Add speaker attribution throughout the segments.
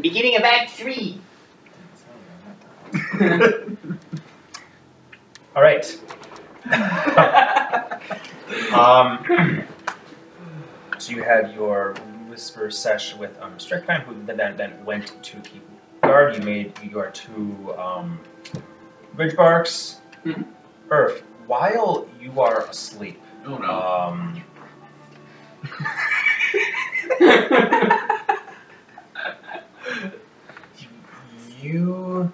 Speaker 1: Beginning of Act 3.
Speaker 2: All right. Um, so you had your whisper sesh with um, Strickland, who then, then, then went to keep guard. You made your two um, bridge barks.
Speaker 3: Hmm.
Speaker 1: Mhm.
Speaker 2: Earth, while you are asleep,
Speaker 3: Oh no.
Speaker 2: um, you.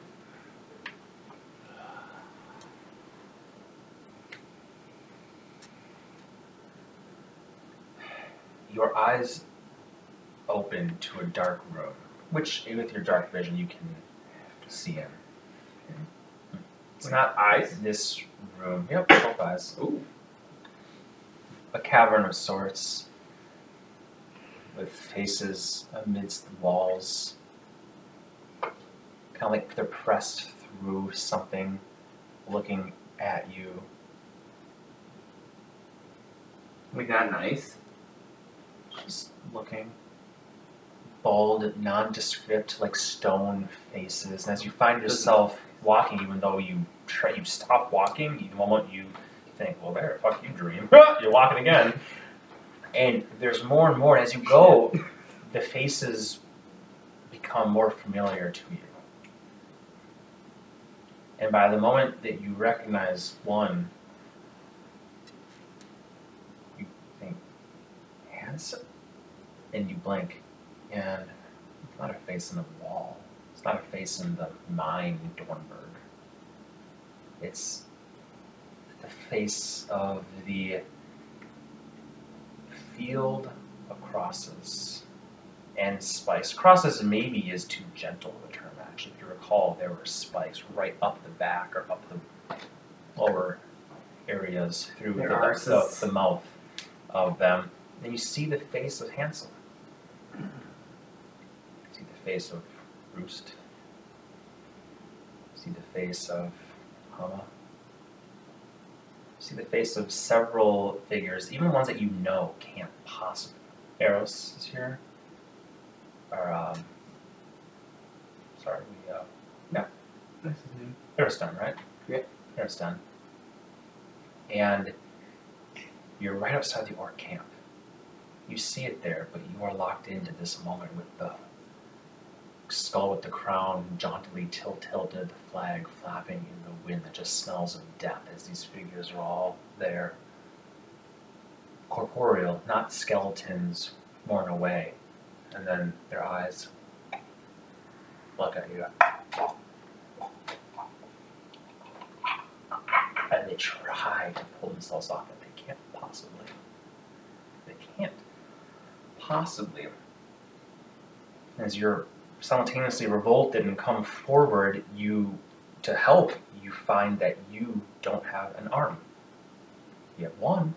Speaker 2: Your eyes open to a dark room, which with your dark vision you can see in. It's not
Speaker 3: eyes?
Speaker 2: This room. Yep, both eyes.
Speaker 3: Ooh.
Speaker 2: A cavern of sorts, with faces amidst the walls. Kind of like they're pressed through something, looking at you.
Speaker 3: We got nice.
Speaker 2: Just looking. Bald, nondescript, like stone faces. And as you find yourself walking, even though you try, you stop walking, the moment you think, well, there, fuck you, dream. You're walking again. And there's more and more. And as you go, the faces become more familiar to you. And by the moment that you recognize one, you think, handsome? And you blink, and it's not a face in the wall. It's not a face in the mine Dornberg. It's the face of the field of crosses and spikes. Crosses maybe is too gentle of a term, actually. If you recall, there were spikes right up the back or up the lower areas through
Speaker 3: Their
Speaker 2: the,
Speaker 3: arses.
Speaker 2: the, the mouth of them. And you see the face of Hansel. See the face of Roost. See the face of Hama. See the face of several figures, even ones that you know can't possibly. Eros is here. Or, um, sorry, we, uh,
Speaker 3: That's his name.
Speaker 2: Ariston, right?
Speaker 1: Yeah.
Speaker 2: Ariston. And you're right outside the orc camp. You see it there, but you are locked into this moment with the skull with the crown jauntily tilt tilted, the flag flapping in the wind that just smells of death as these figures are all there. Corporeal, not skeletons worn away. And then their eyes look at you. and they try to pull themselves off it. They can't possibly. They can't possibly. As you're simultaneously revolted and come forward, you to help, you find that you don't have an arm. You have one,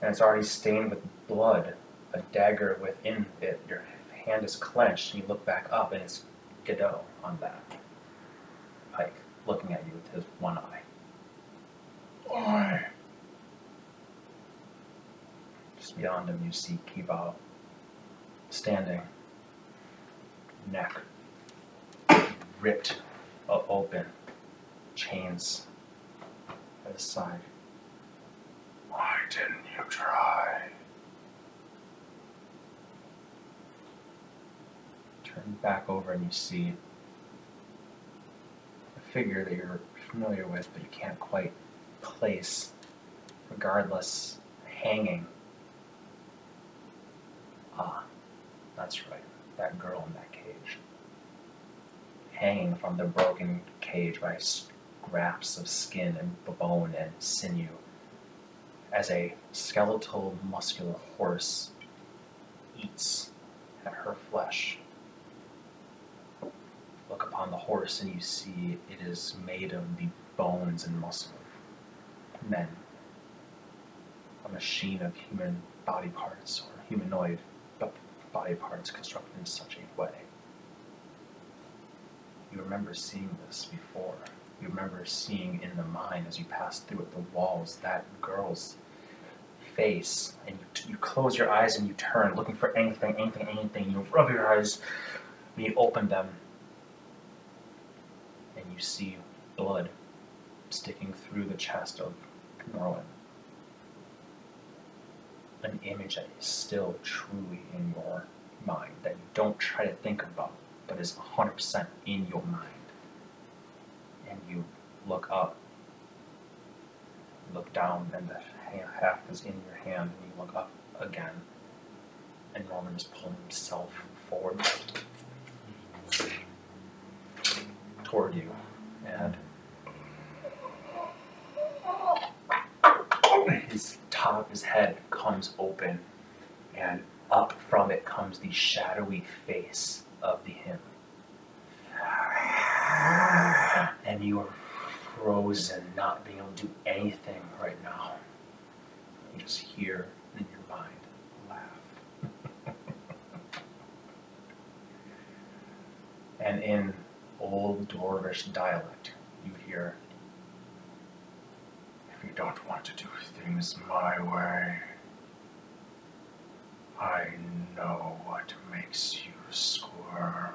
Speaker 2: and it's already stained with blood. A dagger within it. Your hand is clenched, and you look back up, and it's Godot on that pike, looking at you with his one eye. Why? Just beyond him, you see Kibao standing, neck ripped o- open, chains at his side. Why didn't you try? Turn back over and you see a figure that you're familiar with, but you can't quite place, regardless, hanging. Ah, that's right, that girl in that cage. Hanging from the broken cage by scraps of skin and b- bone and sinew, as a skeletal, muscular horse eats at her flesh. Look upon the horse, and you see it is made of the bones and muscle men. A machine of human body parts or humanoid b- body parts constructed in such a way. You remember seeing this before. You remember seeing in the mine as you passed through it the walls that girl's face, and you, you close your eyes and you turn, looking for anything, anything, anything. You rub your eyes, When you open them, and you see blood sticking through the chest of Merlin. An image that is still truly in your mind, that you don't try to think about, but is 100% in your mind. And you look up, look down, and the ha- half is in your hand, and you look up again, and Norman is pulling himself forward toward you, and his top of his head comes open, and up from it comes the shadowy face of the hymn. And you are frozen, not being able to do anything right now. You just hear in your mind laugh. and in old dwarvish dialect, you hear if you don't want to do things my way, I know what makes you squirm.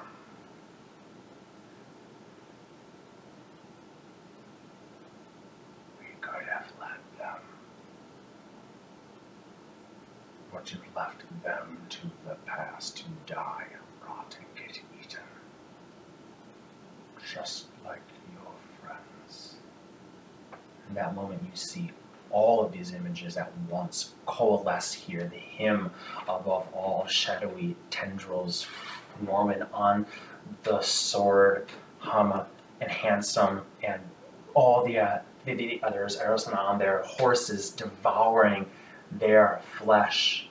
Speaker 2: We could have let them, but you left them to the past to die and rot and get eaten, just like your friends. In that moment, you see all of these images at once coalesce here. The hymn above all shadowy tendrils, Norman on the sword, Hama and Handsome, and all the, uh, the, the others, Aerosmith on their horses devouring their flesh.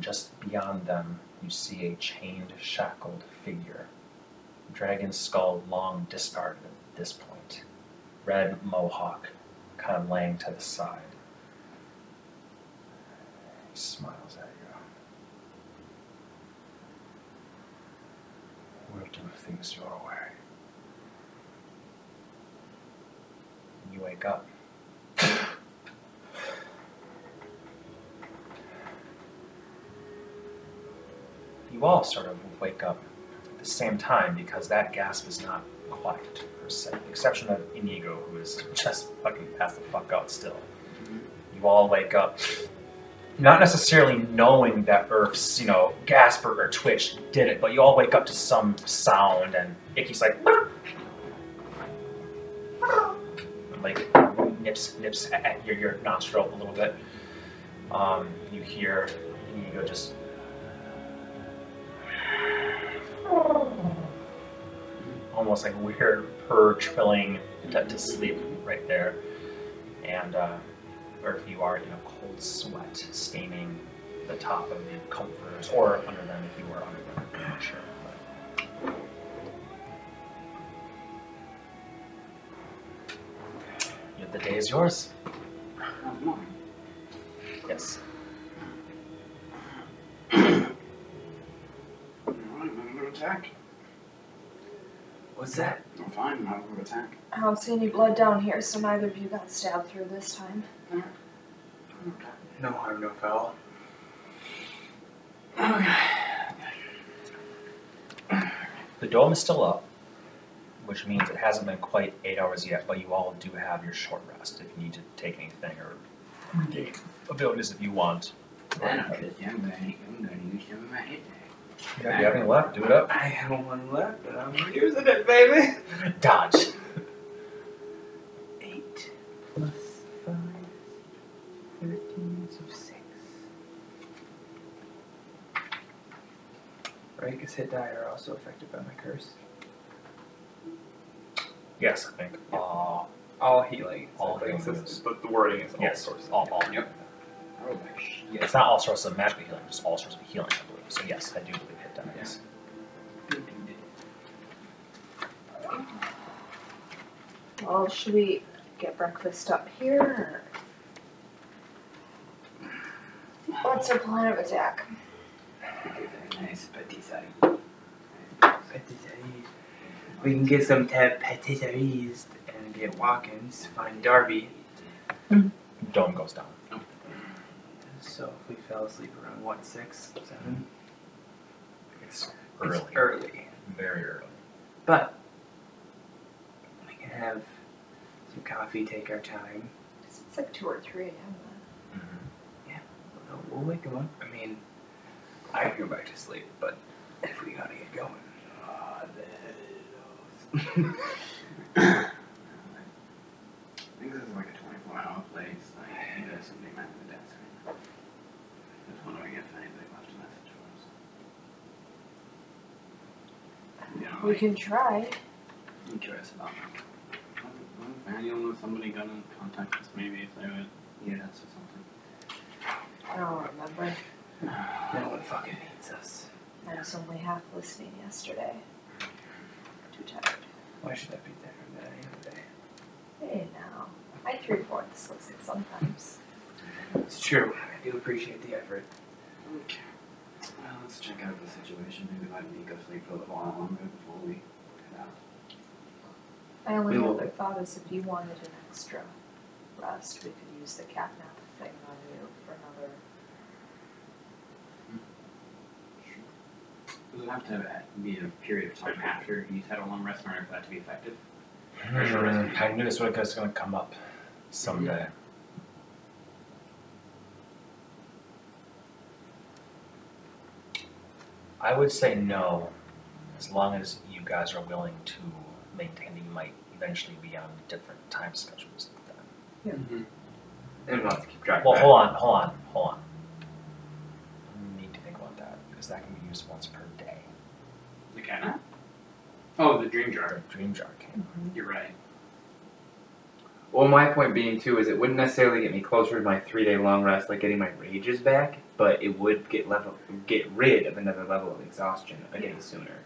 Speaker 2: Just beyond them, you see a chained, shackled figure. Dragon skull long discarded at this point red mohawk kind of laying to the side. He smiles at you. We'll do things your way. And you wake up. You all sort of wake up at the same time because that gasp is not quiet per se, with the exception of Inigo, who is just fucking passed the fuck out still. You all wake up, not necessarily knowing that Earth's, you know, Gasper or Twitch did it, but you all wake up to some sound, and Icky's like, "Meow." and like nips nips at, at your, your nostril a little bit. Um, you hear Inigo just. almost like weird purr trilling to, to sleep right there. And, uh, or if you are in a cold sweat staining the top of the comforters or under them if you were under them, I'm not sure. but- Yeah, The day is yours. Yes.
Speaker 4: Alright, my little attack.
Speaker 3: What's that?
Speaker 4: I'm fine, my little attack.
Speaker 5: I don't see any blood down here, so neither of you got stabbed through this time.
Speaker 3: No harm, no foul.
Speaker 4: Oh,
Speaker 2: The dome is still up, which means it hasn't been quite eight hours yet, but you all do have your short rest if you need to take anything or regain abilities if you want.
Speaker 4: I don't trust you. I'm gonna, I'm gonna use some of my hit die.
Speaker 2: Yeah, if you have any left, do it up.
Speaker 3: I have one left and I'm using it, baby!
Speaker 2: Dodge.
Speaker 3: Eight plus five. Thirteen, so six. Rankus hit die are also affected by my curse.
Speaker 2: Yes, I think. Uh,
Speaker 3: All healing. is
Speaker 2: All
Speaker 3: affected,
Speaker 2: healing
Speaker 3: so
Speaker 2: is-
Speaker 3: But the wording is all
Speaker 2: yes,
Speaker 3: sources.
Speaker 2: all, all.
Speaker 4: Yep. I rolled like shit.
Speaker 2: It's not all sorts of magical healing, just all sorts of healing, I believe. So yes, I do believe hit die. is-
Speaker 5: Well, should we get breakfast up here? Or... What's our plan of attack?
Speaker 4: Nice patisserie.
Speaker 3: Patisseries. We can get some tab patisseries and get Watkins, find Darby.
Speaker 2: Dome goes down.
Speaker 3: So if we fell asleep around what, six, seven?
Speaker 2: It's early,
Speaker 3: It's early.
Speaker 2: very early.
Speaker 3: But we can have some coffee, take our time.
Speaker 5: It's like two or three a.m.
Speaker 3: We'll, we'll wake him up. I mean, I can go back to sleep, but if we gotta get going. oh,
Speaker 4: Ah, the hell. I think this is like a 24 hour place. Like, you know, somebody might be the desk right now. Just wondering if anybody left a message for us. You know,
Speaker 5: We
Speaker 4: like,
Speaker 5: can try.
Speaker 4: I'm curious about that. Wouldn't Manuel or somebody got in contact us maybe if they were yes or something?
Speaker 5: I don't remember.
Speaker 4: Uh,
Speaker 3: No one fucking needs us.
Speaker 5: I was only half listening yesterday. Too tired.
Speaker 3: Why should that be there on that end of the day?
Speaker 5: Hey, now. I three fourths listen sometimes.
Speaker 3: It's true. I do appreciate the effort.
Speaker 4: Okay. Well, let's check out the situation. Maybe let Nico sleep for a little while longer before we head out.
Speaker 5: My only
Speaker 3: We will-
Speaker 5: other thought is if you wanted an extra rest, we could use the cat nap thing on you for another.
Speaker 4: Does it have to be a period of time after he's had a long rest in order for that to be effective?
Speaker 2: Mhm. I knew this was going to come up someday. I would say no, as long as you guys are willing to maintain that you might eventually be on different time schedules. Like
Speaker 3: Mm-hmm. And we'll have to keep track
Speaker 2: that. Well,
Speaker 3: of that.
Speaker 2: hold on, hold on, hold on. I need to think about that because that can be used once per day.
Speaker 4: The cat? Oh, the dream jar.
Speaker 2: Or Dream jar can.
Speaker 4: You're right.
Speaker 3: Well, my point being too is it wouldn't necessarily get me closer to my three day long rest, like getting my rages back, but it would get level get rid of another level of exhaustion a day sooner.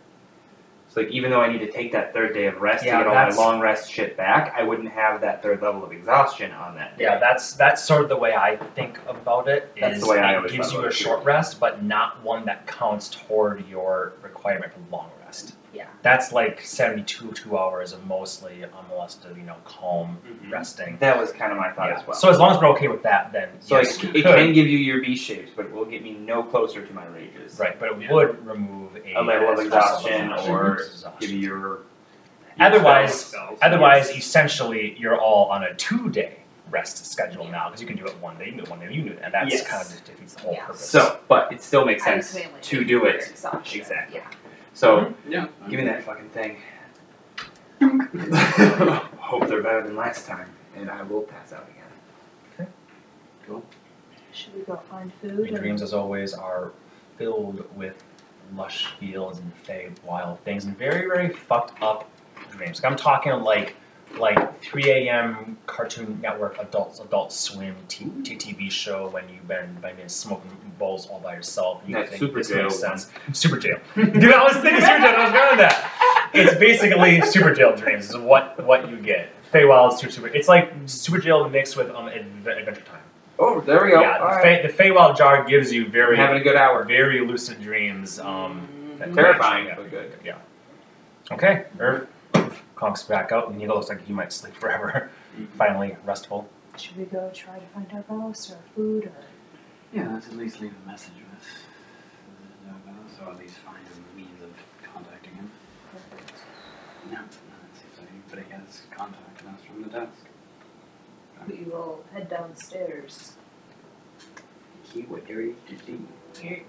Speaker 3: So like even though I need to take that third day of rest
Speaker 2: Yeah,
Speaker 3: to get all my
Speaker 2: that's-
Speaker 3: long rest shit back, I wouldn't have that third level of exhaustion on that day.
Speaker 2: Yeah, that's that's sort of the way I think about it. Is
Speaker 3: That's the way I
Speaker 2: it
Speaker 3: always
Speaker 2: gives
Speaker 3: thought
Speaker 2: you
Speaker 3: about
Speaker 2: a
Speaker 3: it, too.
Speaker 2: short rest, but not one that counts toward your requirement for long rest.
Speaker 5: Yeah.
Speaker 2: That's like seventy-two two hours of mostly unmolested, you know, calm resting.
Speaker 3: That was kind of my Mm-hmm. thought
Speaker 2: Yeah.
Speaker 3: as well.
Speaker 2: So as long as we're okay with that, then
Speaker 3: So,
Speaker 2: yes,
Speaker 3: like,
Speaker 2: you
Speaker 3: it can give you your B shapes, but it will get me no closer to my rages.
Speaker 2: right, but it
Speaker 4: Yeah.
Speaker 2: would remove a,
Speaker 3: A level of exhaustion or
Speaker 2: exhaustion.
Speaker 3: Give you your, your
Speaker 2: Otherwise-
Speaker 3: spells.
Speaker 2: Otherwise,
Speaker 3: Yes.
Speaker 2: essentially, you're all on a two-day rest schedule now because you can do it one day, you can do it one day, you can do it, and that's
Speaker 3: Yes.
Speaker 2: kind of just defeats the whole
Speaker 5: Yeah.
Speaker 2: purpose.
Speaker 3: so, but it still makes
Speaker 5: I was
Speaker 3: sense
Speaker 5: mainly
Speaker 3: to do
Speaker 5: for
Speaker 3: it.
Speaker 5: Exhaustion.
Speaker 3: Exactly.
Speaker 5: Yeah.
Speaker 3: So.
Speaker 4: Yeah.
Speaker 3: Give me that fucking thing. Hope they're better than last time, and I will pass out again.
Speaker 5: Should we go find
Speaker 2: Your
Speaker 5: food? or-
Speaker 2: dreams, as always, are filled with lush fields and fey wild things and very, very fucked up dreams. Like I'm talking like like 3 a.m. Cartoon Network adults Adult Swim T- TTV show when you've been, been in smoking bowls all by yourself. and You
Speaker 3: That
Speaker 2: think
Speaker 3: Super
Speaker 2: this
Speaker 3: Jail
Speaker 2: makes
Speaker 3: one.
Speaker 2: sense. Super jail. Dude, I was thinking super jail. I was going with that. It's basically super jail dreams. Is what what you get. Feywild's super super. It's like super jail mixed with um Adve- Adventure Time.
Speaker 3: Oh, there we
Speaker 2: Yeah, the, Fey, the Feywild jar gives you very,
Speaker 3: having a good hour.
Speaker 2: very lucid dreams. Um, that-
Speaker 3: Terrifying,
Speaker 2: Yeah.
Speaker 3: but good.
Speaker 2: Okay, Irv conks back up, and he looks like he might sleep forever.
Speaker 3: Mm-hmm.
Speaker 2: Finally, restful.
Speaker 5: Should we go try to find our house or food or?
Speaker 4: Yeah, let's at least leave a message with Novos, or at least find a means of contacting him. No, no, it seems like anybody has contacted us from the desk.
Speaker 5: We will head downstairs.
Speaker 4: He what there is to see.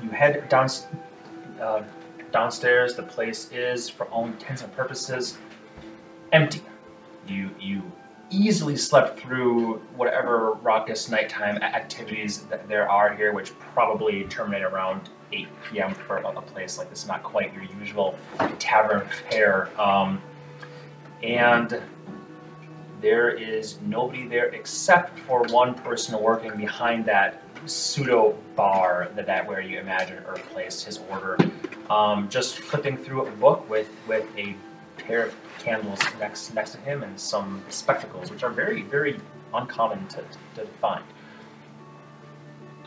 Speaker 2: You head down, uh, downstairs. The place is, for all intents and purposes, empty. You you easily slept through whatever raucous nighttime a- activities that there are here, which probably terminate around 8 p.m. for a a place like this. Not quite your usual tavern fare. Um, and there is nobody there except for one person working behind that pseudo bar that, that where you imagine Earth placed his order. Um, just flipping through a book with with a pair of candles next next to him and some spectacles, which are very very uncommon to, to find.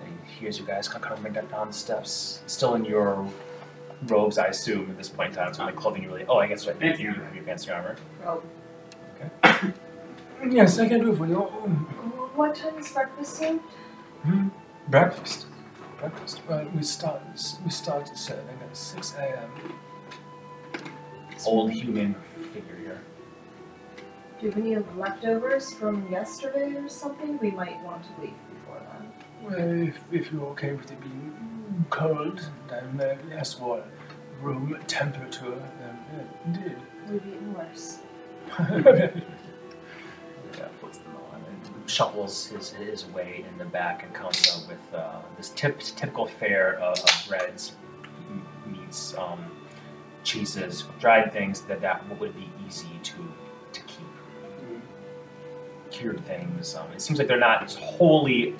Speaker 2: And he hears you guys come coming down down the steps, still in your robes, I assume at this point in time. So the clothing you really. Oh, I guess right. You you have your fancy armor.
Speaker 5: Well,
Speaker 2: Yes, I can do it for you.
Speaker 5: what time is breakfast soon?
Speaker 2: Breakfast.
Speaker 6: breakfast. Uh, we start we started serving at six a.m.
Speaker 2: Old human figure here.
Speaker 5: Do you have any leftovers from yesterday or something? We might want to leave before then.
Speaker 6: Well, if, if you're okay with it being cold, then uh, yes, or room temperature, then uh, yeah, indeed.
Speaker 5: We've eaten worse.
Speaker 2: Yeah, puts them on and shuffles his, his way in the back and comes out with uh, this tip, typical fare of, of breads, m- meats, um, cheeses, dried things that that would be easy to to keep. Cured things. Um, it seems like they're not as wholly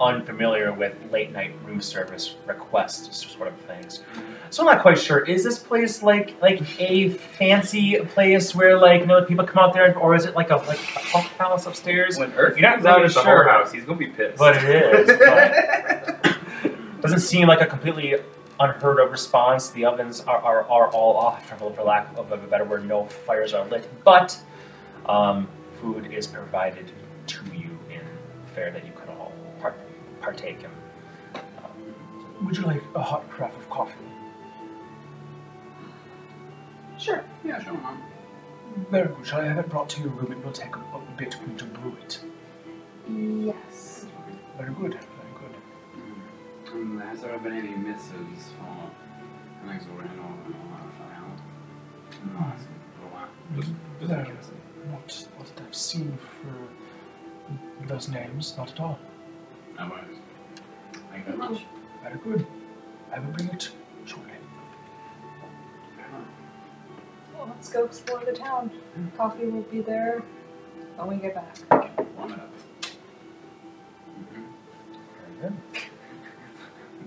Speaker 2: unfamiliar with late night room service requests sort of things. So I'm not quite sure. Is this place like like a fancy place where like you know people come out there, or is it like a like a punk palace upstairs?
Speaker 3: When Earth
Speaker 2: You're not
Speaker 3: comes out
Speaker 2: really
Speaker 3: of the
Speaker 2: sure.
Speaker 3: whorehouse, he's gonna be pissed.
Speaker 2: But it is. But doesn't seem like a completely unheard of response. The ovens are, are, are all off, for, for lack of a better word. No fires are lit, but um, food is provided to you in fare that you can all part, partake in.
Speaker 6: Would you like a hot craft of coffee?
Speaker 5: Sure.
Speaker 4: Yeah, sure, Mom.
Speaker 6: Very good. Shall I have it brought to your room? It will take a, a bit for me to brew it.
Speaker 5: Yes.
Speaker 6: Very good. Very good.
Speaker 4: Um, has there been any misses for an exorant or an Raphael in the last little while? Just, just
Speaker 6: No.
Speaker 4: curiosity.
Speaker 6: Not not that I've seen for those names. Not at all.
Speaker 4: No worries. Thank you very much.
Speaker 6: Very good. I will bring it shortly.
Speaker 5: Well, let's go explore the town. Coffee will be there when we get back.
Speaker 4: Warm it up. Mm-hmm.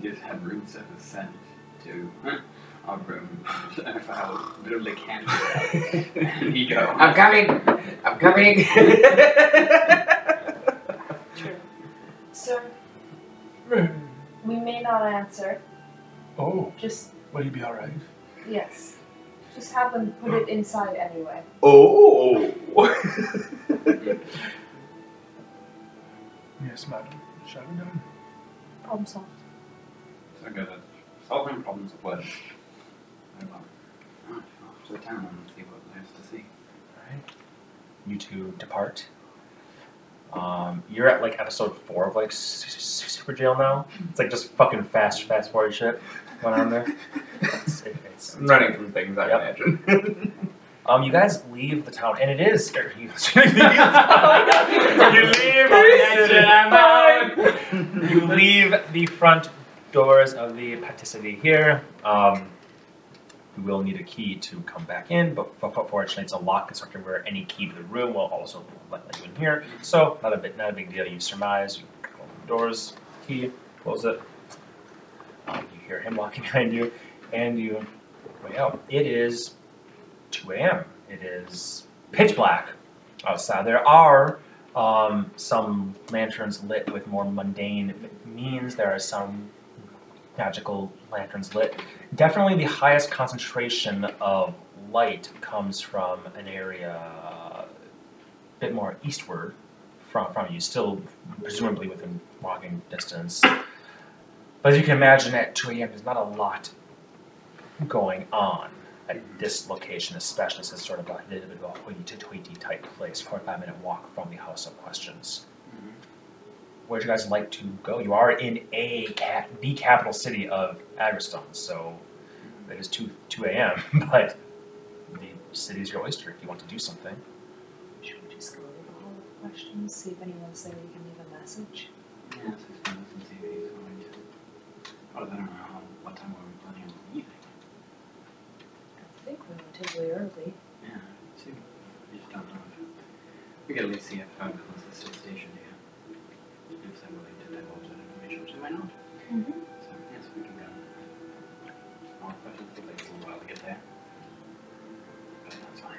Speaker 4: You just had room service sent to our room. Raphael blew the candle out. and he go,
Speaker 3: I'm coming. I'm coming.
Speaker 5: True. Sir,
Speaker 6: Very-
Speaker 5: we may not answer.
Speaker 6: Oh,
Speaker 5: Just,
Speaker 6: will you be all right?
Speaker 5: yes. Just have them put it inside anyway.
Speaker 3: oh.
Speaker 6: Yes, madam. Shall we done?
Speaker 5: Problem solved.
Speaker 4: So good at solving problems with words. Very well. Alright, off to the town and see what there's to see.
Speaker 2: Alright. You two depart. Um, you're at like episode four of like S- S- S- Super Jail now. It's like just fucking fast, fast forward shit going on there. It's, it- it's-
Speaker 3: I'm running from things, I
Speaker 2: Yep.
Speaker 3: imagine.
Speaker 2: um, you guys leave the town, and it is. or you, you leave.
Speaker 1: Oh,
Speaker 2: the town. You leave the front doors of the patisserie here. Um, you will need a key to come back in, but f- f- fortunately, it's a lock constructed where any key to the room will also let let you in here. So not a bit, not a big deal. You surmise. You open the doors, key, close it. Um, you hear him walking behind you, and you way out. It is 2 a.m. It is pitch black outside. There are um, some lanterns lit with more mundane m- means. There are some magical lanterns lit. Definitely the highest concentration of light comes from an area a bit more eastward from, from you, still presumably within walking distance. But as you can imagine, at 2 a.m., there's not a lot going on at this location, especially since it's sort of a little bit of a hoity toity type place, 45 minute walk from the House of Questions. Where'd you guys like to go? You are in a ca- the capital city of Agriston, so it is 2, 2 a.m., but the city is your oyster if you want to do something.
Speaker 5: Should we just go over the whole questions, see if anyone's there we can leave a message?
Speaker 4: Yeah, so it's been some TV, so we just- Oh, I don't know how, what time were we planning on leaving?
Speaker 5: I think we're relatively early.
Speaker 4: Yeah, see, we just don't know if, we could at least see if how close this to the station here. If they're willing to divulge that information, which they might not.
Speaker 5: Mm-hmm.
Speaker 4: So, yes, we can go. More questions, it'll take a little while to get there. But that's fine.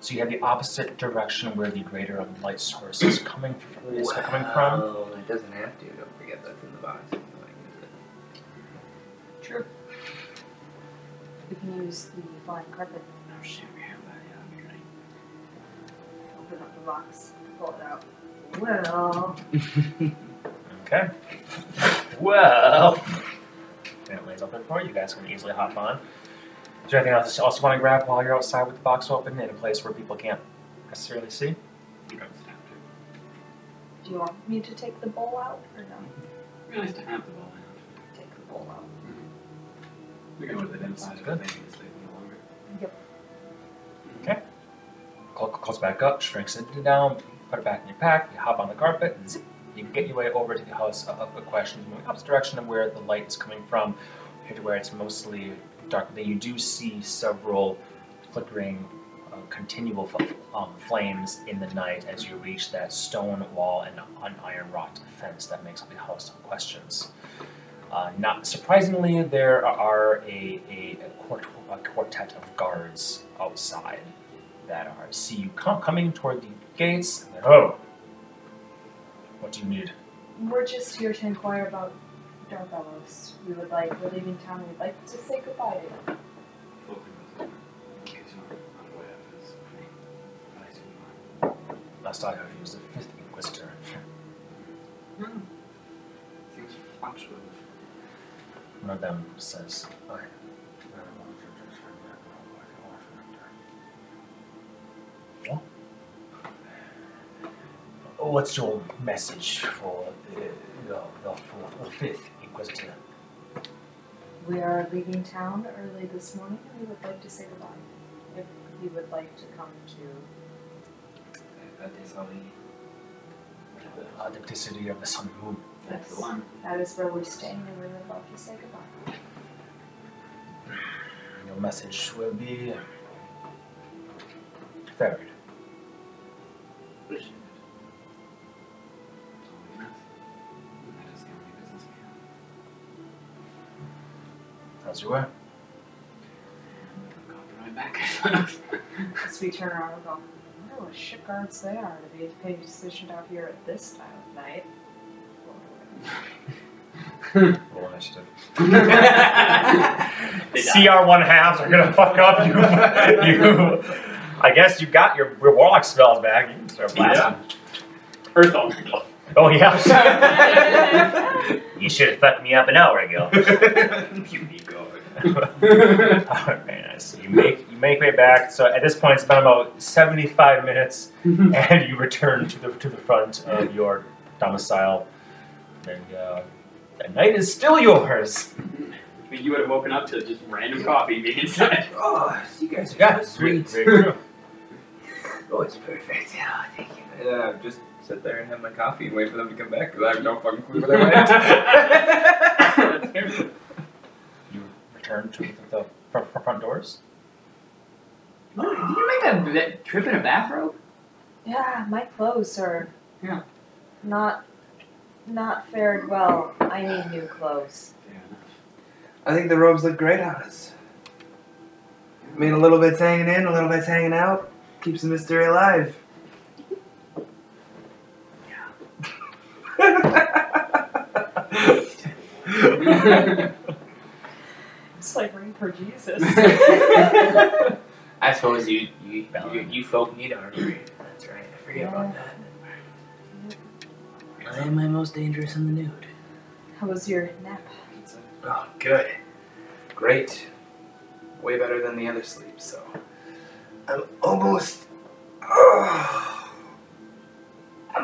Speaker 2: So you have the opposite direction where the greater of light source is coming from. Is coming from.
Speaker 3: It doesn't have to. Don't forget that's in the box. if you wanna use it.
Speaker 5: True. We can use the flying carpet
Speaker 4: Oh shit, we have that, yeah, that'd be great.
Speaker 5: open up the box, pull it out. Well,
Speaker 2: Okay. Well, that lays open for you. You guys can easily hop on. Is there anything else, else you want to grab while you're outside with the box open in a place where people can't necessarily see?
Speaker 4: You guys have
Speaker 5: Do you want me to take the bowl out or no?
Speaker 4: to. Nice to have the ball out.
Speaker 5: Take the bowl out.
Speaker 4: We can with it inside.
Speaker 2: Sounds good.
Speaker 4: Maybe it's taking longer.
Speaker 2: Cl- Close back up, shrinks it down, put it back in your pack, you hop on the carpet, and zip, you can get your way over to the house of the questions, moving up the direction of where the light is coming from, here to where it's mostly dark. But you do see several flickering, uh, continual fl- um, flames in the night as you reach that stone wall and an iron wrought fence that makes up the house of questions. Uh, not surprisingly, there are a, a, a, quart- a quartet of guards outside that are see you com- coming toward the gates. and they're, Oh, what do you need?
Speaker 5: We're just here to inquire about Darvellos. We would like, we're leaving town, we'd like to say goodbye to them.
Speaker 4: Fulton was in case you're not aware of his name. But I assume not.
Speaker 2: Last I heard, he was the fifth inquisitor.
Speaker 4: Things fluctuate.
Speaker 2: One of them says, "I." What? What's your message for the, the, the, for the fifth inquisitor?
Speaker 5: We are leaving town early this morning and we would like to say goodbye. If you would like to come to,
Speaker 3: That is how he
Speaker 2: Uh, the city of the sun and moon.
Speaker 4: That's the one.
Speaker 5: that is where we're staying and we would love to say goodbye.
Speaker 2: Your message will be ferried.
Speaker 4: Appreciate it. It's always nice. That is the only business we have.
Speaker 2: As you were.
Speaker 4: And I'll be right back.
Speaker 5: As we turn around and go, "Oh, I wonder what shit guards they are to be paying decision out here at this time of night.
Speaker 2: Roll initiative.
Speaker 4: They die.
Speaker 2: CR one halves are gonna fuck up you. you. I guess you got your, your warlock spells back. You can start blasting.
Speaker 4: Earth on.
Speaker 2: Oh yeah. you should have fucked me up an hour ago.
Speaker 3: puny guard.
Speaker 2: Alright, very nice. So you make you make way back. So at this point, it's been about seventy-five minutes, and you return to the to the front of your domicile, and uh, the night is still yours.
Speaker 4: I mean, you would have woken up to just random coffee being inside.
Speaker 3: Oh, you guys are
Speaker 2: Yeah,
Speaker 3: so sweet.
Speaker 2: Very, very true.
Speaker 3: oh, it's perfect. Yeah, thank you. Yeah, just sit there and have my coffee and wait for them to come back because I have no fucking clue where they went.
Speaker 2: You return to the, the front, front doors.
Speaker 4: Did you make that trip in a bathrobe?
Speaker 5: Yeah, my clothes are
Speaker 4: Yeah.
Speaker 5: not not fared well. I need new clothes.
Speaker 4: Fair enough.
Speaker 3: I think the robes look great on us. I mean, a little bit's hanging in, a little bit's hanging out. Keeps the mystery alive.
Speaker 5: It's like ring for Jesus.
Speaker 3: I suppose you you,
Speaker 2: you-
Speaker 3: folk need armor. That's right. I
Speaker 5: forget about
Speaker 3: that.
Speaker 4: I
Speaker 3: am my most dangerous in the nude.
Speaker 5: How was your nap?
Speaker 3: Oh, good. Great. Way better than the other sleep, so. I'm almost. I'm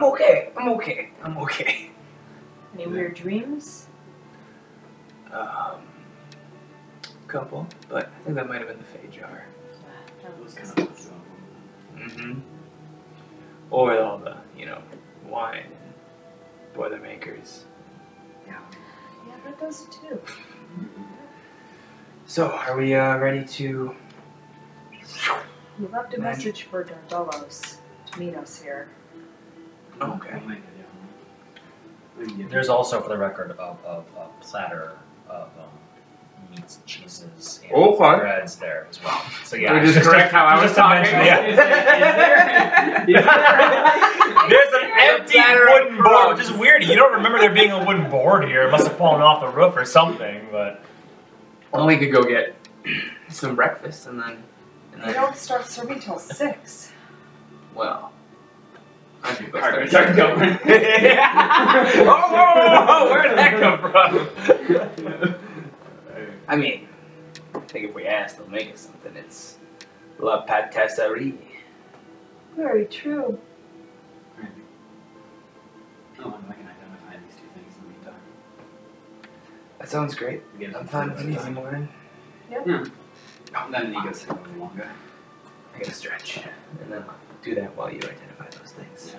Speaker 3: okay. I'm okay. I'm okay.
Speaker 5: Any weird dreams?
Speaker 3: Um. Couple, but I think that might have been the fade jar.
Speaker 5: That
Speaker 4: Those
Speaker 5: was-
Speaker 4: kind of stuff.
Speaker 3: Mm-hmm. Or all the, you know, wine and Boilermakers.
Speaker 5: Yeah, that does it too.
Speaker 3: So, are we uh, ready to.
Speaker 5: You left a
Speaker 3: Man.
Speaker 5: message for Dardelos to meet us here.
Speaker 3: Okay.
Speaker 4: We'll make it, yeah. We can get
Speaker 2: There's also, for the record, a, a, a platter of um, meats, cheeses, and
Speaker 3: Okay.
Speaker 2: breads there as well. So yeah,
Speaker 3: Did I just correct how I was
Speaker 2: just to
Speaker 3: talking?
Speaker 2: mention, yeah.
Speaker 4: Is there- is there-
Speaker 2: There's an empty
Speaker 3: platter of
Speaker 2: wooden board, which
Speaker 3: crumbs.
Speaker 2: is weird. You don't remember there being a wooden board here. It must have fallen off the roof or something. But
Speaker 3: Well, we could go get some breakfast and then. And
Speaker 5: They
Speaker 3: then
Speaker 5: don't start serving till six.
Speaker 3: Well, I think
Speaker 4: All right,
Speaker 3: let's
Speaker 4: start going.
Speaker 3: oh, whoa, whoa, whoa, where did that come from? I mean, I think if we ask, they'll make us something. It's La Patisserie.
Speaker 5: Very true.
Speaker 4: Oh, and I can identify these two things in the meantime.
Speaker 3: That sounds great.
Speaker 4: It gives
Speaker 3: I'm
Speaker 4: us
Speaker 3: fine
Speaker 4: a
Speaker 3: with
Speaker 4: bit
Speaker 3: an
Speaker 4: of
Speaker 3: easy
Speaker 4: time.
Speaker 3: morning.
Speaker 4: Oh, and then he goes a little longer.
Speaker 3: I gotta stretch, and then I'll do that while you identify those things.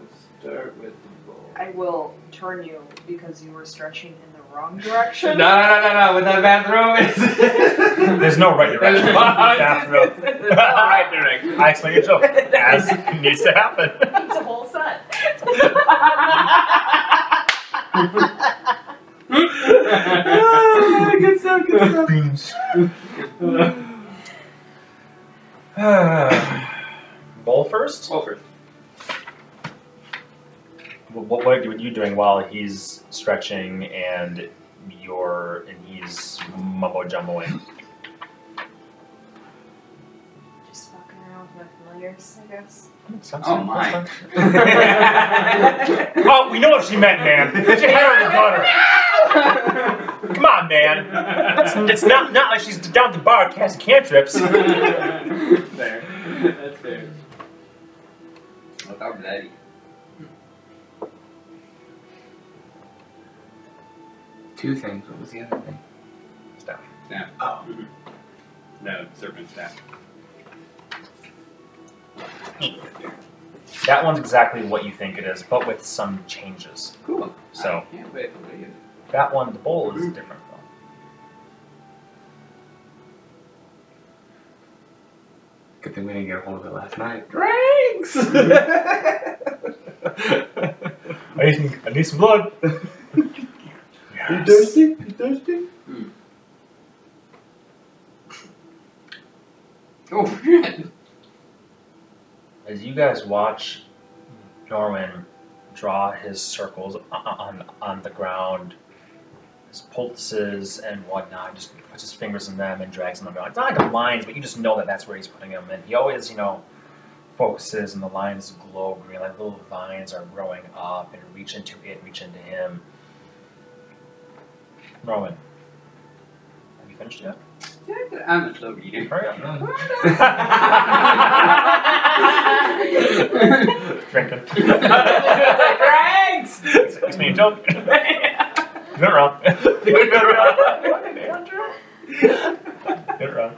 Speaker 4: Let's start with the roll.
Speaker 5: I will turn you because you were stretching in the wrong direction.
Speaker 3: No, no, no, no, no. With that bathroom is.
Speaker 2: There's no right direction.
Speaker 3: There's
Speaker 2: Bathroom.
Speaker 3: There's no right direction.
Speaker 2: I explain it joke. As needs to happen.
Speaker 5: It's a whole set.
Speaker 3: good stuff, good stuff.
Speaker 2: Bowl first.
Speaker 4: Roll first.
Speaker 2: What, what, what are you doing while he's stretching and you're and he's mumbo jumboing?
Speaker 5: Just walking around with my familiars, I guess.
Speaker 4: Oh my.
Speaker 2: Oh, we know what she meant, man. Get your head over the butter. Come on, man. It's, it's not not like she's down at the bar casting cantrips.
Speaker 4: fair. That's fair.
Speaker 3: Without Daddy. Two things. What was the other thing? Stuff.
Speaker 4: Snap.
Speaker 3: Oh.
Speaker 4: No, serpent staff.
Speaker 2: That one's exactly what you think it is, but with some changes.
Speaker 4: Cool.
Speaker 2: So-
Speaker 4: I can't wait for the video.
Speaker 2: That one, the bowl, is different though.
Speaker 3: Good thing we didn't get a hold of it last night. Drinks. you
Speaker 2: I need some, I need some blood.
Speaker 3: thirsty? You thirsty?
Speaker 4: Oh shit!
Speaker 2: As you guys watch Norwin draw his circles on, on, on the ground, his pulses and whatnot, just puts his fingers in them and drags them around. It's not like lines, but you just know that that's where he's putting them. And he always, you know, focuses and the lines glow green, like little vines are growing up and reach into it, reach into him. Norwin, have you finished yet?
Speaker 4: I'm a slow eater.
Speaker 2: Hurry up,
Speaker 3: No.
Speaker 2: drinking.
Speaker 3: Drinks.
Speaker 2: It's me, Joe. You're wrong. You're wrong.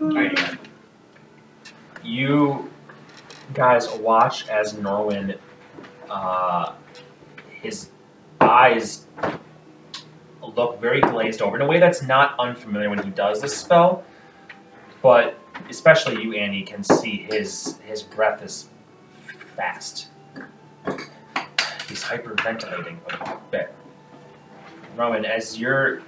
Speaker 4: Alright,
Speaker 2: You guys watch as Norwin, uh, his eyes look very glazed over in a way that's not unfamiliar when he does this spell, but especially you, Annie, can see his his breath is fast. He's hyperventilating a bit. Norwin, as you're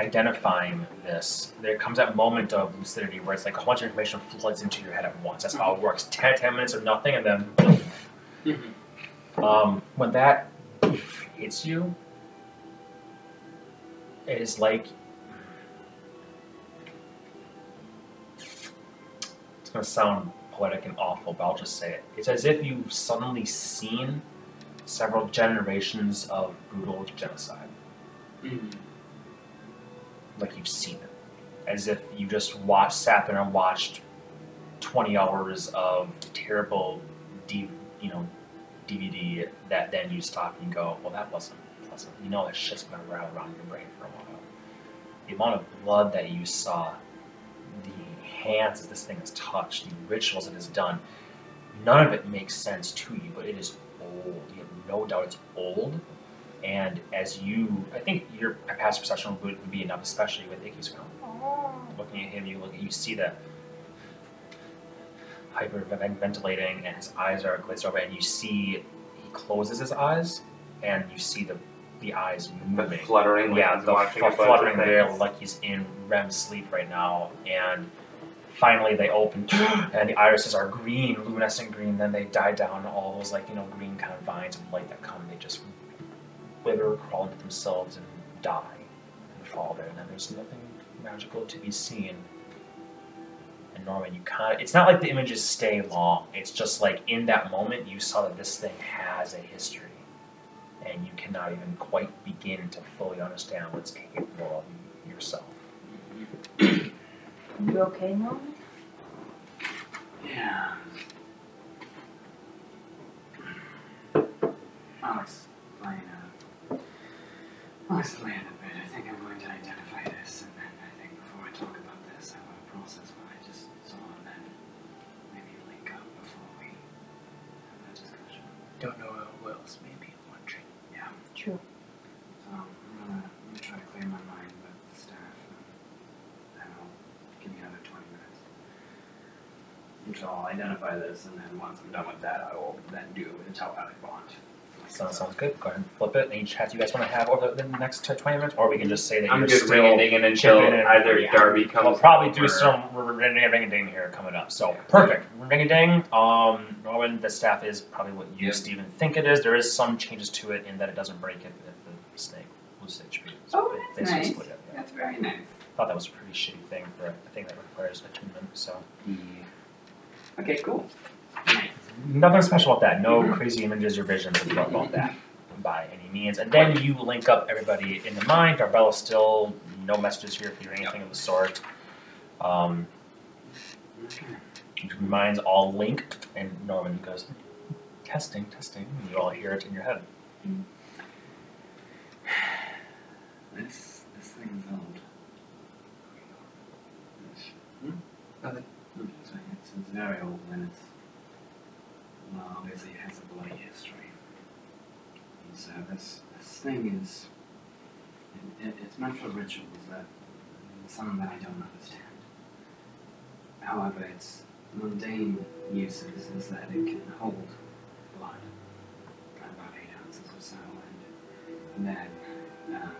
Speaker 2: identifying this, there comes that moment of lucidity where it's like a bunch of information floods into your head at once. That's how it works. Ten, ten minutes of nothing, and then um, when that hits you, it is like it's gonna sound poetic and awful, but I'll just say it. It's as if you've suddenly seen several generations of brutal genocide
Speaker 4: Mm.
Speaker 2: like you've seen it. As if you just watched, sat there and watched 20 hours of terrible, D, you know, DVD that then you stop and go, well, that wasn't pleasant. You know, that shit's gonna rattle around your brain for a while. The amount of blood that you saw, the hands that this thing has touched, the rituals it has done, none of it makes sense to you, but it is old. You have no doubt it's old. And as you, I think your past perception would, would be enough, especially with Icky's film. Looking at him, you look, you see the hyperventilating, and his eyes are glazed over, and you see he closes his eyes, and you see the the eyes
Speaker 3: The
Speaker 2: moving.
Speaker 3: fluttering. when
Speaker 2: yeah,
Speaker 3: he's
Speaker 2: the
Speaker 3: watching
Speaker 2: fl-
Speaker 3: a bunch of
Speaker 2: fluttering there,
Speaker 3: things.
Speaker 2: like he's in REM sleep right now, and finally they open, and the irises are green, luminescent green. Then they die down. All those like you know green kind of vines of light that come, they just wither, crawl into themselves, and die and fall there. And then there's nothing magical to be seen. And Norman, you kind of, it's not like the images stay long. It's just like in that moment, you saw that this thing has a history. And you cannot even quite begin to fully understand what's capable of yourself.
Speaker 5: You okay, Norman?
Speaker 4: Yeah. I'll explain. Uh, I'll explain a bit. I think I'm going to identify this, and then I think before I talk about this, I want to process what I just saw, and then maybe link up before we have that discussion.
Speaker 3: Don't know who else may be wondering.
Speaker 4: Yeah.
Speaker 5: True.
Speaker 4: So I'm gonna, Um, I'm gonna try to clear my mind with the staff, and then I'll give me another 20 minutes. And so I'll identify this, and then once I'm done with that, I will then do until I bond.
Speaker 2: So sounds good. Go ahead and flip it. Any chats you guys want to have over the next t- 20 minutes? Or we can just say that
Speaker 3: I'm
Speaker 2: you're
Speaker 3: just
Speaker 2: still.
Speaker 3: ringing dinging until
Speaker 2: chipping in.
Speaker 3: either
Speaker 2: Yeah.
Speaker 3: Darby comes.
Speaker 2: We'll probably do
Speaker 3: or-
Speaker 2: some ring a ding here coming up. So perfect, ring a ding. Um, Norman, the staff is probably what you,
Speaker 3: Yeah.
Speaker 2: Stephen, think it is. There is some changes to it in that it doesn't break it if the snake loses HP. So
Speaker 4: Oh,
Speaker 2: they-
Speaker 4: that's
Speaker 2: they still
Speaker 4: nice.
Speaker 2: split it, yeah.
Speaker 4: That's very nice.
Speaker 2: Thought that was a pretty shitty thing for a thing that requires attunement. So
Speaker 4: Okay, cool. Nice.
Speaker 2: nothing special about that. No
Speaker 4: Mhm.
Speaker 2: crazy images or visions about about that by any means. And then you link up everybody in the mind. Darbella's still no messages here for you or anything of the sort. Um,
Speaker 4: Okay.
Speaker 2: Your minds all linked, and Norman goes, testing, testing. And you all hear it in your head.
Speaker 4: This this thing's old. It's- Hmm?
Speaker 3: Nothing.
Speaker 4: Hmm, It's, it's, it's very old and it's well, obviously it has a bloody history. And so this this thing is it, it, it's meant for rituals that some that I don't understand. However, its mundane uses is that it can hold blood about eight ounces or so, and then. Um,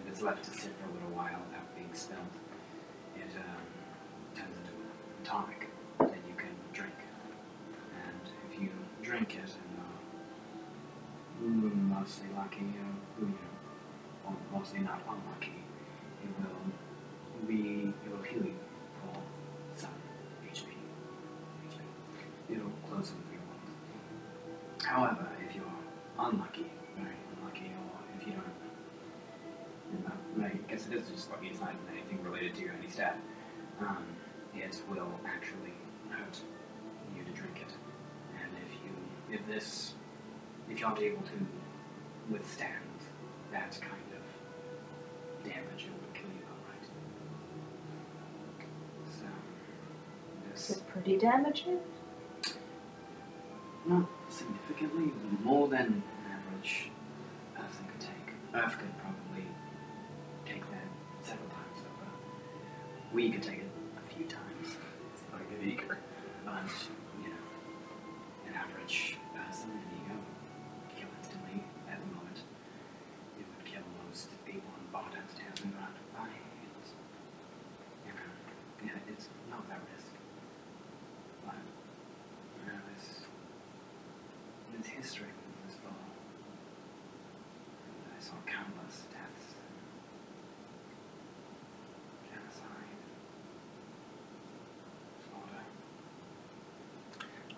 Speaker 4: if it's left to sit for a little while without being spilled, it um, turns into a tonic that you can drink. And if you drink it and are mm, mostly lucky, or, you know, or mostly not unlucky, it will be it will heal you for some HP. HP. It'll close with your wounds. However, if you're unlucky, very unlucky, or if you don't no, no, I guess it is just lucky. It's not anything related to your any stat. Um, it will actually hurt you to drink it, and if you, if this, if you're not able to withstand that kind of damage, it will kill you outright. So,
Speaker 5: Is
Speaker 4: this
Speaker 5: it pretty damaging?
Speaker 4: not significantly more than an average person could take. Earth could probably take that several times over. We could take it a few times,
Speaker 3: Like an eager.
Speaker 4: but you know, an average person, an ego, would kill instantly at the moment. It would kill most people in Bardock's town and around by it. You know, yeah, it's not that risk. But you know, this this history with this ball. I saw countless deaths. Genocide. Slaughter.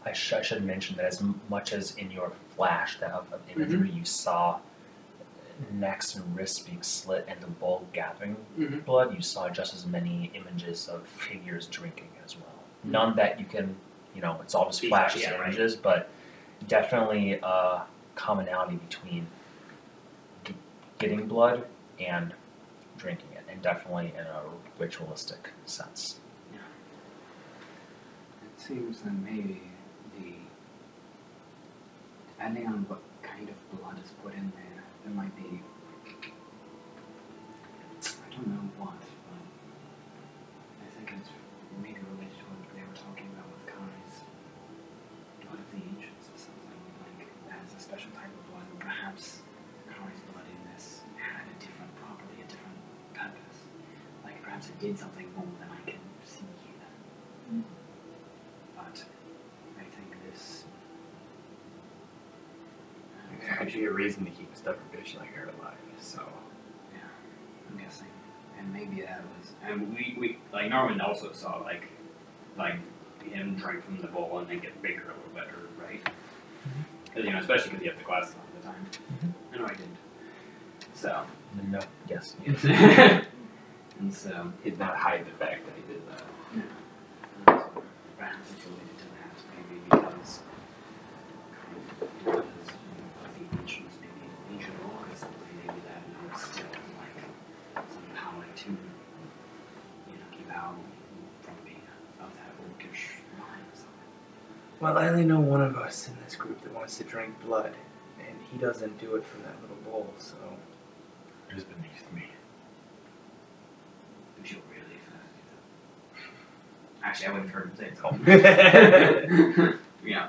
Speaker 2: I, sh- I should mention that as m- much as in your flash that of, of imagery
Speaker 4: Mm-hmm.
Speaker 2: you saw necks and wrists being slit and the bowl gathering
Speaker 4: Mm-hmm.
Speaker 2: blood, you saw just as many images of figures drinking as well. None that you can, you know, it's all just
Speaker 4: Mm-hmm. Yeah,
Speaker 2: flashes
Speaker 4: yeah,
Speaker 2: and
Speaker 4: right.
Speaker 2: images, but definitely a commonality between g- getting blood and drinking it, and definitely in a ritualistic sense.
Speaker 4: It seems that maybe the. Depending on what kind of blood is put in there, there might be. I don't know what, but. I think it's maybe related to what they were talking about with Kai's. Blood of the ancients or something, like, has a special type of blood, and perhaps Kai's blood in this had a different property, a different purpose. Like, perhaps it did something more than I can see here but I think this. uh,
Speaker 3: There's actually a reason to keep a stubborn bitch like her alive, so.
Speaker 4: Yeah, I'm guessing, and maybe that was, and we we like Norman also saw like like him drink from the bowl and then get bigger a little better, right? Because you know, especially because you have the glasses on at the time. I know I didn't. So
Speaker 2: No. Yes.
Speaker 4: and so
Speaker 3: Did not hide the fact that he did that.
Speaker 4: perhaps it's related to that, maybe because kind of because you know, the ancients, maybe ancient law is something maybe that was still like somehow like to you know keep out from being of that orcish line or something.
Speaker 3: Well, I only know one of us in this group that wants to drink blood, and he doesn't do it from that little bowl, so.
Speaker 7: It is beneath me.
Speaker 4: If you're really fat, you know. Actually, I wouldn't have heard him say it. so. yeah.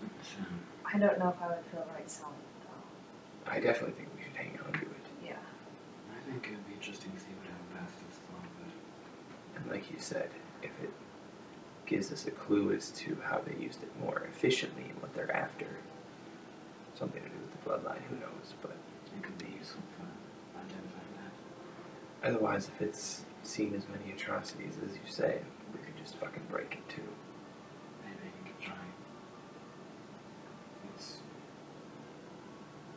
Speaker 4: So,
Speaker 5: I don't know if I would feel right selling it though.
Speaker 3: I definitely think we should hang on to it.
Speaker 5: Yeah.
Speaker 4: I think it'd be interesting to see what our masters thought, but
Speaker 3: And like you said, if it gives us a clue as to how they used it more efficiently and what they're after, something to do with the bloodline, who knows? But
Speaker 4: it could be useful for identifying that.
Speaker 3: otherwise, if it's seen as many atrocities as you say, we could just fucking break it too.
Speaker 4: Maybe you could try. It's.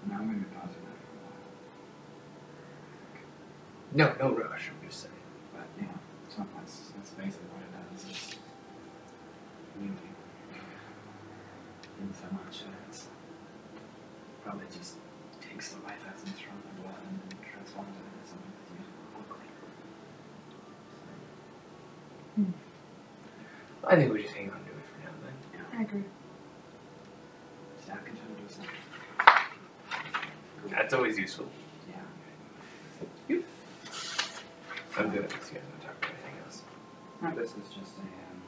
Speaker 4: No, I'm gonna be positive for a
Speaker 3: No,
Speaker 4: while,
Speaker 3: no rush, I'm just saying.
Speaker 4: but you know, so that's, that's basically what it does. It's community. And so much that it's probably just takes the life essence from the blood and then transforms it into something that's useful quickly.
Speaker 3: I think we just hang on to it for now then.
Speaker 5: I agree.
Speaker 4: Staff can turn into a snack. Cool.
Speaker 3: That's always useful.
Speaker 4: Yeah.
Speaker 3: I'm good at this, you guys want to talk about anything else?
Speaker 4: No, this is just a, um,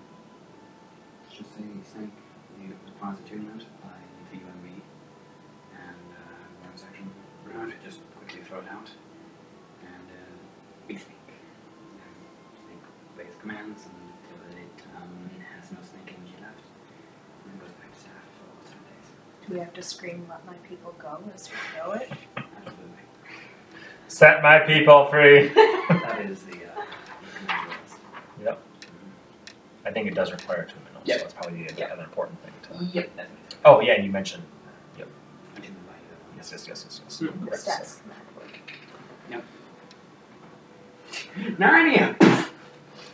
Speaker 4: it's just a snake you deposit tournament by the UMB and uh, bonus action round, just quickly throw it out and uh, big snake. And snake obeys commands until it um, has no snake energy left and it goes back to staff for seven days.
Speaker 5: Do we have to scream, let my people go as we know it?
Speaker 4: Absolutely.
Speaker 2: Set my people free.
Speaker 4: that is the, uh, the command words.
Speaker 2: I think it does require two minutes,
Speaker 4: Yep.
Speaker 2: so that's probably the
Speaker 4: Yep.
Speaker 2: other important thing to.
Speaker 4: Yep, that's what it is.
Speaker 2: Oh yeah, and you mentioned
Speaker 4: I didn't buy you that one.
Speaker 2: yes, yes, yes, yes, yes.
Speaker 4: Hmm.
Speaker 2: Correct.
Speaker 5: Stats command word.
Speaker 4: Narnia!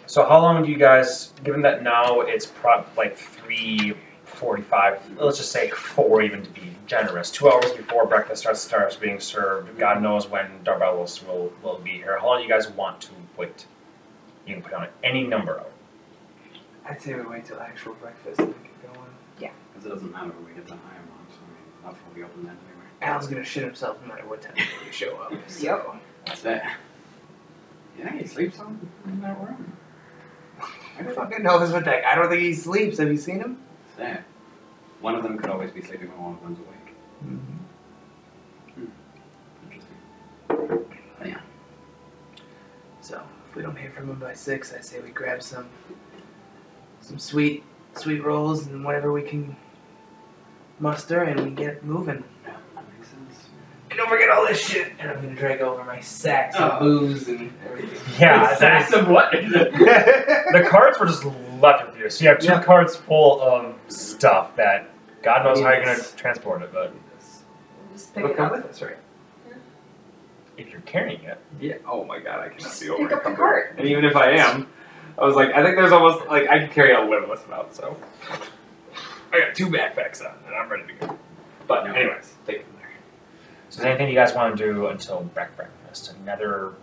Speaker 2: So how long do you guys? Given that now it's prob like three forty-five. Let's just say four, even to be generous. Two hours before breakfast starts, starts being served. God knows when Darbelos will will be here. How long do you guys want to wait? You can put on any number of.
Speaker 3: I'd say we wait till actual breakfast and we can go on.
Speaker 4: Because it doesn't matter when we get to higher marks, I mean, that's what we open that anyway.
Speaker 3: Al's gonna shit himself no matter what time we show up. So.
Speaker 4: That's that. You think he sleeps on in that room?
Speaker 3: I fucking knows what that. I don't think he sleeps. Have you seen him?
Speaker 4: That's that. One of them could always be sleeping when one of them's awake. Mm-hmm. Interesting.
Speaker 3: So if we don't hear from him by six, I say we grab some, some sweet, sweet rolls and whatever we can muster, and we get moving.
Speaker 4: Yeah, that makes sense.
Speaker 3: And don't forget all this shit. And I'm gonna drag over my sacks
Speaker 4: Oh.
Speaker 3: of booze and everything.
Speaker 2: Yeah, that's
Speaker 4: of what?
Speaker 2: the cards were just left with you. So you have two
Speaker 3: Yeah.
Speaker 2: cards full of stuff that God knows how you're gonna
Speaker 3: Yes.
Speaker 2: transport it, but
Speaker 5: We'll Just pick
Speaker 3: He'll
Speaker 5: it
Speaker 3: come
Speaker 5: up.
Speaker 3: with us, right?
Speaker 2: if you're carrying it,
Speaker 3: Yeah. Oh my god, I cannot
Speaker 5: Just
Speaker 3: be
Speaker 5: pick up the
Speaker 3: overcome.
Speaker 5: cart.
Speaker 3: And even if I am, I was like, I think there's almost like I can carry a limitless amount. So I got two backpacks on, and I'm ready to go. But
Speaker 4: Yeah.
Speaker 3: anyways, take it from there.
Speaker 2: So is there anything you guys want to do until break breakfast? Another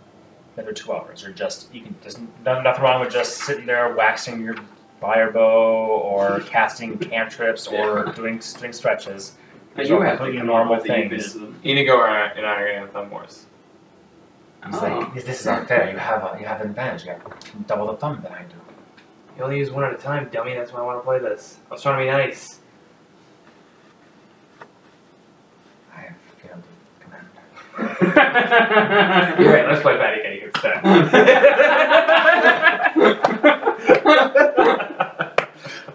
Speaker 2: another two hours, or just you can there's no- nothing wrong with just sitting there waxing your fire bow or casting cantrips or doing doing stretches.
Speaker 4: I
Speaker 2: These
Speaker 4: do
Speaker 2: are
Speaker 4: have to
Speaker 2: completely
Speaker 4: come
Speaker 2: normal
Speaker 4: up with the
Speaker 2: things.
Speaker 4: euphemism.
Speaker 3: Inigo and I are gonna have thumb wars.
Speaker 2: He's
Speaker 4: Oh.
Speaker 2: like, this, this is unfair. You have a, you have an advantage. You have double the thumb that I do.
Speaker 3: You only use one at a time, dummy. That's why I want to play this. I was trying to be nice.
Speaker 2: I have failed the command.
Speaker 4: Oh.
Speaker 3: You're right. Let's play patty cake instead.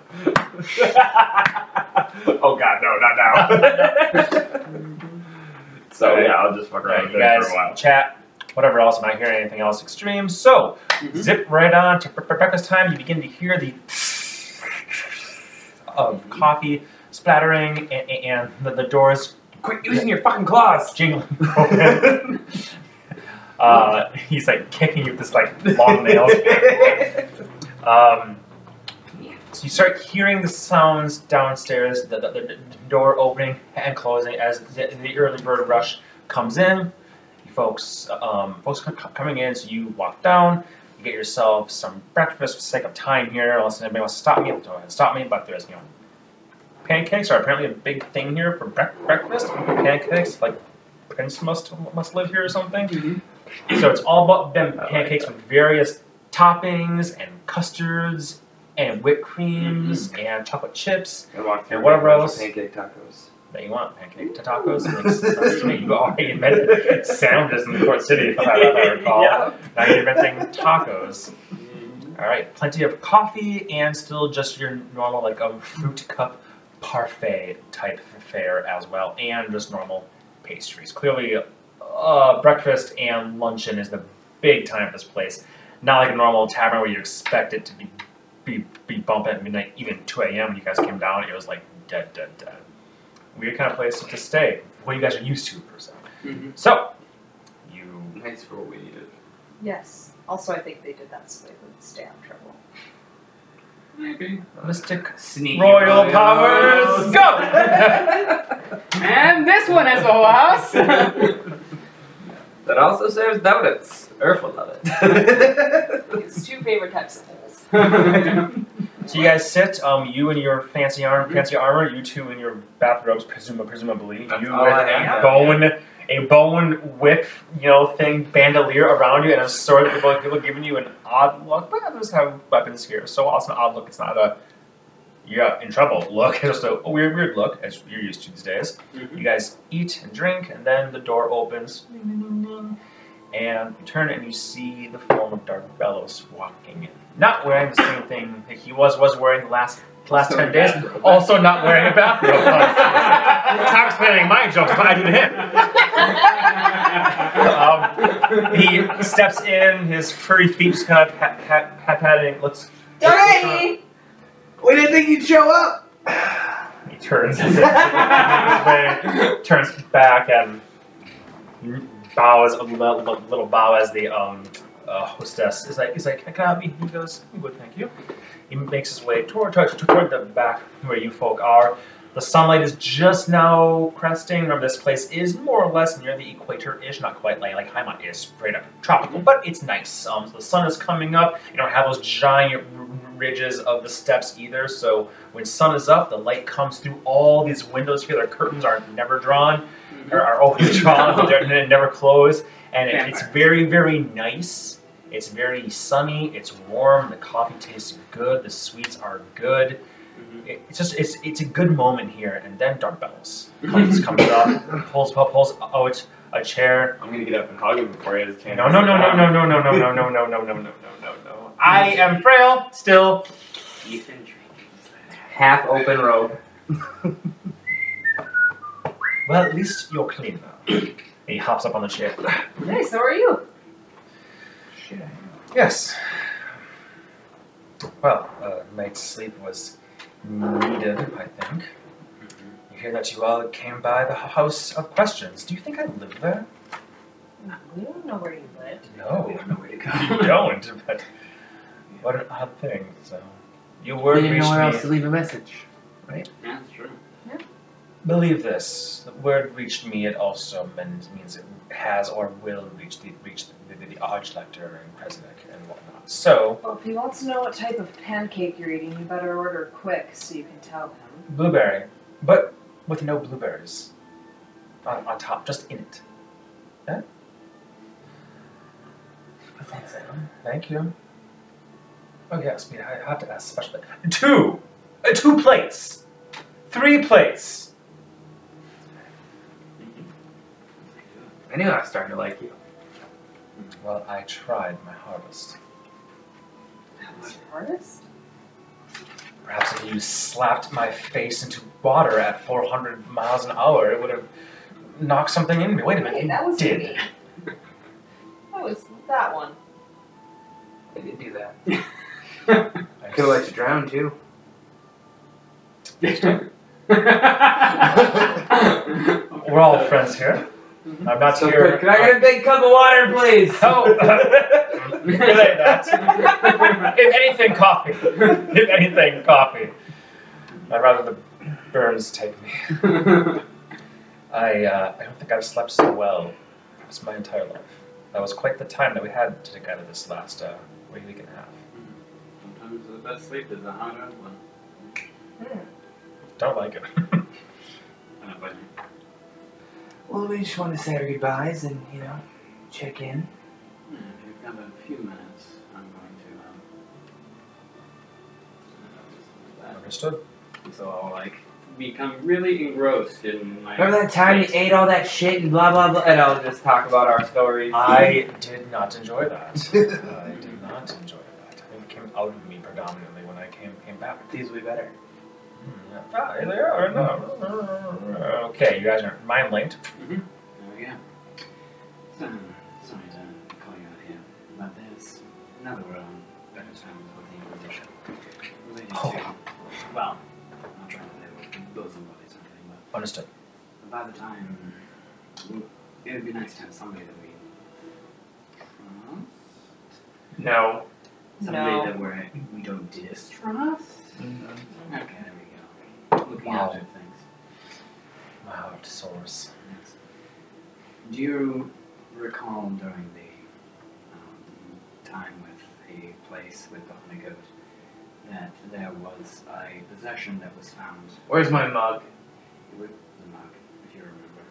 Speaker 3: oh god, no, not now. so yeah, I'll just fuck around
Speaker 2: Right,
Speaker 3: with
Speaker 2: you
Speaker 3: it
Speaker 2: guys
Speaker 3: for a while.
Speaker 2: chat. whatever else. I'm not hearing anything else extreme. So, zip right on to bre- breakfast time. You begin to hear the of coffee splattering and, and the, the doors
Speaker 3: Quit using your fucking claws.
Speaker 2: jingling open. uh, he's like kicking you with this like long nails. Um, so you start hearing the sounds downstairs, the, the, the door opening and closing as the, the early bird rush comes in. You folks, um, folks c- c- coming in, so you walk down, you get yourself some breakfast for the sake of time here, unless anybody wants to stop me, go ahead and stop me, but there's, you know, pancakes are apparently a big thing here for brec- breakfast. Pancakes, like Prince must must live here or something. So it's all about them
Speaker 3: Mm-hmm. I like
Speaker 2: pancakes with various toppings and custards and whipped creams
Speaker 3: Mm-hmm.
Speaker 2: and chocolate chips
Speaker 3: And walk through
Speaker 2: And whatever
Speaker 3: a bunch of
Speaker 2: else.
Speaker 3: Pancake tacos.
Speaker 2: that you want. Pancake to tacos makes sense to me. You already invented sandwiches in the port city, if I, if I recall.
Speaker 3: Yeah.
Speaker 2: Now you're inventing tacos. All right, plenty of coffee and still just your normal like um, fruit cup parfait type fare as well, and just normal pastries. Clearly, uh, breakfast and luncheon is the big time for this place. Not like a normal tavern where you expect it to be be, be bump at midnight, even two a.m. When you guys came down, it was like dead, dead, dead. Weird kind of place to stay. What you guys are used to, per se.
Speaker 1: Mhm.
Speaker 2: So, you
Speaker 3: Nice for what we needed.
Speaker 5: Yes. Also, I think they did that so they would stay out of trouble.
Speaker 1: Maybe.
Speaker 2: mystic
Speaker 1: Sneaky
Speaker 2: royal
Speaker 3: Oh,
Speaker 1: royals.
Speaker 2: powers go.
Speaker 1: And this one is whole house.
Speaker 3: That also serves donuts. Earth will love it.
Speaker 5: His two favorite types of holes.
Speaker 2: So you guys sit, um, you in your fancy armor,
Speaker 3: Mm-hmm.
Speaker 2: fancy armor, you two in your bathrobes, presum- presumably.
Speaker 3: That's
Speaker 2: you
Speaker 3: all
Speaker 2: with
Speaker 3: I
Speaker 2: a
Speaker 3: have.
Speaker 2: bone, a bone whip, you know, thing, bandolier around you, and a sword. People, people giving you an odd look, but others have weapons here, so while it's an odd look. It's not a you're in trouble look. It's just a weird, weird look as you're used to these days. You guys eat and drink, and then the door opens, and you turn and you see the form of Dark Bellows walking in. Not wearing the same thing that he was was wearing the last last ten days. Also not wearing a bathrobe. Top spinning my jokes, but I do to him. um, he steps in, his furry feet just kind of pat pat pat patting. Looks.
Speaker 5: Dirty!
Speaker 3: we didn't think you'd show up.
Speaker 2: He turns his way, turns back and bows a little, little bow as the um, uh, hostess is like, he's like, can I help you?" He goes, "Good, thank you." He makes his way toward, toward, toward the back where you folk are. The sunlight is just now cresting. Remember, this place is more or less near the equator-ish, not quite like like Haimon is straight up tropical, but it's nice. Um, the sun is coming up. You don't have those giant r- r- ridges of the steps either, so when sun is up, the light comes through all these windows here. Their curtains are never drawn, or are always drawn, but they're they're never closed. And it, it's very, very nice. It's very sunny. It's warm. The coffee tastes good. The sweets are good. It- it's just it's it's a good moment here. And then Dark Bellows comes comes up, pulls pulls out a chair,
Speaker 3: I'm gonna get up and hug him before he has a chance.
Speaker 2: no, no, no, no, no, no, no, no, no, no, no, no, no, no, no, no. I am frail still.
Speaker 1: Ethan drinks.
Speaker 3: Half open robe.
Speaker 2: Well, at least you're clean now. he hops up on the chair.
Speaker 5: Nice, how are you?
Speaker 3: Shit.
Speaker 2: Yes. Well, a night's sleep was needed, I think. You hear that you all came by the h- House of Questions. Do you think I live there?
Speaker 5: We don't know where you live.
Speaker 1: We
Speaker 2: No,
Speaker 1: don't know where to go.
Speaker 2: you don't. But what an odd thing. So, your word
Speaker 3: didn't
Speaker 2: reached
Speaker 3: know where
Speaker 2: me.
Speaker 3: else to leave a message.
Speaker 1: Yeah, that's true.
Speaker 2: Believe this. The word reached me. It also means, means it has or will reach the reach the, the, the Archlector and Kresnik and whatnot. So
Speaker 5: Well, if he wants to know what type of pancake you're eating, you better order quick so you can tell him.
Speaker 2: blueberry, but with no blueberries on, on top, just in it. Huh? Thanks, Adam. Thank you. Oh yes, we I have to ask special. Two, Uh, two plates, three plates.
Speaker 3: I knew I was starting to like you.
Speaker 2: Well, I tried my hardest.
Speaker 5: That was your hardest?
Speaker 2: Perhaps if you slapped my face into water at 400 miles an hour, it would have knocked something in me. Wait a minute,
Speaker 5: Hey,
Speaker 2: you
Speaker 5: that was
Speaker 2: did.
Speaker 5: me. That one.
Speaker 2: I did do that.
Speaker 3: I could have let you drown too.
Speaker 2: We're all friends here. I'm not
Speaker 3: So
Speaker 2: here.
Speaker 3: could, could I get a big cup of water, please?
Speaker 2: Oh, good night, Knox. If anything, coffee. If anything, coffee. I'd rather the burns take me. I uh, I don't think I've slept so well. It's my entire life. That was quite the time that we had together this last uh, week week and a half.
Speaker 4: Sometimes the best sleep is a hungover one.
Speaker 2: Don't like it.
Speaker 4: Uh, but
Speaker 3: Well, we just want to say our goodbyes and you know check in.
Speaker 4: hmm, if you've got a few minutes, I'm going to. Um, uh,
Speaker 2: Understood.
Speaker 4: So I'll like become really engrossed in my.
Speaker 3: Remember that time you ate all that shit and blah blah blah, and I'll just talk about our stories.
Speaker 2: I did not enjoy that. I did not enjoy that. I think it came out of me predominantly when I came came back.
Speaker 3: These will be better.
Speaker 2: Ah, here they are. No. Okay, you guys are mind linked.
Speaker 4: There we go. So, sorry to call you out here, but there's another um, better term for the Inquisition. Related
Speaker 2: Oh.
Speaker 4: to, well, I'm not trying to label both of bodies or anything, but
Speaker 2: Understood.
Speaker 4: by the time, it would be nice to have somebody that we, uh,
Speaker 3: No.
Speaker 4: somebody
Speaker 5: No.
Speaker 4: that we're, we don't distrust. Okay, there we go. Looking
Speaker 2: Wow.
Speaker 4: after things.
Speaker 2: Wow, it soars.
Speaker 4: Yes. Do you recall during the um, time with the place with Buffalo Goat that there was a possession that was found?
Speaker 3: Where's my mug?
Speaker 4: It was the mug, if you remember.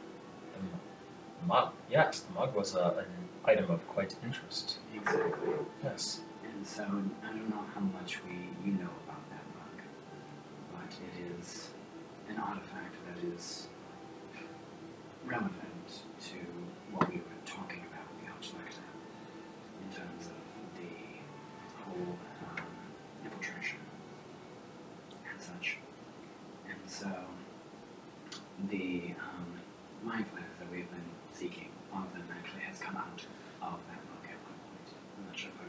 Speaker 2: The mug. Yes, the mug was a, an item of quite interest.
Speaker 4: Exactly.
Speaker 2: Yes.
Speaker 4: And so I don't know how much we you know about that mug, but it is an artifact that is relevant to what we were talking about with the Archlector in terms of the whole um, infiltration and such. And so the um, mind flayers that we've been seeking, one of them actually has come out of that mug at one point. I'm not sure if I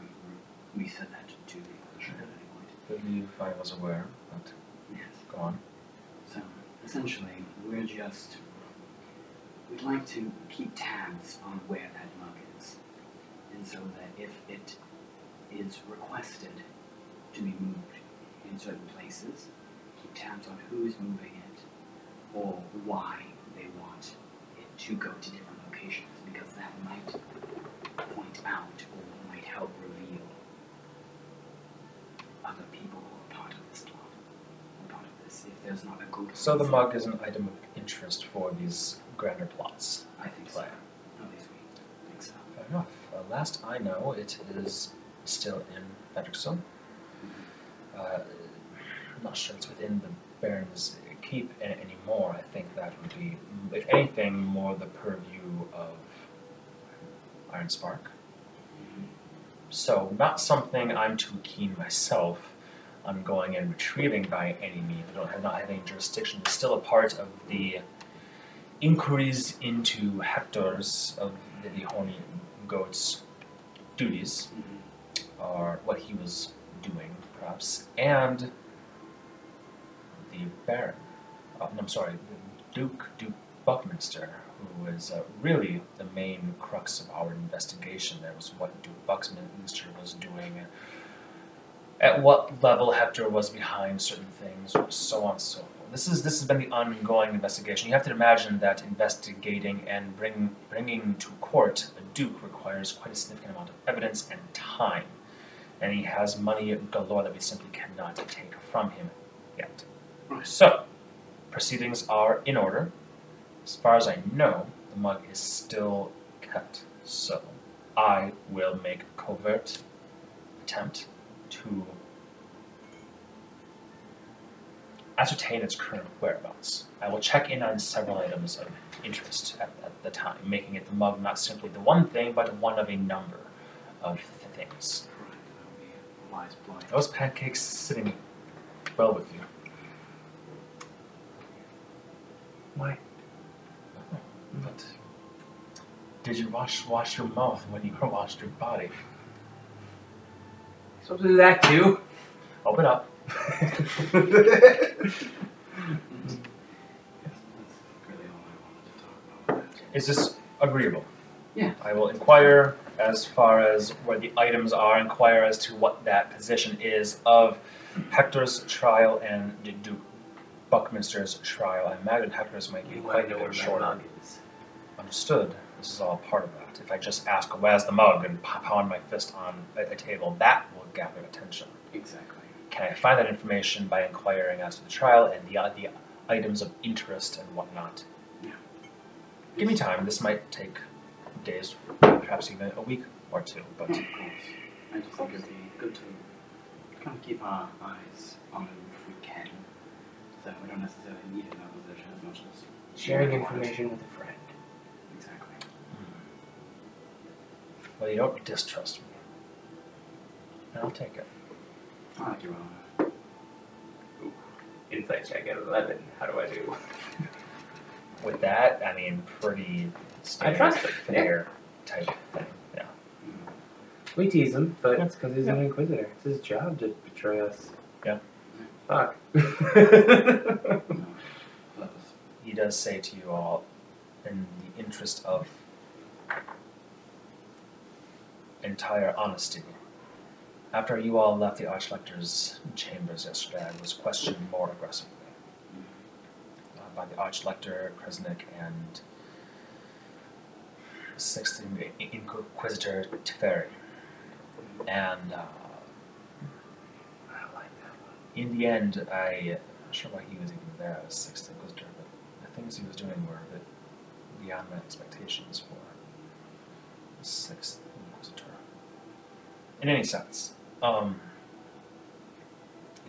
Speaker 4: we said that to the publisher at any point.
Speaker 2: Believe I was aware, but
Speaker 4: Yes.
Speaker 2: go on.
Speaker 4: So essentially, we're just we'd like to keep tabs on where that mug is, and so that if it is requested to be moved in certain places, keep tabs on who's moving it or why they want it to go to different locations, because that might point out or might help reveal other people who are part of this plot or part of this. If there's not a good
Speaker 2: So the
Speaker 4: reason.
Speaker 2: mug is an item of interest for these grander plots.
Speaker 4: I think so.
Speaker 2: Player.
Speaker 4: At least we think so.
Speaker 2: Fair enough. Uh, last I know, it is still in Fredrickson. Uh, I'm not sure it's within the Baron's keep a- anymore. I think that would be, if anything, more the purview of Iron Spark. So, not something I'm too keen myself on going and retrieving by any means. I don't have not had any jurisdiction. It's still a part of the inquiries into Hector's of the, the horny goat's duties or what he was doing, perhaps, and the Baron. Uh, no, I'm sorry, the Duke Duke Buckminster, who was uh, really the main crux of our investigation. There was what Duke Buckminster was doing. At what level Hector was behind certain things, so on and so forth. This is this has been the ongoing investigation. You have to imagine that investigating and bring, bringing to court a duke requires quite a significant amount of evidence and time and he has money galore that we simply cannot take from him yet.
Speaker 4: Right.
Speaker 2: So, proceedings are in order. As far as I know, the mug is still kept, so I will make a covert attempt to ascertain its current whereabouts. I will check in on several items of interest at, at the time, making it the mug not simply the one thing, but one of a number of things.
Speaker 4: Right, that would be a wise ploy.
Speaker 2: Those pancakes sitting well with you.
Speaker 3: Why?
Speaker 2: But Did you wash wash your mouth when you washed your body?
Speaker 3: So do that too.
Speaker 2: Open up.
Speaker 4: That's really all I wanted to talk about.
Speaker 2: Is this agreeable?
Speaker 4: Yeah.
Speaker 2: I will inquire as far as where the items are, inquire as to what that position is of Hector's trial and the Duke Buckminster's trial. I imagine Hector's might be quite a bit shorter.
Speaker 3: is.
Speaker 2: Understood. This is all part of that. If I just ask, where's the mug, and p- pound my fist on a a table, that will gather attention.
Speaker 4: Exactly.
Speaker 2: Can I find that information by inquiring as to the trial and the, the items of interest and whatnot?
Speaker 4: Yeah.
Speaker 2: Give me time. This might take days, perhaps even a week or two. But
Speaker 3: Hmm.
Speaker 4: of course. I just think it'd be good to kind of keep our eyes on him if we can. So we don't necessarily need another position as much as
Speaker 3: Sharing information with a friend.
Speaker 4: exactly.
Speaker 2: well, you don't distrust me, and I'll take it.
Speaker 4: I like your honor.
Speaker 3: Insight check at eleven. How do I do?
Speaker 2: With that, I mean, pretty standard
Speaker 3: trust it, yeah.
Speaker 2: fair type thing. Yeah.
Speaker 3: We tease him, but that's because he's an inquisitor. It's his job to betray us.
Speaker 2: Yeah.
Speaker 3: Fuck.
Speaker 4: No, that was
Speaker 2: he does say to you all, in the interest of entire honesty, after you all left the Archlector's chambers yesterday, I was questioned more aggressively uh, by the Archlector, Kresnik, and Sixth In- In- Inquisitor Teferi. And uh,
Speaker 3: I don't like that one.
Speaker 2: in the end, I, I'm not sure why he was even there as Sixth Inquisitor, but the things he was doing were a bit beyond my expectations for the Sixth Inquisitor. In any sense, um,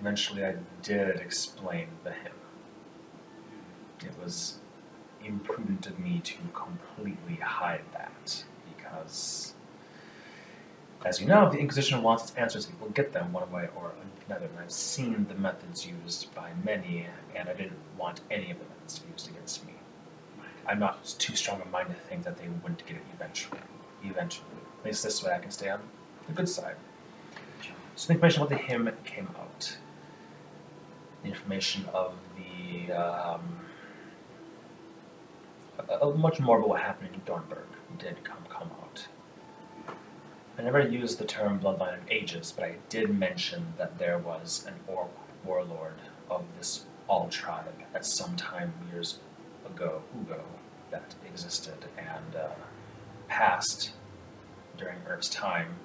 Speaker 2: eventually I did explain the him. It was imprudent of me to completely hide that because. As you know, if the Inquisition wants its answers, it will get them one way or another. And I've seen the methods used by many, and I didn't want any of the methods to be used against me. I'm not too strong of mind to think that they wouldn't get it eventually. Eventually. At least this way I can stay on the good side. So the information about the hymn came out. The information of the. Um, uh, uh, much more about what happened in Dornberg did come, come out. I never used the term bloodline of ages, but I did mention that there was an orc warlord of this all tribe at some time years ago, Ugo, that existed and uh, passed during Earth's time,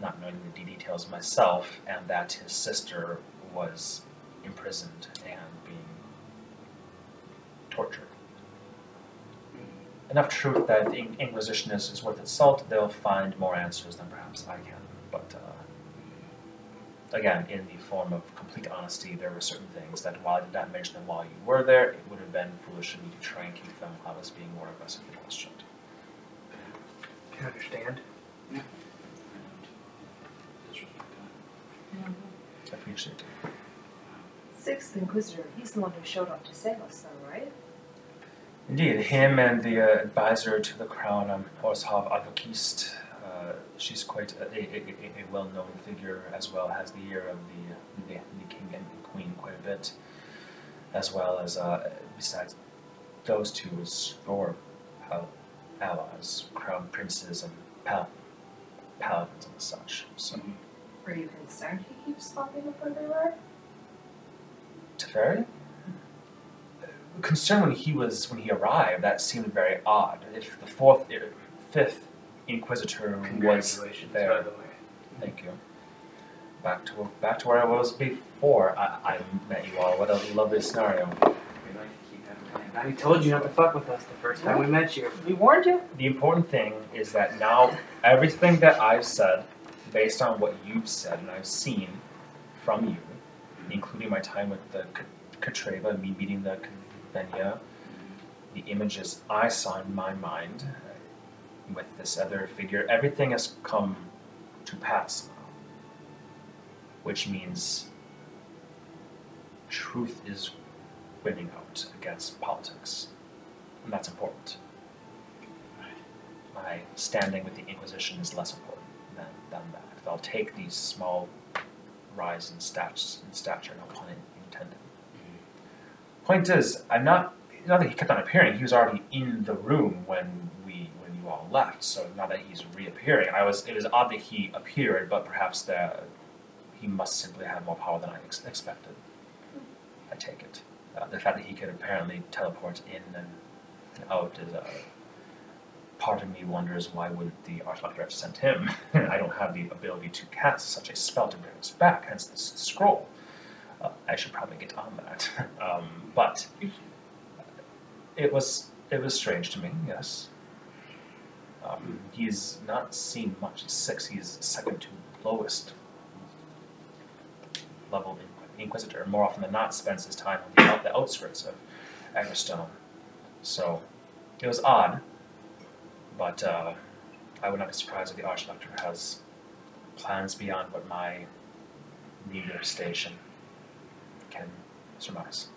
Speaker 2: not knowing the details myself, and that his sister was imprisoned and being tortured enough truth that the In- Inquisition is, is worth its salt, they'll find more answers than perhaps I can. But uh, again, in the form of complete honesty, there were certain things that while I did not mention them while you were there, it would have been foolish of me to try and keep them. I was being more aggressively questioned.
Speaker 3: Can understand.
Speaker 2: I appreciate it.
Speaker 5: Sixth Inquisitor, he's the one who showed up to save us, though, right?
Speaker 2: Indeed, him and the uh, advisor to the crown, um, Orshav Advokist, uh, she's quite a, a, a, a well known figure, as well as the ear of the, the, the king and queen quite a bit, as well as, uh, besides those two, is your pal- allies, crown princes and pal- paladins and such. So,
Speaker 5: Are you concerned he keeps popping up everywhere?
Speaker 2: Teferi? Concerned when he was when he arrived, that seemed very odd. If the fourth, er, fifth Inquisitor was
Speaker 3: Congratulations,
Speaker 2: there.
Speaker 3: by the way.
Speaker 2: Thank you. Back to back to where I was before I, I met you all. What a lovely scenario.
Speaker 3: We like to keep that. We told you not to fuck with us the first time we met you.
Speaker 2: We warned you. The important thing is that now everything that I've said, based on what you've said and I've seen from you, including my time with the K- Katreva, me meeting the Convenia, the images I saw in my mind with this other figure, everything has come to pass now. Which means truth is winning out against politics. And that's important. my standing with the Inquisition is less important than, than that. If I'll take these small rise in stats in stature, no pun intended. Point is, I'm not. Not that he kept on appearing; he was already in the room when we when you all left. So now that he's reappearing, I was. It is odd that he appeared, but perhaps that he must simply have more power than I ex- expected. I take it. Uh, the fact that he could apparently teleport in and, and out is uh, a. Part of me wonders why would the Archmage have sent him? I don't have the ability to cast such a spell to bring us back, hence this scroll. Uh, I should probably get on that. um, but it was it was strange to me, yes. Um, he's not seen much. He's six. He's second to lowest level in- inquisitor. More often than not, spends his time on the, out, the outskirts of Aggerstone. So it was odd, but uh, I would not be surprised if the Archlector has plans beyond what my meager station can surmise.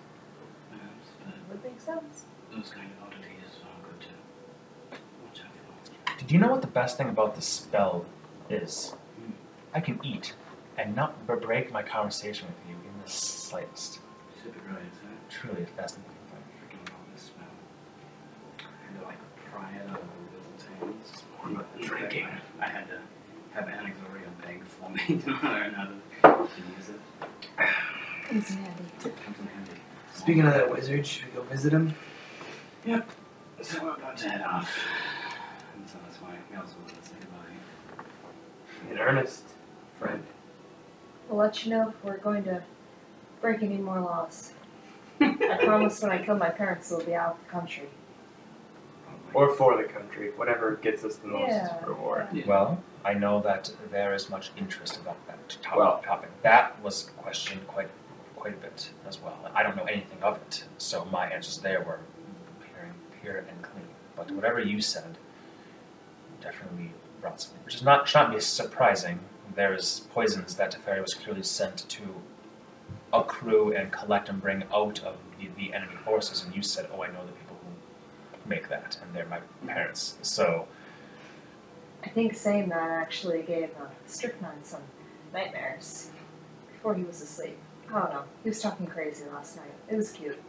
Speaker 4: Perhaps uh,
Speaker 5: Would make sense.
Speaker 4: those kind of oddities are good to watch out for.
Speaker 2: Did you know what the best thing about this spell is? I can eat and not b- break my conversation with you in the slightest.
Speaker 4: It's a bit right, is that?
Speaker 2: Truly a fascinating thing.
Speaker 4: Freaking about this smell. And like pry it out of the little tails. Drinking. I had to have Alex already beg for me to learn how to, to use it.
Speaker 5: Comes in handy.
Speaker 4: Comes in handy.
Speaker 3: Speaking of that wizard, should we go visit him?
Speaker 4: So we're about to head off. And so that's why we also want to say goodbye.
Speaker 3: In earnest, friend.
Speaker 5: We'll let you know if we're going to break any more laws. I promise when I kill my parents, they'll be out of the country.
Speaker 3: Or for the country, whatever gets us the most
Speaker 5: Yeah.
Speaker 3: reward.
Speaker 4: Yeah.
Speaker 2: Well, I know that there is much interest about that top-
Speaker 3: Well-
Speaker 2: topic. That was questioned quite quite a bit as well. I don't know anything of it, so my answers there were pure and, pure and clean. But whatever you said definitely brought something, which is not should not be surprising. There is poisons that Teferi was clearly sent to accrue and collect and bring out of the, the enemy forces, and you said, "Oh, I know the people who make that, and they're my parents." So.
Speaker 5: I think saying that actually gave uh, Strychnine some nightmares before he was asleep. I don't know. He was talking crazy last night. It was cute.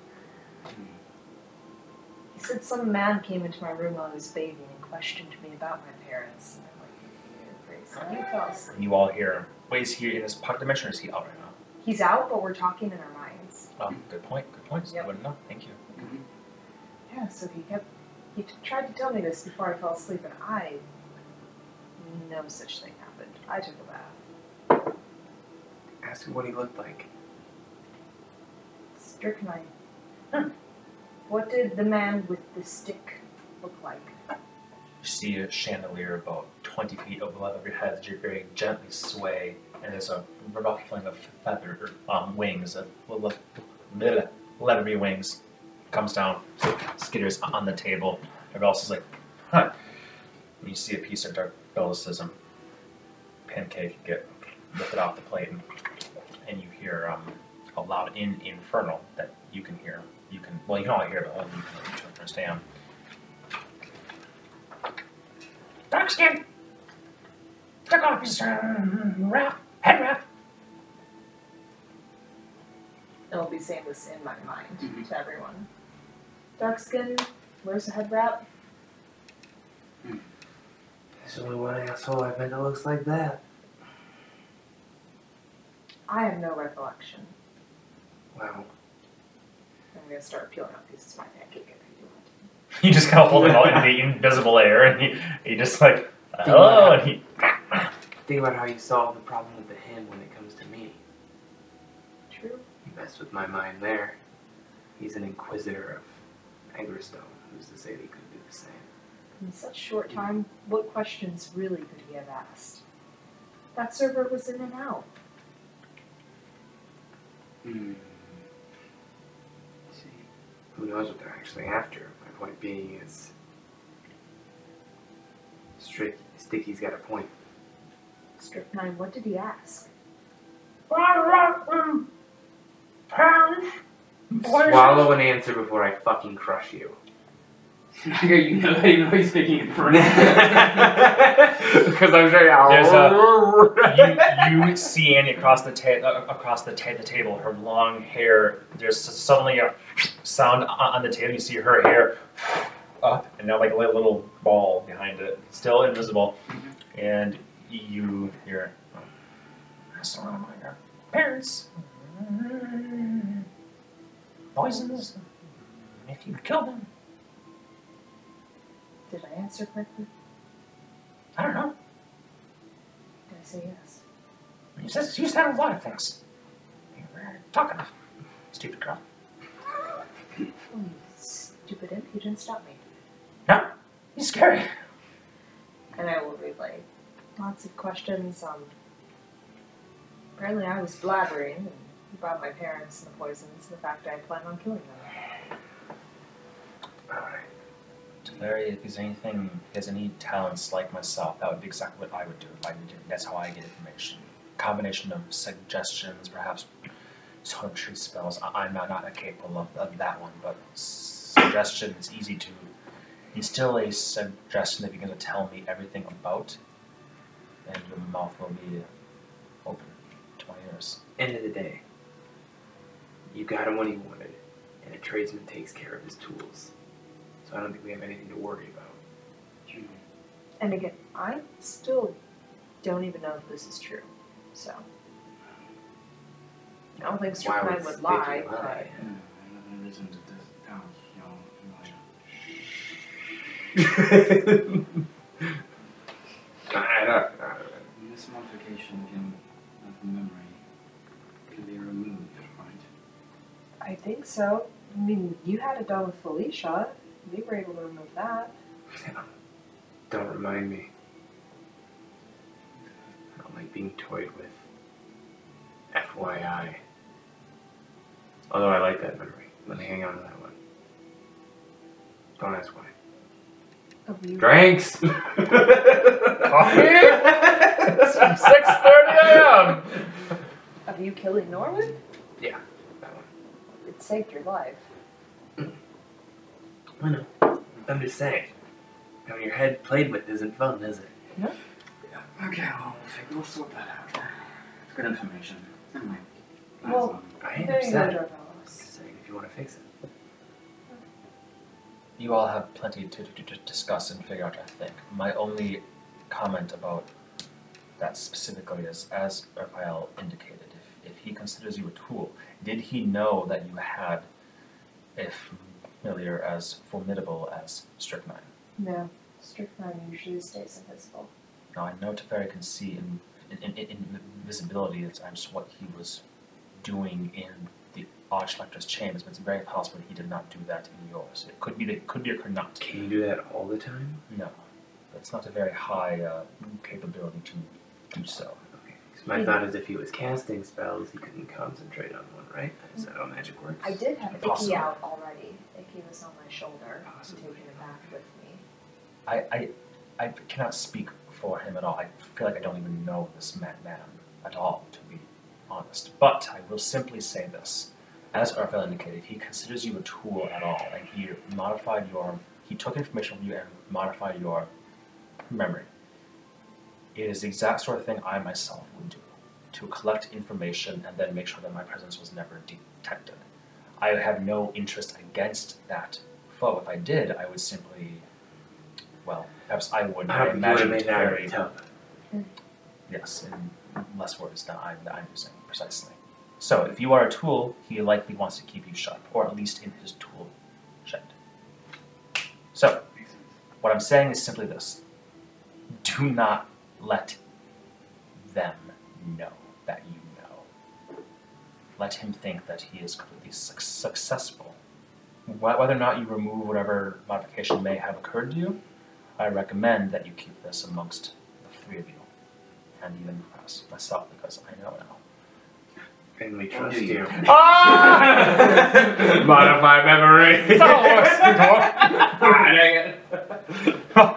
Speaker 5: He said some man came into my room while I was bathing and questioned me about my parents. And I'm like, you're crazy. And I fell asleep.
Speaker 2: And you all hear, wait, is he in his pocket dimension or is he oh, out right now?
Speaker 5: He's out, but we're talking in our minds.
Speaker 2: Um, good point, good point.
Speaker 5: Yep.
Speaker 2: I wouldn't know. Thank you.
Speaker 5: Yeah, so he kept. He t- tried to tell me this before I fell asleep, and I. No such thing happened. I took a bath.
Speaker 3: Ask him what he looked like.
Speaker 5: Strychnine. What did the man with the stick look like?
Speaker 2: You see a chandelier about 20 feet above your head that you're very gently sway, and there's a ruffling of feather um, wings, of le- le- leathery wings, comes down, skitters on the table. Everybody else is like, huh. And you see a piece of dark bellicism pancake get lifted off the plate, and, and you hear um, a loud in infernal that you can hear. You can well, you can all hear it, but only you can understand. Dark skin. Took off his um, wrap, head wrap.
Speaker 5: And I'll be saying this in my mind
Speaker 4: Mhm.
Speaker 5: to everyone. Dark skin, wears a head wrap.
Speaker 3: There's only one asshole I've met that looks like that.
Speaker 5: I have no recollection.
Speaker 3: Wow.
Speaker 5: I'm gonna start peeling off pieces of my pancake if you want.
Speaker 2: You just kind of hold it out in the invisible air, and he, he just like, oh, and he,
Speaker 3: Think about how you solve the problem with the him when it comes to me.
Speaker 5: True.
Speaker 3: You messed with my mind there. He's an inquisitor of Angerstone. Who's to say that he could do the same?
Speaker 5: In such short time, what questions really could he have asked? That server was in and out.
Speaker 4: Mm.
Speaker 3: Who knows what they're actually after? My point being is, Strick, Sticky's got a point.
Speaker 5: Strychnine, what did he ask?
Speaker 3: Swallow an answer before I fucking crush you.
Speaker 4: Tiger, you know that even though he's speaking Infernal.
Speaker 3: Because I'm very
Speaker 2: There's you, you see Annie across the ta- uh, across the, ta- the table. Her long hair. There's suddenly a sound o- on the table. You see her hair up and now like a little ball behind it, still invisible. And you hear. That's one of my parents. Poisons. If you kill them,
Speaker 5: Did I answer correctly?
Speaker 2: I don't know.
Speaker 5: Did I say yes?
Speaker 2: You said you said a lot of things. You were talking, stupid girl.
Speaker 5: Oh, you stupid imp, you didn't stop me.
Speaker 2: He's scary.
Speaker 5: And I will relay lots of questions. Um, apparently, I was blabbering about my parents and the poisons and the fact I plan on killing them.
Speaker 2: Larry, if there's anything, if there's any talents like myself, that would be exactly what I would do. If I did, that's how I get information. Combination of suggestions, perhaps toiletry spells. I, I'm not, not capable of, of that one, but suggestion is easy to instill a suggestion that you're going to tell me everything about, and your mouth will be open to my ears.
Speaker 3: End of the day, you got him what he wanted, and a tradesman takes care of his tools. So I don't think we have anything to worry about.
Speaker 4: Hmm.
Speaker 5: And again, I still don't even know if this is true. So. I don't
Speaker 3: Why
Speaker 5: think Strickland
Speaker 3: would
Speaker 5: would lie,
Speaker 3: Vicky
Speaker 5: but
Speaker 3: lie?
Speaker 4: Another reason that this town is young and like
Speaker 3: I don't, I don't know.
Speaker 4: This modification can, of the memory can be removed, right?
Speaker 5: I think so. I mean, you had it done with Felicia. We were able to remove that.
Speaker 3: Don't remind me. I don't like being toyed with. FYI. Although I like that memory. Let me hang on to that one. Don't ask why.
Speaker 5: Of you.
Speaker 3: Drinks! Coffee?
Speaker 2: 6.30 a.m.
Speaker 5: Of you killing Norwood?
Speaker 3: That one.
Speaker 5: It saved your life.
Speaker 3: I know. I'm just saying. Having your head played with isn't fun, is it?
Speaker 4: Okay, well, we'll, figure, we'll sort that out. It's good information. Anyway, that's
Speaker 5: Well-
Speaker 4: all.
Speaker 3: I ain't
Speaker 5: There you go,
Speaker 3: upset.
Speaker 5: Dorvalus.
Speaker 3: Just saying, if you want to fix it.
Speaker 2: You all have plenty to, to, to discuss and figure out, I think. My only comment about that specifically is, as Raphael indicated, if, if he considers you a tool, did he know that you had a familiar as formidable as strychnine?
Speaker 5: No, strychnine usually stays invisible.
Speaker 2: Now, I know Teferi can see in, in, in, in visibility at times what he was doing in the Archlector's chambers, but it's very possible he did not do that in yours. It could be that it could be or could not.
Speaker 3: Can you do that all the time?
Speaker 2: No, that's not a very high uh, capability to do so.
Speaker 3: Okay. 'Cause my
Speaker 5: Yeah.
Speaker 3: thought is if he was casting spells, he couldn't concentrate on one, right? Is that how magic works?
Speaker 5: I did have
Speaker 2: Possible.
Speaker 5: Icky out already. Icky was on my shoulder, and
Speaker 3: Possibly.
Speaker 5: taking it back with me.
Speaker 2: I, I, I cannot speak for him at all. I feel like I don't even know this man, man at all, to be honest. But I will simply say this. As Arfel indicated, he considers you a tool at all, and he modified your, he took information from you and modified your memory. It is the exact sort of thing I myself would do, to collect information and then make sure that my presence was never detected. I have no interest against that foe. If I did, I would simply, well, perhaps I would.
Speaker 3: I don't think you
Speaker 2: imagine
Speaker 3: would have made
Speaker 2: Teferi-
Speaker 3: that very tough.
Speaker 2: Yes, in less words than I'm, that I'm using, precisely. So, if you are a tool, he likely wants to keep you shut, or at least in his tool shed. So,
Speaker 4: Makes sense.
Speaker 2: what I'm saying is simply this do not let them know that you know. Let him think that he is completely suc successful. Wh- Whether or not you remove whatever modification may have occurred to you, I recommend that you keep this amongst the three of you, and even perhaps myself, because I know now.
Speaker 3: And we
Speaker 4: Or
Speaker 3: trust
Speaker 4: do
Speaker 3: you.
Speaker 4: you?
Speaker 2: Ah!
Speaker 3: Modify memory. Ah, dang it.
Speaker 2: Boom!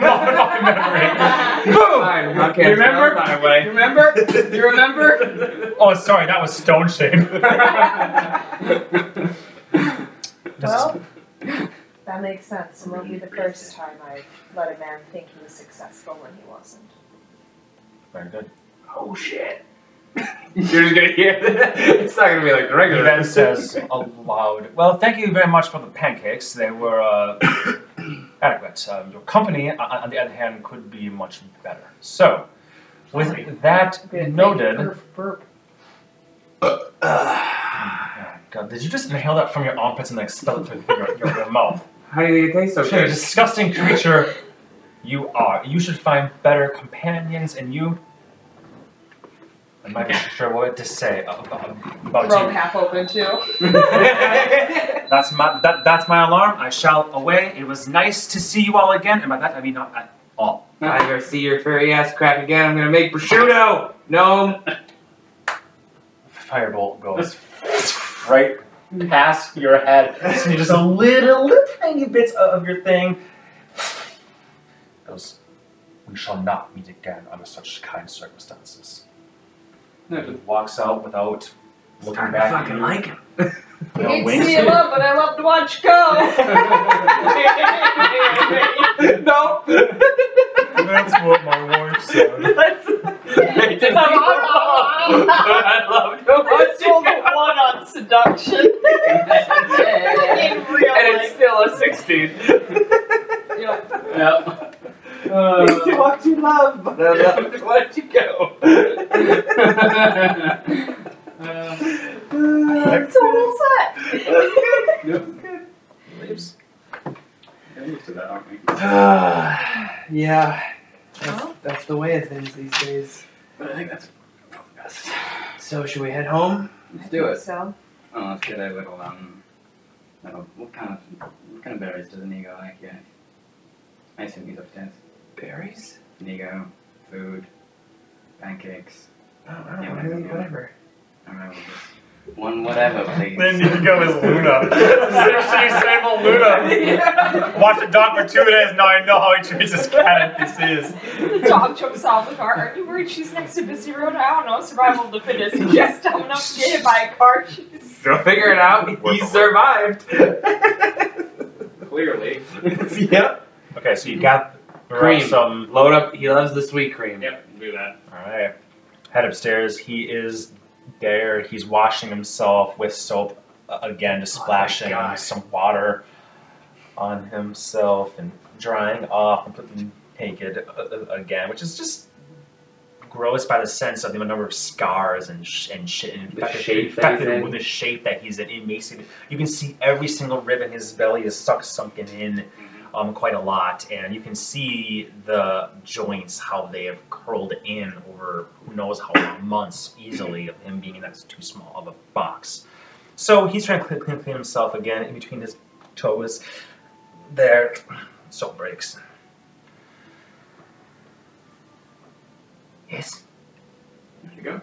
Speaker 2: Modify memory. Boom!
Speaker 3: Fine, okay,
Speaker 4: Remember?
Speaker 3: that's my way.
Speaker 4: You remember? you remember?
Speaker 2: Oh, sorry, that was stone shame.
Speaker 5: Well, That makes sense. It won't be the first time I let a man think he was successful when he wasn't.
Speaker 1: Very good.
Speaker 3: Oh shit. You're just gonna hear that. It's not gonna be like the
Speaker 2: He
Speaker 3: regular.
Speaker 2: then says aloud, "Well, thank you very much for the pancakes. They were uh, adequate. Uh, your company, uh, on the other hand, could be much better." So, with that noted,
Speaker 5: Burp, burp.
Speaker 2: Oh, God, did you just inhale that from your armpits and then expel it through your, your, your mouth?
Speaker 3: How do you think it tastes so
Speaker 2: What a
Speaker 3: good?
Speaker 2: disgusting creature you are. You should find better companions, and you. I'm not even sure what to say about, about you.
Speaker 5: Robe half open too.
Speaker 2: That's my that, that's my alarm. I shall away. It was nice to see you all again, and by that I mean not at all.
Speaker 3: If I ever see your furry ass crap again, I'm gonna make prosciutto. No.
Speaker 2: Firebolt goes right past your head, so you're just a little, little tiny bits of your thing. Goes, we shall not meet again under such kind circumstances. It walks out without looking back. at you.
Speaker 3: him.
Speaker 5: You
Speaker 2: No
Speaker 5: hate to
Speaker 2: wings.
Speaker 5: see you love, but I love to watch you go.
Speaker 3: no.
Speaker 2: That's what my wife said.
Speaker 3: I love to watch it.
Speaker 5: one on seduction. In real
Speaker 3: And it's still a 16.
Speaker 4: Yep.
Speaker 3: It's to watch you love, but I love to watch you go.
Speaker 4: Uh,
Speaker 5: It's all set.
Speaker 1: Leaves.
Speaker 4: yeah, used to that, aren't we?
Speaker 3: yeah. That's,
Speaker 5: Well.
Speaker 3: that's the way of things these days.
Speaker 4: But I think that's probably best.
Speaker 3: So, should we head home?
Speaker 4: Let's do it.
Speaker 5: So,
Speaker 4: Oh, let's get a little um. Little, what kind of what kind of berries does an ego like? Yeah. I assume he's upstairs.
Speaker 3: Berries?
Speaker 4: Nego, food, pancakes.
Speaker 3: I don't know. Really, whatever.
Speaker 4: I don't know. we'll just- One whatever, please.
Speaker 2: Then you go as Luna. Seriously, same old Luna. Watch the dog for two days. Now I know how he treats his cat if he sees.
Speaker 5: the dog jumps off the car. Aren't you worried she's next to Busy Road? I don't know. Survival of the fittest. She's just dumb enough to get hit by a car. She's
Speaker 3: They'll figure it out. He survived.
Speaker 4: Clearly.
Speaker 3: yep.
Speaker 2: Okay, so you got
Speaker 3: Cream.
Speaker 2: some.
Speaker 3: Load up. He loves the sweet cream.
Speaker 4: Yep, do that.
Speaker 2: All right, head upstairs. He is there. He's washing himself with soap uh, again, just
Speaker 3: Oh, thank
Speaker 2: splashing
Speaker 3: God.
Speaker 2: some water on himself and drying off completely naked uh, uh, again, which is just gross by the sense of the number of scars and sh- and shit and
Speaker 3: The
Speaker 2: infected,
Speaker 3: shape that
Speaker 2: infected
Speaker 3: he's in.
Speaker 2: with the shape that he's in. Emaciated. You can see every single rib in his belly is stuck sunken in
Speaker 3: Mm-hmm.
Speaker 2: um, quite a lot, and you can see the joints how they have curled in over who knows how long months easily of him being in that's too small of a box. So he's trying to clean, clean, clean himself again in between his toes. There, soap breaks. Yes.
Speaker 4: There you go.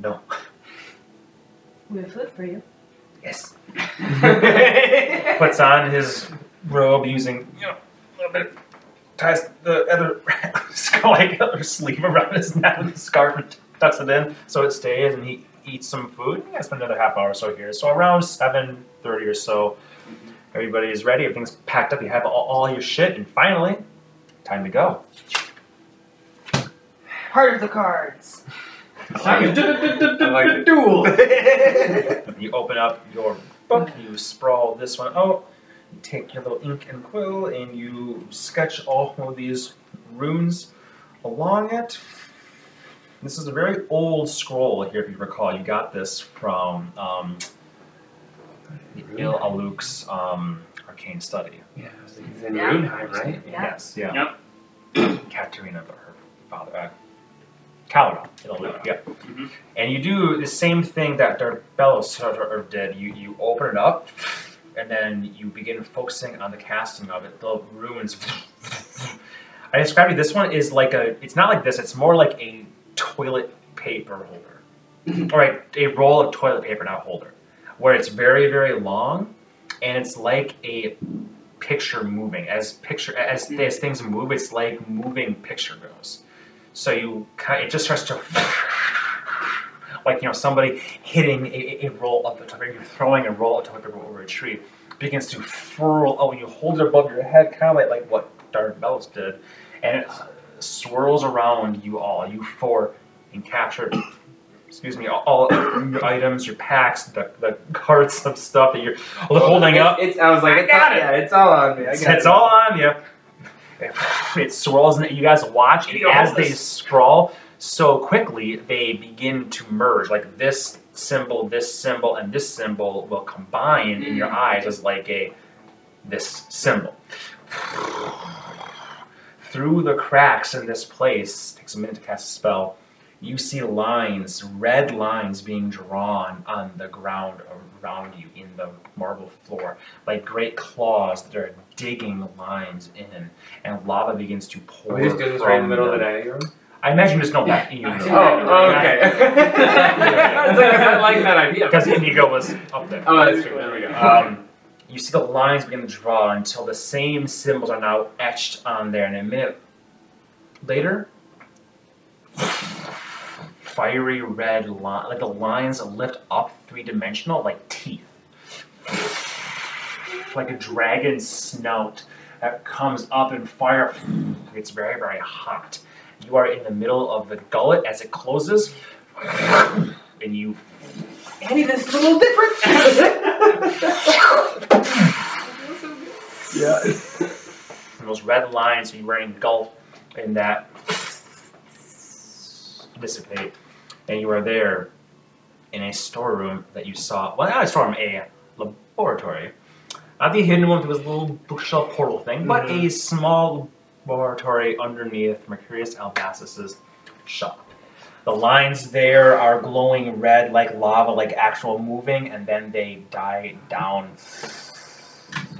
Speaker 2: No.
Speaker 5: we have food for you.
Speaker 2: Yes. Puts on his robe using, you know, a little bit, ties the other, like, other sleeve around his neck with a scarf and tucks it in so it stays and he eats some food. Yeah, spend another half hour or so here. So around 7.30 or so, everybody is ready. Everything's packed up. You have all, all your shit and finally, time to go.
Speaker 5: Heart of the cards.
Speaker 4: I like it.
Speaker 3: Duel.
Speaker 2: You open up your book, you sprawl this one out, you take your little ink and quill, and you sketch all of these runes along it. This is a very old scroll here, if you recall. You got this from um, the Il Aluk's um, Arcane Study.
Speaker 3: yeah, I was like, he's in
Speaker 5: Yeah.
Speaker 3: Runeheim, right?
Speaker 5: Yeah.
Speaker 2: Yes, yeah.
Speaker 4: Yep.
Speaker 2: Katerina, but her father, uh, Calderon. It'll do, yeah.
Speaker 4: Mhm.
Speaker 2: And you do the same thing that Darbello sort of did. You you open it up, and then you begin focusing on the casting of it. The ruins. I described you. This one is like a. It's not like this. It's more like a toilet paper holder, or a, a roll of toilet paper, not holder, where it's very very long, and it's like a picture moving as picture as as things move it's like moving picture goes so you kind it just starts to like you know somebody hitting a, a- a roll of the toilet paper you're throwing a roll of toilet paper over a tree begins to furl. Oh, and you hold it above your head, kind of like, like what Darvellis did, and it swirls around you all, you four, and capture. Excuse me, all, all your items, your packs, the, the carts of stuff that you're holding
Speaker 3: it's,
Speaker 2: up.
Speaker 3: It's, I was like,
Speaker 2: I
Speaker 3: it's
Speaker 2: got
Speaker 3: all,
Speaker 2: it.
Speaker 3: Yeah, it's all on me. I
Speaker 2: It's,
Speaker 3: got
Speaker 2: it's
Speaker 3: it.
Speaker 2: all on you. It swirls, and you guys watch and
Speaker 1: Yo,
Speaker 2: as they
Speaker 1: this-
Speaker 2: sprawl so quickly, they begin to merge. Like this symbol, this symbol, and this symbol will combine in your eyes as like a this symbol. Through the cracks in this place, takes a minute to cast a spell. You see lines, red lines being drawn on the ground around you in the marble floor like great claws that are digging lines in, and lava begins to pour.
Speaker 3: Are we just doing this right in the
Speaker 2: from
Speaker 3: middle of the
Speaker 2: them.
Speaker 3: dining room?
Speaker 2: I imagine it's not that
Speaker 4: Yeah, I
Speaker 2: even
Speaker 4: see.
Speaker 3: Oh, oh, okay. I was like, I don't like that idea.
Speaker 2: because Inigo was up there.
Speaker 3: Oh, that's true. There we go.
Speaker 2: Um, you see the lines begin to draw until the same symbols are now etched on there. And a minute later, fiery red line, like the lines lift up three dimensional, like teeth, like a dragon's snout that comes up in fire. It's very, very hot. You are in the middle of the gullet as it closes, and you
Speaker 3: Annie, this is a little different.
Speaker 6: Yeah,
Speaker 2: and those red lines and you're wearing golf and that dissipate and you are there in a storeroom that you saw well not a storeroom a laboratory not the hidden one with this little bookshelf portal thing but a small laboratory underneath mercurius albasus's shop the lines there are glowing red like lava like actual moving and then they die down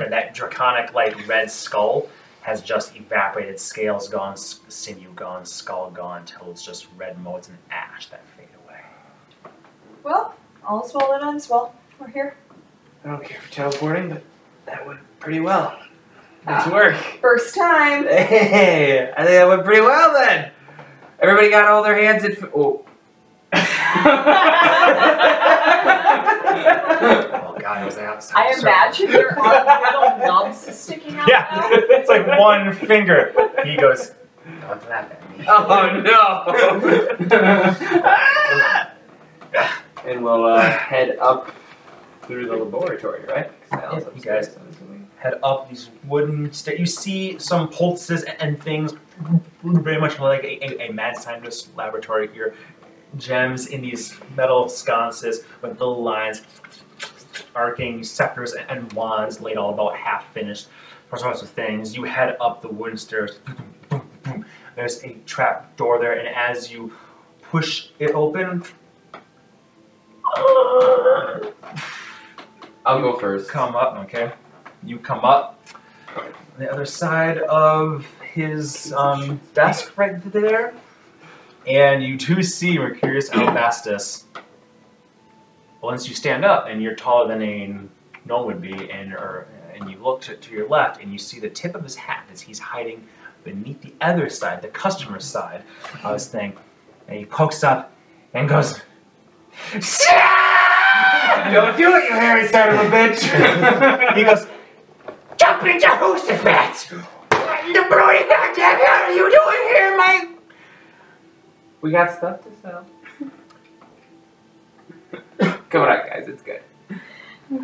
Speaker 2: and that draconic like red skull has just evaporated, scales gone, s- sinew gone, skull gone, till it's just red motes and ash that fade away.
Speaker 5: Well, all's well that ends well. We're here.
Speaker 3: I don't care for teleporting, but that went pretty well. Nice work.
Speaker 5: First time.
Speaker 3: Hey, I think that went pretty well then. Everybody got all their hands in. F- oh.
Speaker 2: Oh god, it was outside.
Speaker 5: I imagine there are little nubs sticking out.
Speaker 2: Yeah,
Speaker 5: now.
Speaker 2: it's like one finger. He goes, "Don't laugh at me."
Speaker 3: oh no! and we'll uh, head up through the laboratory, right? 'Cause that was
Speaker 2: Yeah, you guys-
Speaker 3: upstairs, I'm assuming.
Speaker 2: Head up these wooden stairs. You see some pulses and, and things, very much like a, a, a mad scientist laboratory here. Gems in these metal sconces with little lines, arcing scepters and, and wands laid all about half finished. all sorts of things. You head up the wooden stairs. Boom, boom, boom. There's a trap door there, and as you push it open,
Speaker 3: I'll go first.
Speaker 2: come up, okay? You come up on the other side of his um, desk right there, and you do see Mercurius Alabastus. Once you stand up, and you're taller than a gnome would be, and or and you look to, to your left, and you see the tip of his hat as he's hiding beneath the other side, the customer side of his thing, and he pokes up and goes.
Speaker 3: Don't do it, you hairy son of a bitch!
Speaker 2: he goes, Jump into Hoosafat! The brody goddamn hell are you doing here, mate?
Speaker 3: we got stuff to sell. Come on, guys, it's good.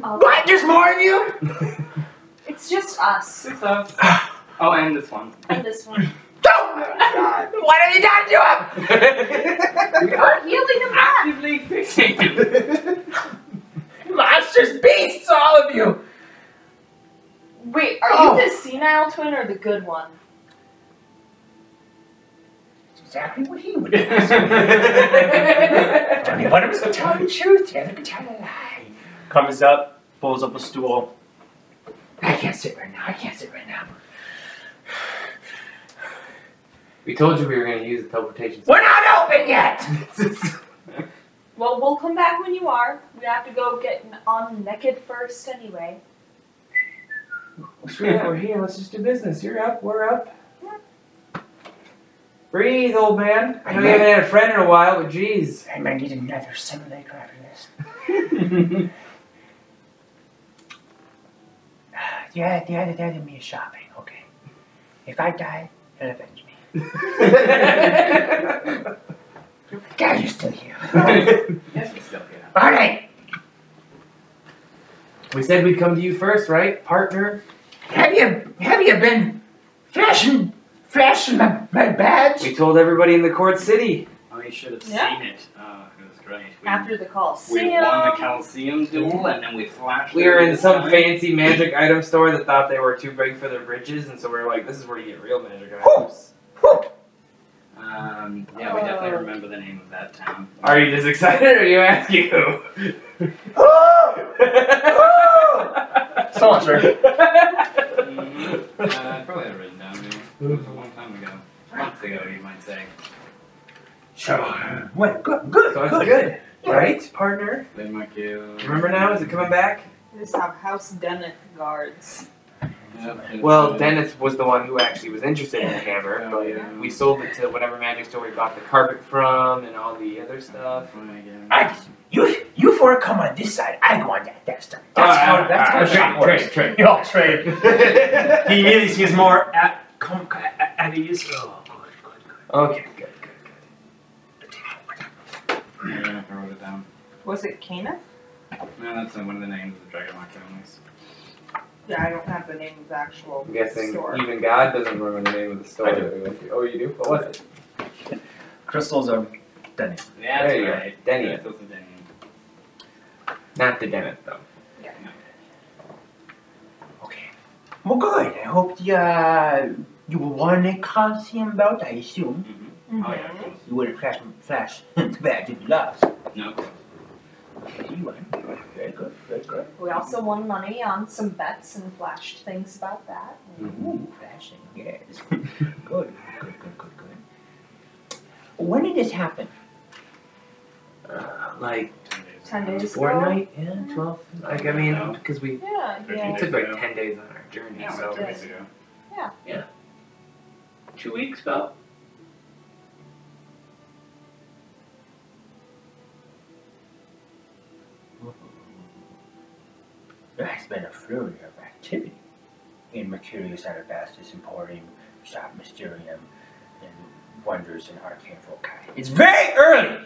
Speaker 5: Um,
Speaker 2: What? There's more of you?
Speaker 5: It's just us
Speaker 8: Oh, and this one.
Speaker 5: and this one.
Speaker 2: Don't! What have you done to him?
Speaker 5: We are healing him back.
Speaker 8: Actively fixing it.
Speaker 2: Monsters, beasts, all of you!
Speaker 5: Wait, are
Speaker 2: Oh.
Speaker 5: you the senile twin or the good one?
Speaker 2: That's exactly what he would do. Only one of us could tell the truth, the other could tell a lie. Comes up, pulls up a stool. I can't sit right now, I can't sit right now.
Speaker 3: we told you we were going to use the teleportation.
Speaker 2: We're not open yet!
Speaker 5: Well, we'll come back when you are. We have to go get n- on naked first anyway.
Speaker 3: Screw that, we're here. Let's just do business. You're up. We're up. Breathe, old man. I know you haven't had a friend in a while, but geez.
Speaker 1: I might need another simulator after this.
Speaker 2: The other, the other, the other me is shopping. Okay. If I die, he'll avenge me. God, you're still here.
Speaker 4: Yes, we still here.
Speaker 2: All right.
Speaker 3: we said we'd come to you first, right, partner?
Speaker 2: Have you have you been flashing flashing my, my badge?
Speaker 3: We told everybody in the court city.
Speaker 4: Oh, you should have
Speaker 5: Yeah.
Speaker 4: seen it. Oh, it was great. We,
Speaker 5: After the call,
Speaker 4: we
Speaker 5: see
Speaker 4: won the
Speaker 5: ya.
Speaker 4: Coliseum duel, and then we flashed.
Speaker 3: We were in some
Speaker 4: fan.
Speaker 3: fancy magic item store that thought they were too big for their britches, and so we were like, this is where you get real magic items.
Speaker 4: Um, yeah, we definitely
Speaker 5: Oh.
Speaker 4: remember the name of that town.
Speaker 3: Are you just excited or are you asking who? Ah!
Speaker 2: Soldier.
Speaker 4: Mhm. Uh, I probably had it written down. Maybe. It was a long time ago. Months ago, you might say.
Speaker 2: Sure. What? Good. Good.
Speaker 3: So it's
Speaker 2: good.
Speaker 3: good, right, partner?
Speaker 4: They might you.
Speaker 3: Remember now? Is it coming back?
Speaker 5: We just have house Denneth guards.
Speaker 4: Yep,
Speaker 3: Well,
Speaker 4: it's, uh,
Speaker 3: Dennis was the one who actually was interested in the hammer,
Speaker 4: Oh, yeah.
Speaker 3: but we sold it to whatever magic store we bought the carpet from and all the other stuff.
Speaker 4: that's when I get it.
Speaker 2: I just, you you four come on this side. I go on that that side.
Speaker 9: Uh,
Speaker 2: That's
Speaker 3: Alright,
Speaker 2: how
Speaker 3: alright,
Speaker 2: that's how
Speaker 3: alright,
Speaker 2: shop
Speaker 3: trade,
Speaker 2: works. You all trade.
Speaker 9: He immediately sees more at com- at, at ease. Oh, good, good, good.
Speaker 3: okay, good, good, good.
Speaker 4: I don't know if I wrote it down.
Speaker 5: Was it Cana?
Speaker 4: No, that's uh, one of the names of the Dragonlock families.
Speaker 5: Yeah, I don't have the name of the actual
Speaker 3: I'm guessing
Speaker 5: store.
Speaker 3: even God doesn't remember the name of the store
Speaker 9: I do.
Speaker 3: that we went to. Oh, you do? What was it?
Speaker 9: Crystals are Denny.
Speaker 4: Yeah,
Speaker 3: There
Speaker 4: that's
Speaker 3: you go.
Speaker 4: right.
Speaker 3: Denny.
Speaker 4: That's also Denny.
Speaker 3: Not the Dennis, though.
Speaker 2: Okay. Well, good. I hope the, uh, you will want a calcium belt, I assume.
Speaker 4: Mm-hmm.
Speaker 5: Mhm.
Speaker 4: Oh yeah, of course.
Speaker 2: You wouldn't flash flash badge in love.
Speaker 4: No. of course.
Speaker 2: Okay, you won. Very good, very good.
Speaker 5: We also won money on some bets and flashed things about that.
Speaker 2: Ooh, flashing, yes. good, good, good, good, good. When did this happen?
Speaker 3: Uh, like
Speaker 4: Ten days.
Speaker 5: Ten days ago.
Speaker 3: Fortnite, yeah, twelve. Like I mean,
Speaker 4: No.
Speaker 3: because we
Speaker 5: Yeah,
Speaker 4: Fifteen
Speaker 5: yeah.
Speaker 3: it took like ten days on our journey,
Speaker 5: Yeah,
Speaker 3: so
Speaker 5: we
Speaker 4: Ten
Speaker 5: did.
Speaker 4: days ago.
Speaker 10: Two weeks, about.
Speaker 2: There has been a flurry of activity in Mercurius Alabastus Emporium, Shop Mysterium, and Wonders in Arcane Volcai. It's very early!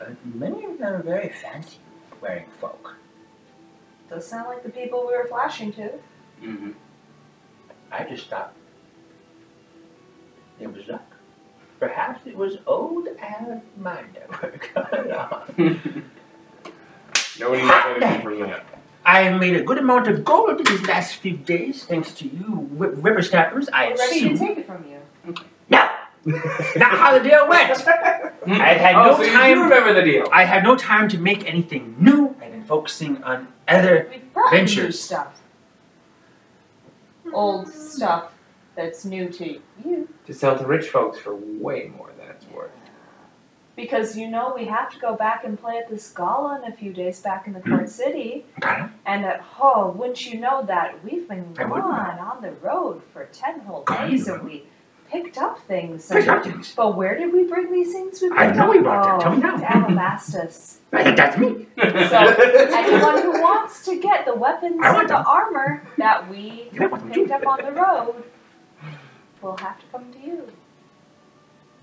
Speaker 2: Uh, many of them are very fancy wearing folk.
Speaker 5: Does sound like the people we were flashing to.
Speaker 4: Mm-hmm.
Speaker 2: I just thought it was luck. Perhaps it was old Arab mind at work.
Speaker 3: nobody
Speaker 2: knows anything
Speaker 3: from that.
Speaker 2: I have made a good amount of gold these last few days, thanks to you, wi- whippersnappers. I
Speaker 5: We're ready to
Speaker 2: assume.
Speaker 5: take it from you.
Speaker 2: No, not how the deal went. I had
Speaker 3: oh,
Speaker 2: no
Speaker 3: so you do
Speaker 2: time.
Speaker 3: remember the deal.
Speaker 2: I had no time to make anything new. I've been focusing on other.
Speaker 5: We've brought new
Speaker 2: Ventures.
Speaker 5: stuff. Old stuff that's new to you.
Speaker 3: To sell to rich folks for way more than it's worth.
Speaker 5: Because you know we have to go back and play at this gala in a few days back in the
Speaker 2: Hmm.
Speaker 5: court city.
Speaker 2: Gala?
Speaker 5: And that, oh, wouldn't you know that we've been
Speaker 2: I wouldn't.
Speaker 5: gone on the road for ten whole
Speaker 2: Gone,
Speaker 5: days
Speaker 2: you
Speaker 5: and we picked up things. and-
Speaker 2: Pick up things.
Speaker 5: But where did we bring these things? We
Speaker 2: I
Speaker 5: picked
Speaker 2: know
Speaker 5: up?
Speaker 2: we brought them.
Speaker 5: Oh,
Speaker 2: Tell me now.
Speaker 5: to Alabastus.
Speaker 2: I think that's me.
Speaker 5: So anyone who wants to get the weapons
Speaker 2: I want
Speaker 5: and the
Speaker 2: them.
Speaker 5: armor that we
Speaker 2: You might want them
Speaker 5: picked
Speaker 2: too.
Speaker 5: up on the road will have to come to you.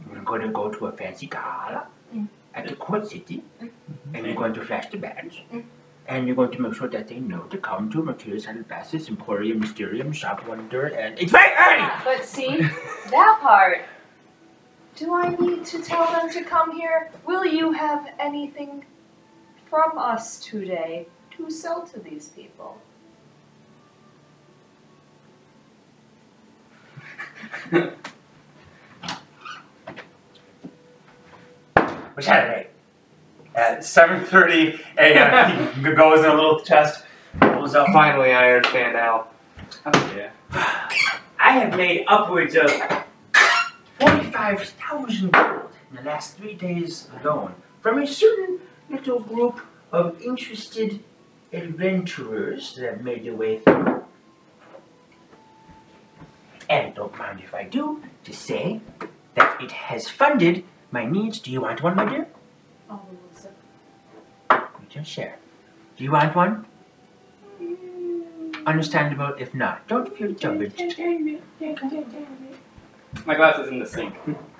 Speaker 2: We're going to go to a fancy gala
Speaker 5: Mm.
Speaker 2: at the court city,
Speaker 5: Mm.
Speaker 2: and you're going to flash the badge,
Speaker 5: Mm.
Speaker 2: and you're going to make sure that they know to come to Mercurius Alabastus Emporium Mysterium Shop Wonder, and it's very early.
Speaker 5: Ah, But see, that part. Do I need to tell them to come here? Will you have anything from us today to sell to these people?
Speaker 9: Which Saturday at 7:30 a.m. he goes in a little chest, pulls up
Speaker 3: Finally, I understand Al.
Speaker 4: Oh yeah.
Speaker 2: I have made upwards of 45,000 gold in the last three days alone from a certain little group of interested adventurers that have made their way through. And don't mind if I do, to say that it has funded my needs. Do you want one, my dear?
Speaker 5: Oh, Melissa.
Speaker 2: We just share.
Speaker 11: Do you want one? Understandable if not. Don't feel judged.
Speaker 8: My glass is in the sink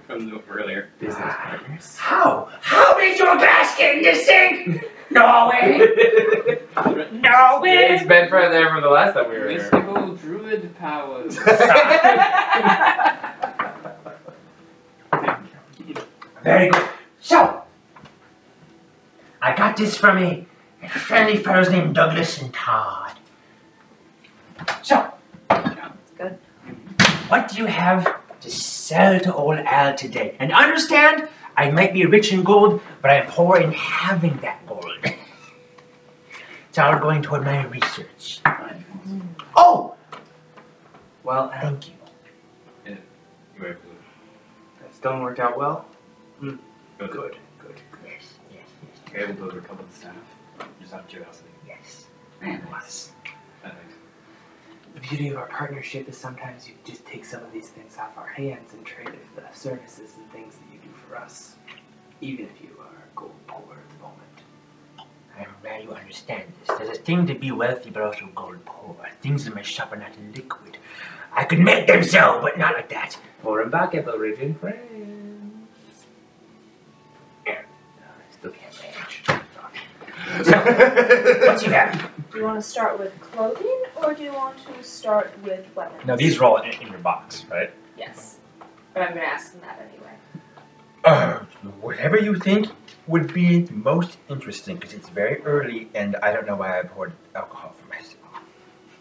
Speaker 8: from the, earlier.
Speaker 3: Business partners.
Speaker 11: How? How did your glass get in the sink? No way! No
Speaker 3: it's been right there from the last time we were here.
Speaker 8: Mystical druid powers.
Speaker 11: Very good. So, I got this from a a friendly fellows named Douglas and Todd. So,
Speaker 5: good.
Speaker 11: What do you have to sell to old Al today? And understand, I might be rich in gold, but I'm poor in having that gold. it's all going toward my research. Oh,
Speaker 3: Well,
Speaker 11: thank you.
Speaker 4: You're able to
Speaker 3: that's done worked out well.
Speaker 4: Good. Good.
Speaker 11: Yes, yes, yes,
Speaker 4: You're able to recover the staff. Just out of curiosity.
Speaker 11: yes.
Speaker 4: Perfect.
Speaker 3: The beauty of our partnership is sometimes you just take some of these things off our hands and trade it for the services and things that you do for us, even if you are gold poor at the moment.
Speaker 11: I'm glad you understand this. There's a thing to be wealthy, but also gold poor. Things in my shop are not liquid. I could make them so, but not like that.
Speaker 3: Or a back at the region friends.
Speaker 11: No, I still can't manage. So, what you have?
Speaker 5: Do you want to start with clothing or do you want to start with weapons?
Speaker 2: Now these are all in, in your box, right?
Speaker 5: Yes. But I'm going to ask them that anyway.
Speaker 2: Uh,
Speaker 11: Um,
Speaker 2: whatever you think would be the most interesting, because it's very early and I don't know why I poured alcohol for myself.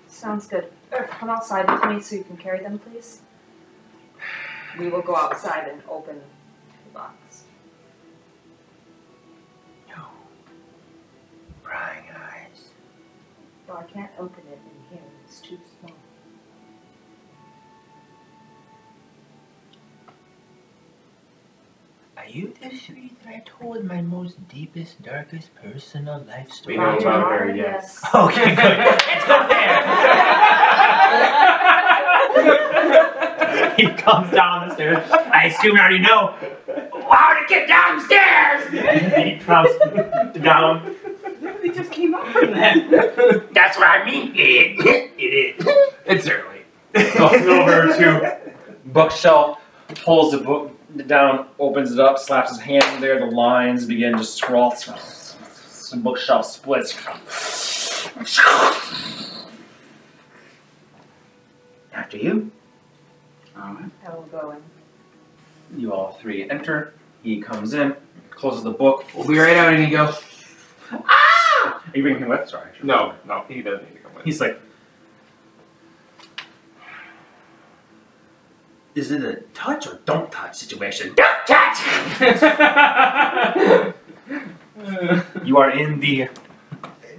Speaker 5: Sounds good. Eric, come outside with me so you can carry them, please. We will go outside and open the box.
Speaker 11: No. Prying eyes.
Speaker 5: No, I can't open it in here. It's too small.
Speaker 11: Are you the three that I told my most deepest, darkest personal life story?
Speaker 3: We know
Speaker 5: Roger
Speaker 3: about her,
Speaker 5: Martin,
Speaker 3: yes.
Speaker 11: Okay, good. Let's go there. he comes down the stairs. I assume you already know how to get downstairs. he comes down.
Speaker 8: they just came up from that.
Speaker 11: That's what I mean. It is.
Speaker 3: It's early.
Speaker 2: Goes over to bookshelf, pulls the book down, opens it up, slaps his hand in there. The lines begin to scrawl. The bookshelf splits.
Speaker 11: After you.
Speaker 4: Alright.
Speaker 5: I will go in.
Speaker 2: You all three enter. He comes in, closes the book.
Speaker 3: We'll be right out, and you go.
Speaker 2: Are you bringing him with? Sorry. I should-
Speaker 3: no, he doesn't need to come with.
Speaker 2: He's like,
Speaker 11: Is it a touch or don't touch situation? Don't touch.
Speaker 2: you are in the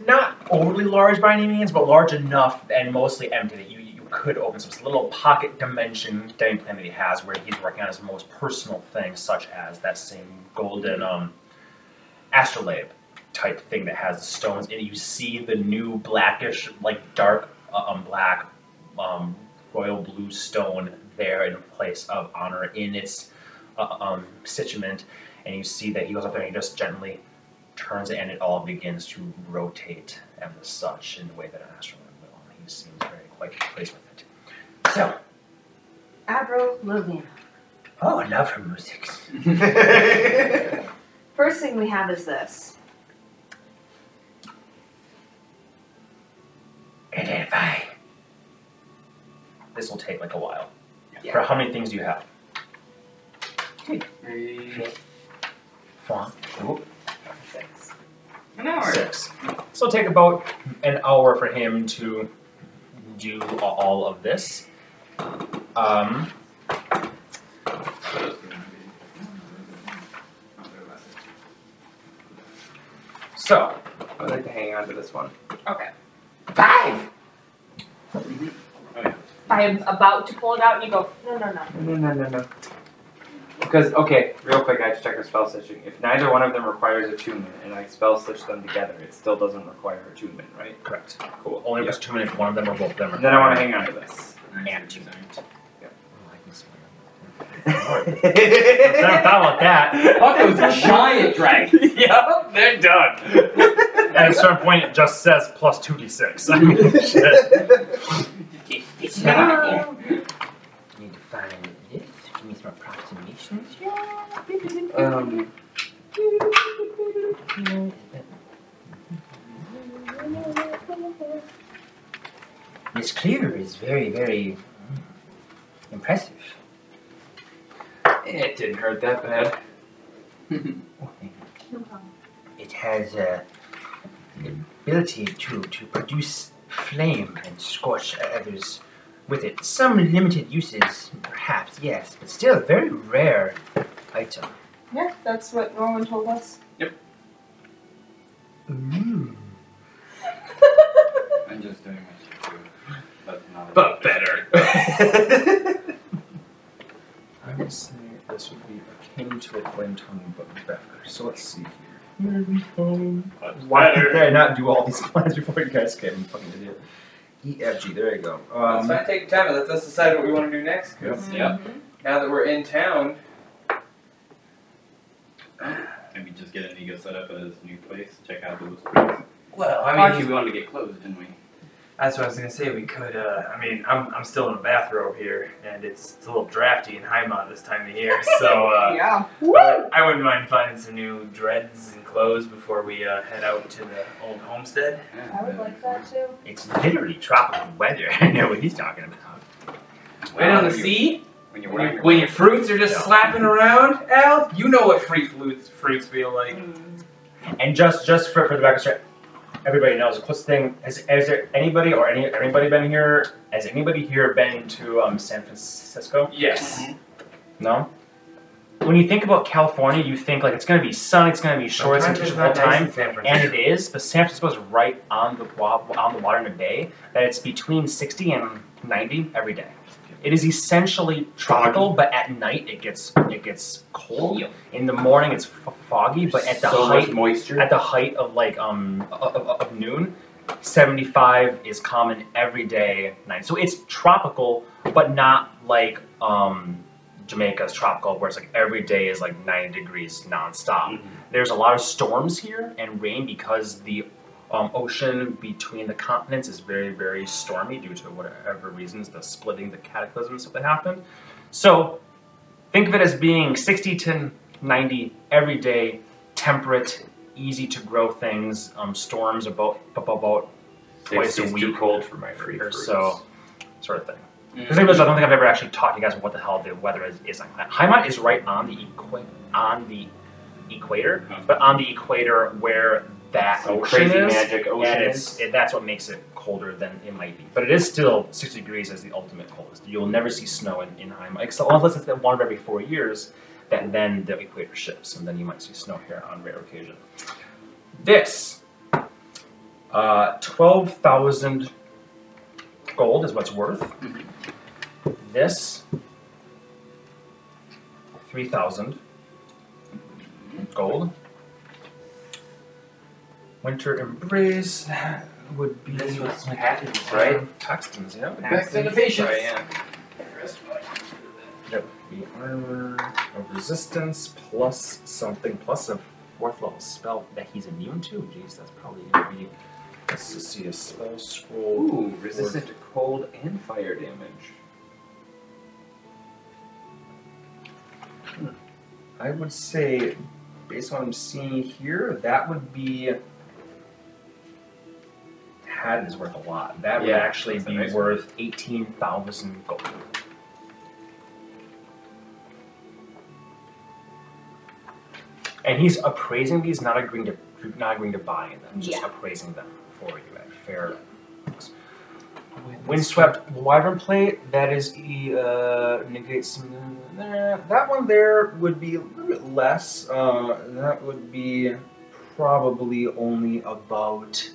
Speaker 2: not overly large by any means, but large enough and mostly empty that you you could open some little pocket dimension game plan that he has where he's working on his most personal things, such as that same golden um astrolabe type thing that has the stones in it. You see the new blackish, like dark uh, um black um royal blue stone there in place of honor in its uh, um situment and you see that he goes up there and he just gently turns it and it all begins to rotate and as such in the way that an astronaut will. He seems very quite pleased with it.
Speaker 11: So,
Speaker 5: Abro Lillian.
Speaker 11: oh, I love her music.
Speaker 5: First thing we have is this.
Speaker 11: Identify.
Speaker 2: This will take like a while.
Speaker 3: Yeah.
Speaker 2: For how many things do you have? Four.
Speaker 5: Six.
Speaker 8: An hour.
Speaker 2: Six. So it'll take about an hour for him to do a- all of this. Um, so
Speaker 3: I'd like to hang on to this one.
Speaker 11: Five.
Speaker 5: I am about to pull it out and you go, no, no, no.
Speaker 3: No, no, no, no. Because okay, real quick, I have to check her spell stitching. If neither one of them requires attunement, and I spell stitch them together, it still doesn't require attunement, right?
Speaker 2: correct.
Speaker 3: Cool.
Speaker 2: Only
Speaker 3: Yeah.
Speaker 2: because two minutes, one of them or both of them. Are
Speaker 3: And then I want to hang on to this.
Speaker 4: Nice.
Speaker 2: And you.
Speaker 4: Nice.
Speaker 2: Oh, I can smell it. Lord. I thought about that.
Speaker 8: Fuck those giant dragons.
Speaker 1: yep, they're done.
Speaker 2: At a certain point, it just says plus 2d6. I mean, shit.
Speaker 8: No.
Speaker 11: Need to find this. Give me some approximations.
Speaker 3: um,
Speaker 11: This cleaver is very, very mm, impressive.
Speaker 3: it didn't hurt that bad.
Speaker 5: No problem.
Speaker 11: It has uh, the ability to, to produce flame and scorch others with it. Some limited uses, perhaps, yes, but still a very rare item.
Speaker 5: Yeah, that's what Norman told us.
Speaker 2: Hmm,
Speaker 11: Mm.
Speaker 4: I'm just doing what you do. But not
Speaker 3: But better.
Speaker 2: I would say this would be akin to a flame tongue, but better. So let's see here. Why did I not do all these plans before you guys came? Fucking idiot. E, F, G. There you go.
Speaker 8: Let's
Speaker 2: Um,
Speaker 8: not take time and let's us decide what we want to do next. Because
Speaker 4: Yep.
Speaker 8: now that we're in town,
Speaker 4: Can we just get an ego set up at his new place? Check out those place.
Speaker 1: Well, I mean,
Speaker 4: Actually, we wanted to get closed, didn't we?
Speaker 1: that's what I was gonna say. We could. Uh, I mean, I'm, I'm still in a bathrobe here, and it's, it's a little drafty in Haima this time of year. So uh,
Speaker 8: yeah,
Speaker 1: I wouldn't mind finding some new dreads and clothes before we uh, head out to the old homestead.
Speaker 5: I would like that too.
Speaker 11: It's literally tropical weather. I know what he's talking about.
Speaker 8: right on the
Speaker 4: When you-
Speaker 8: sea.
Speaker 4: When you're
Speaker 8: When,
Speaker 4: wearing
Speaker 8: your- when your fruits are just
Speaker 11: Yeah.
Speaker 8: slapping around, Al, you know what free fruits fruits feel like.
Speaker 2: and just just for, for the back strap, everybody knows the closest thing. Has, has there anybody or any anybody been here? Has anybody here been to um, San Francisco?
Speaker 8: Yes.
Speaker 2: No. When you think about California, you think like it's gonna be sun, it's gonna be short, it's gonna be the whole time, and it is. But San Francisco is right on the wa- on the water in the bay. That it's between sixty and ninety every day. It is essentially tropical, but at night it gets it gets cold. In the morning it's f- foggy, but at the
Speaker 3: so
Speaker 2: height
Speaker 3: much moisture.
Speaker 2: at the height of like um of, of- of noon 75 is common every day night so it's tropical but not like um jamaica's tropical where it's like every day is like 90 degrees nonstop
Speaker 3: Mm-hmm.
Speaker 2: there's a lot of storms here and rain because the um, ocean between the continents is very very stormy due to whatever reasons the splitting the cataclysms that happened so think of it as being 60 to 90 every day temperate easy to grow things. Um, storms about about twice a
Speaker 3: It's too
Speaker 2: week
Speaker 3: cold for my free
Speaker 2: or
Speaker 3: fruits.
Speaker 2: so, sort of thing.
Speaker 4: Mm.
Speaker 2: Because I don't think I've ever actually taught you guys what the hell the weather is. is like. Haimont is right on the equa- on the equator, but on the equator where that
Speaker 3: Some
Speaker 2: ocean
Speaker 3: Uh-huh. crazy
Speaker 2: is,
Speaker 3: magic ocean
Speaker 2: and it's it, that's what makes it colder than it might be. But it is still sixty degrees as the ultimate coldest. You'll never see snow in, in Haimont, except unless it's that one every four years. That then the equator shifts, and then you might see snow here on rare occasion. This uh, twelve thousand gold is what's worth. This three thousand gold. Winter embrace that would be
Speaker 3: This was Patton's, right?
Speaker 2: Toxtins, yeah.
Speaker 4: back to the patients.
Speaker 3: Sorry, yeah.
Speaker 2: The armor of resistance plus something plus a fourth level spell that he's immune to. Jeez, that's probably gonna be. Let's just see a spell scroll.
Speaker 3: Ooh, resistant to cold and fire damage.
Speaker 2: I would say, based on what I'm seeing here, that would be. That is worth a lot. That would
Speaker 3: Yeah,
Speaker 2: actually
Speaker 3: that's a
Speaker 2: be
Speaker 3: nice one.
Speaker 2: worth 18,000 gold. And he's appraising these, not agreeing to not agreeing to buying them, just
Speaker 5: Yeah.
Speaker 2: appraising them for you at fair. Windswept Wyvern Plate, that is the uh, negates some. There. That one there would be a little bit less. Uh, that would be probably only about.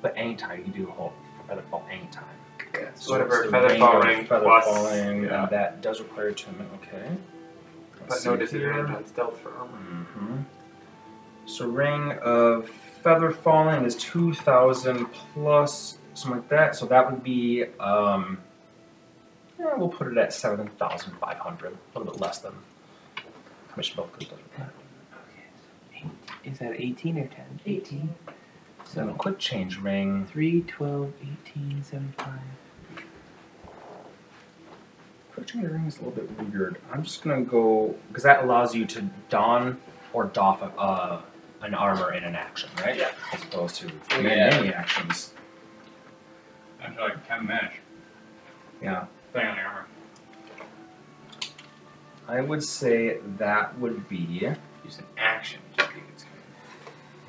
Speaker 2: But anytime, you can do a whole Featherfall anytime. So
Speaker 3: Whatever,
Speaker 2: it's the
Speaker 3: feather
Speaker 2: range
Speaker 3: fall
Speaker 2: of
Speaker 3: rank
Speaker 2: feather
Speaker 3: plus-
Speaker 2: falling, and
Speaker 3: yeah.
Speaker 2: that does require attunement, okay.
Speaker 3: But
Speaker 2: Let's
Speaker 3: no
Speaker 2: see here.
Speaker 3: disadvantage on stealth for armor.
Speaker 2: Mm-hmm. So ring of feather falling is two thousand plus something like that. So that would be um Eh, we'll put it at 7,500, a little bit less than how much milk goes down.
Speaker 3: Is that 18 or 10?
Speaker 5: 18.
Speaker 2: So, quick change ring.
Speaker 3: 3, 12, 18, 75.
Speaker 2: Quick change ring is a little bit weird. I'm just gonna go, because that allows you to don or doff a, uh, an armor in an action, right?
Speaker 8: Yeah. Oh,
Speaker 2: As opposed to
Speaker 8: Yeah.
Speaker 2: many actions.
Speaker 8: After like 10 minutes,
Speaker 2: Yeah.
Speaker 8: thing on the armor.
Speaker 2: I would say that would be.
Speaker 3: Use an action. to do it.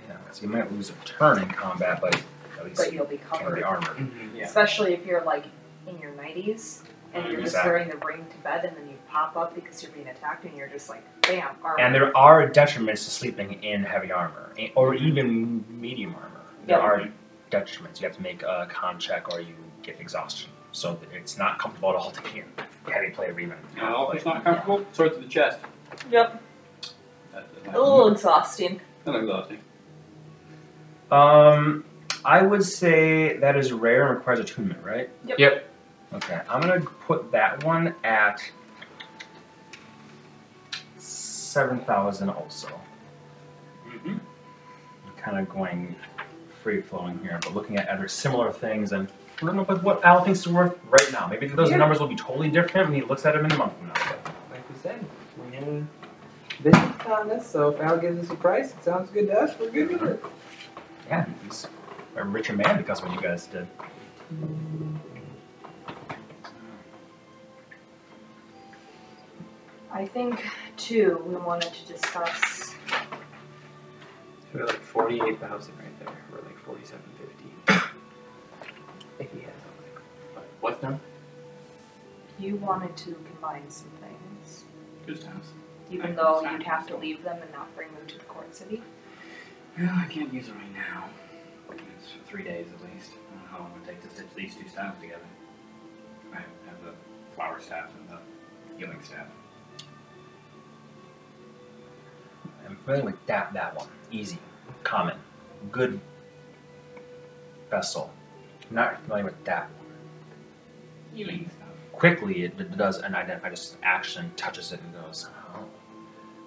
Speaker 2: Yeah, so you might lose a turn in combat, but at least
Speaker 5: But you'll be
Speaker 2: you can
Speaker 5: covered.
Speaker 2: be armored.
Speaker 3: Yeah.
Speaker 5: Especially if you're like in your 90s and you're just
Speaker 2: Exactly.
Speaker 5: wearing the ring to bed and then you pop up because you're being attacked and you're just like, bam, armor.
Speaker 2: And there are detriments to sleeping in heavy armor, eh, or even medium armor. There
Speaker 5: Yeah.
Speaker 2: are detriments. You have to make a con check, or you get exhaustion. So it's not comfortable at all to be in heavy play or even.
Speaker 8: No, if it's not
Speaker 2: Yeah.
Speaker 8: comfortable, sword to the chest.
Speaker 5: Yep.
Speaker 8: That's it.
Speaker 5: A little exhausting.
Speaker 8: That's exhausting.
Speaker 2: Um, I would say that is rare and requires attunement, right?
Speaker 5: Yep.
Speaker 3: Yep.
Speaker 2: Okay, I'm gonna put that one at seven thousand also.
Speaker 8: Mm-hmm.
Speaker 2: kind of going free flowing here, but looking at other similar things and coming up with what Al thinks is worth right now. Maybe those
Speaker 3: Yeah.
Speaker 2: numbers will be totally different when he looks at them in a month from now.
Speaker 3: Like we said, we're in business on this, so if Al gives us a price, it sounds good to us, we're good with it.
Speaker 2: yeah, he's a richer man because of what you guys did.
Speaker 5: I think, too, we wanted to discuss
Speaker 3: So we're like 48,000 right there. We're like 4750. If he has all that. What's now?
Speaker 5: you wanted to combine some things.
Speaker 4: Good times.
Speaker 5: even though you'd have to leave them and not bring them to the court city.
Speaker 4: Well, I can't use it right now. It's for three days at least. I don't know how long it would take to stitch these two staffs together. I have the flower staff and the healing staff.
Speaker 2: I'm familiar with that that one. Easy, common, good vessel. Not familiar with that.
Speaker 4: Healing staff.
Speaker 2: Quickly, it d- does an identify just action, touches it, and goes. Oh.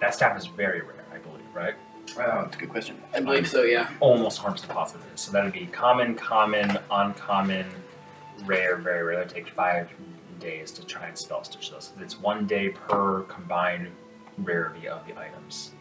Speaker 2: That staff is very rare, I believe, right?
Speaker 4: Oh, that's a good question. I believe so, yeah.
Speaker 2: almost harms the positive. So that'd be common, common, uncommon, rare, very rare. That'd take five days to try and spell stitch those. It's one day per combined rarity of the items.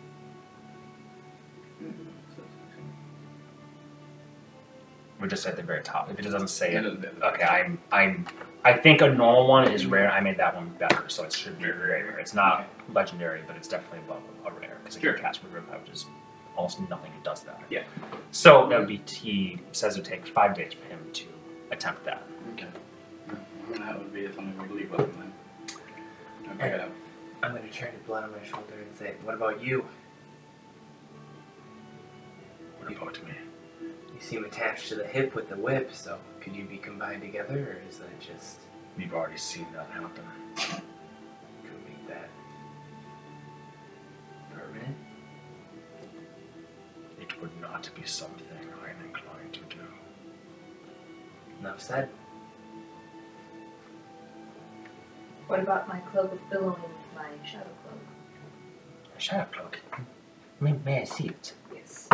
Speaker 2: We're just at the very top. If it doesn't say it, okay, I'm, I'm, I think a normal one is rare. I made that one better, so it should be very rare. It's not legendary, but it's definitely above a rare because
Speaker 8: Sure.
Speaker 2: it can cast River of Power, which is almost nothing that does that.
Speaker 8: Yeah.
Speaker 2: So that would be he says it takes five days for him to attempt that.
Speaker 4: Okay. Well, that would be something we leave with them then. Okay.
Speaker 3: Yeah. I'm gonna turn to blood on my shoulder and say, What about you?
Speaker 2: What about me?
Speaker 3: You seem attached to the hip with the whip, so could you be combined together, or is that just.
Speaker 2: We've already seen that happen.
Speaker 3: Could make that. permanent?
Speaker 2: It would not be something I'm inclined to do.
Speaker 3: Enough said.
Speaker 5: What about my cloak of billowing with my shadow cloak?
Speaker 11: Shadow cloak. May, may I see it?
Speaker 5: Yes.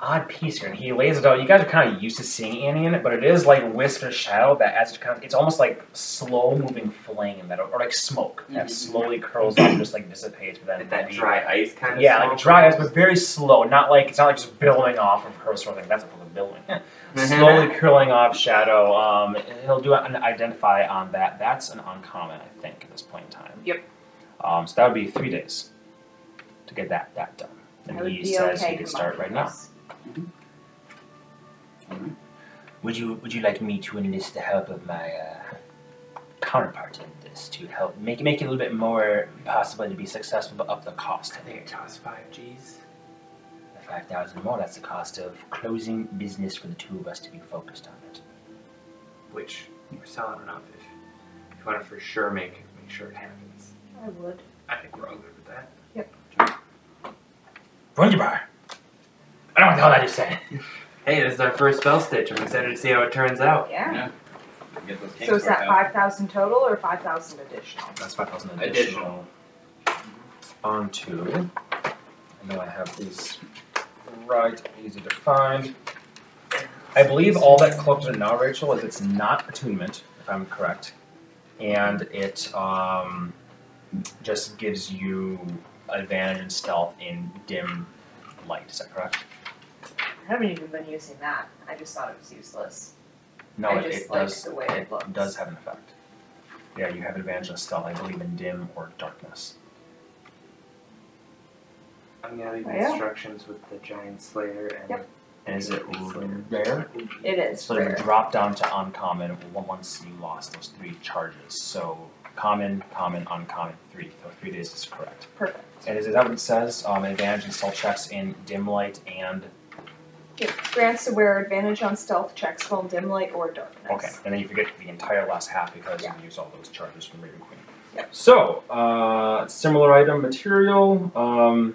Speaker 2: odd piece here, and he lays it out. You guys are kind of used to seeing Annie in it, but it is like wisp of shadow that as it kind of, it's almost like slow moving flame that, or like smoke that
Speaker 5: Mm-hmm.
Speaker 4: Mhm.
Speaker 2: slowly curls up and just like dissipates. But then
Speaker 3: that dry ice kind of
Speaker 2: yeah, like dry ice, but very slow. Not like it's not like just billowing off of her sort of thing. That's a billowing.
Speaker 5: Mm-hmm.
Speaker 2: Slowly curling off shadow. Um, he'll do an identify on that. That's an uncommon, I think, at this point in time.
Speaker 5: Yep.
Speaker 2: Um, so that would be three days to get that that done.
Speaker 5: I
Speaker 2: And
Speaker 5: would
Speaker 2: he
Speaker 5: be
Speaker 2: says
Speaker 5: okay
Speaker 2: he could start right
Speaker 5: combining
Speaker 2: now.
Speaker 5: those.
Speaker 11: Would you Would you like me to enlist the help of my uh, counterpart in this to help make make it a little bit more possible to be successful, but up the cost?
Speaker 3: I think it costs five G's.
Speaker 11: Five thousand more. That's the cost of closing business for the two of us to be focused on it.
Speaker 3: which we're selling enough if, if you want to for sure make make sure it happens.
Speaker 5: I would.
Speaker 3: I think we're all good with that.
Speaker 11: Brunjabar. I don't know what the hell I just said.
Speaker 3: Hey, this is our first spell stitch. I'm excited to see how it turns out.
Speaker 5: Yeah.
Speaker 4: Yeah. get those kinks
Speaker 5: So is
Speaker 4: worked
Speaker 5: that
Speaker 4: out.
Speaker 5: five thousand total or five thousand additional?
Speaker 2: That's five thousand
Speaker 3: Additional.
Speaker 2: On two. I know I have these right, easy to find. I believe all that cloaked are now, Rachel, is it's not attunement, if I'm correct, and it um, just gives you advantage in stealth in dim light. Is that correct?
Speaker 5: I haven't even been using that. I just thought it was useless.
Speaker 2: No,
Speaker 5: I
Speaker 2: it,
Speaker 5: just
Speaker 2: it
Speaker 5: like
Speaker 2: does.
Speaker 5: the way it looks.
Speaker 2: It does have an effect. Yeah, you have advantage in stealth. I believe in dim or darkness.
Speaker 3: I'm gonna leave
Speaker 5: Oh, yeah.
Speaker 3: instructions with the giant slayer and
Speaker 5: Yep.
Speaker 2: And is it
Speaker 3: Slayer.
Speaker 2: rare?
Speaker 5: It is
Speaker 2: So you
Speaker 5: rare.
Speaker 2: drop down to uncommon o- once you lost those three charges. So common, common, uncommon, three. So three days is correct.
Speaker 5: Perfect.
Speaker 2: And is that what it says? Um, advantage in stealth checks in dim light and
Speaker 5: It grants the wearer advantage on stealth checks while in dim light or darkness.
Speaker 2: okay. And then you forget the entire last half because
Speaker 5: Yeah.
Speaker 2: you used all those charges from Raven Queen.
Speaker 5: Yep.
Speaker 2: So uh, similar item material. Um,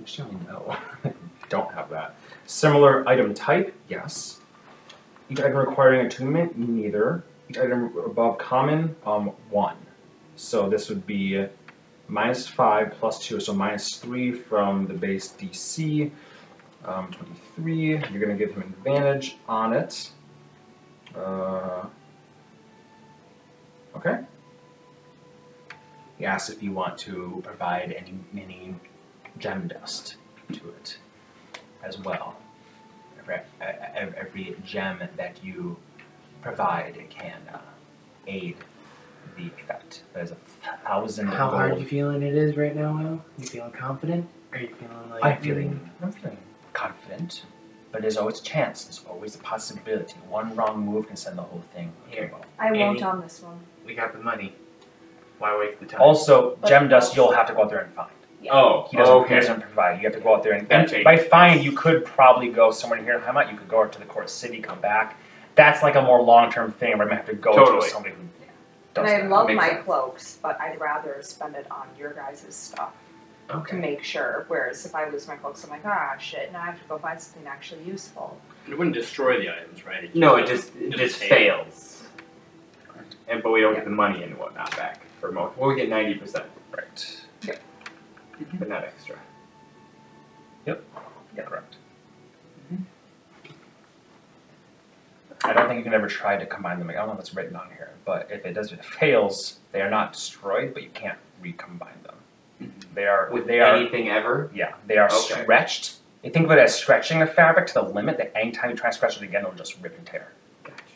Speaker 2: actually, no, don't have that. Similar item type, yes. Each item requiring attunement, neither. Each item above common, um, one. So this would be minus five plus two, so minus three from the base DC. Um, 23. You're gonna give him an advantage on it. Uh, okay. He asks if you want to provide any mini gem dust to it as well. Every, e- every gem that you provide can uh, aid the effect. There's a thousand
Speaker 3: How
Speaker 2: gold.
Speaker 3: hard you feeling it is right now, Al? You feeling confident? Are you feeling like
Speaker 2: I'm feeling, I'm feeling confident, but there's always chance. There's always a possibility. One wrong move can send the whole thing
Speaker 3: Here.
Speaker 2: about.
Speaker 5: I won't
Speaker 3: Any-
Speaker 5: on this one.
Speaker 3: we got the money? Why waste the time?
Speaker 2: Also,
Speaker 5: But-
Speaker 2: gem dust you'll have to go out there and find.
Speaker 3: oh,
Speaker 2: He doesn't, he
Speaker 3: okay.
Speaker 2: doesn't provide. You have to go out there and,
Speaker 3: That
Speaker 2: and
Speaker 3: changes.
Speaker 2: by find you could probably go somewhere here in Hamot. You could go out to the court city, come back. That's like a more long term thing where I'm gonna have to go
Speaker 3: Totally.
Speaker 2: to somebody who does
Speaker 5: And I
Speaker 2: that.
Speaker 5: love
Speaker 3: makes
Speaker 5: my
Speaker 3: sense.
Speaker 5: cloaks, but I'd rather spend it on your guys' stuff to
Speaker 3: Okay.
Speaker 5: make sure. Whereas if I lose my cloaks, I'm like, ah, shit, now I have to go find something actually useful.
Speaker 2: Mm-hmm.
Speaker 4: It wouldn't destroy the items, right?
Speaker 3: No, it just it
Speaker 4: It'll
Speaker 3: just
Speaker 4: take.
Speaker 3: fails. And but we don't get the money and whatnot back for most. Well, we get ninety percent,
Speaker 2: Right.
Speaker 3: but not extra.
Speaker 2: Correct. I don't think you can ever try to combine them. I don't know if it's written on here, but if it does, it fails. They are not destroyed, but you can't recombine them. They are.
Speaker 3: Mm-hmm. With
Speaker 2: they are.
Speaker 3: anything ever,
Speaker 2: Yeah, they are
Speaker 3: Okay.
Speaker 2: stretched. You think of it as stretching a fabric to the limit that anytime you try to stretch it again, it'll just rip and tear.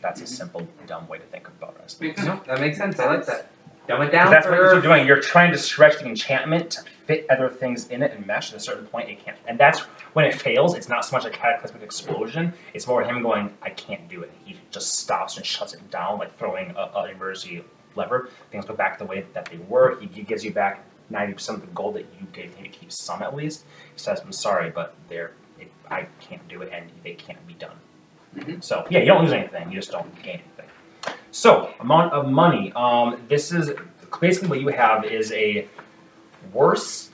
Speaker 2: That's a simple, dumb way to think about it. I suppose.
Speaker 3: Makes no, that makes sense. I like that. Dumb it
Speaker 2: 'Cause
Speaker 3: down
Speaker 2: that's
Speaker 3: for
Speaker 2: what you're doing. You're trying to stretch the enchantment to fit other things in it and mesh. At a certain point, it can't. And that's when it fails. It's not so much a cataclysmic explosion. It's more him going, "I can't do it." He just stops and shuts it down, like throwing a, a emergency lever. Things go back the way that they were. He, he gives you back ninety percent of the gold that you gave him. He keeps some at least. He says, "I'm sorry, but they're, it, I can't do it, and they can't be done."
Speaker 4: Mhm.
Speaker 2: So yeah, you don't lose anything. You just don't gain anything. So, amount of money. Um, this is basically what you have is a worse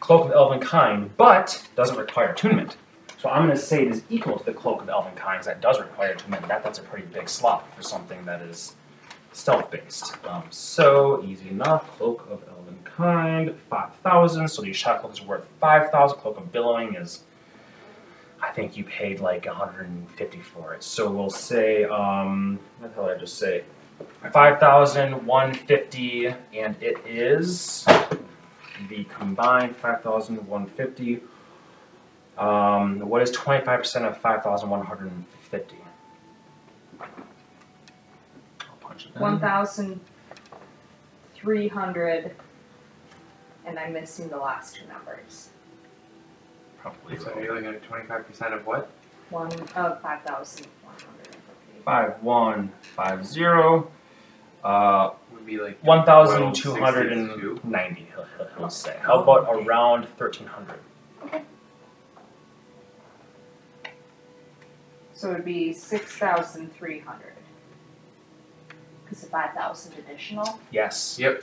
Speaker 2: cloak of elven kind, but doesn't require attunement. So I'm going to say it is equal to the cloak of elven kinds that does require attunement. That that's a pretty big slot for something that is stealth based. Um, so easy enough. Cloak of elven kind, five thousand. So the shot cloak is worth five thousand. Cloak of billowing is. I think you paid like 150 for it. So we'll say, um, what the hell did I just say? 5,150, and it is the combined 5,150. Um, what is 25% of 5,150? I'll punch it in.
Speaker 5: One thousand three hundred, and I'm missing the last two numbers.
Speaker 2: Probably
Speaker 3: So you're looking at twenty five percent of what?
Speaker 5: One of five thousand one hundred.
Speaker 2: Five one five zero. Uh,
Speaker 3: Would be like
Speaker 2: one thousand two hundred
Speaker 3: 1262.
Speaker 2: and ninety. Let's say. How about around thirteen hundred?
Speaker 5: So it'd be six thousand three hundred. Because the five thousand additional,
Speaker 2: Yes.
Speaker 3: Yep.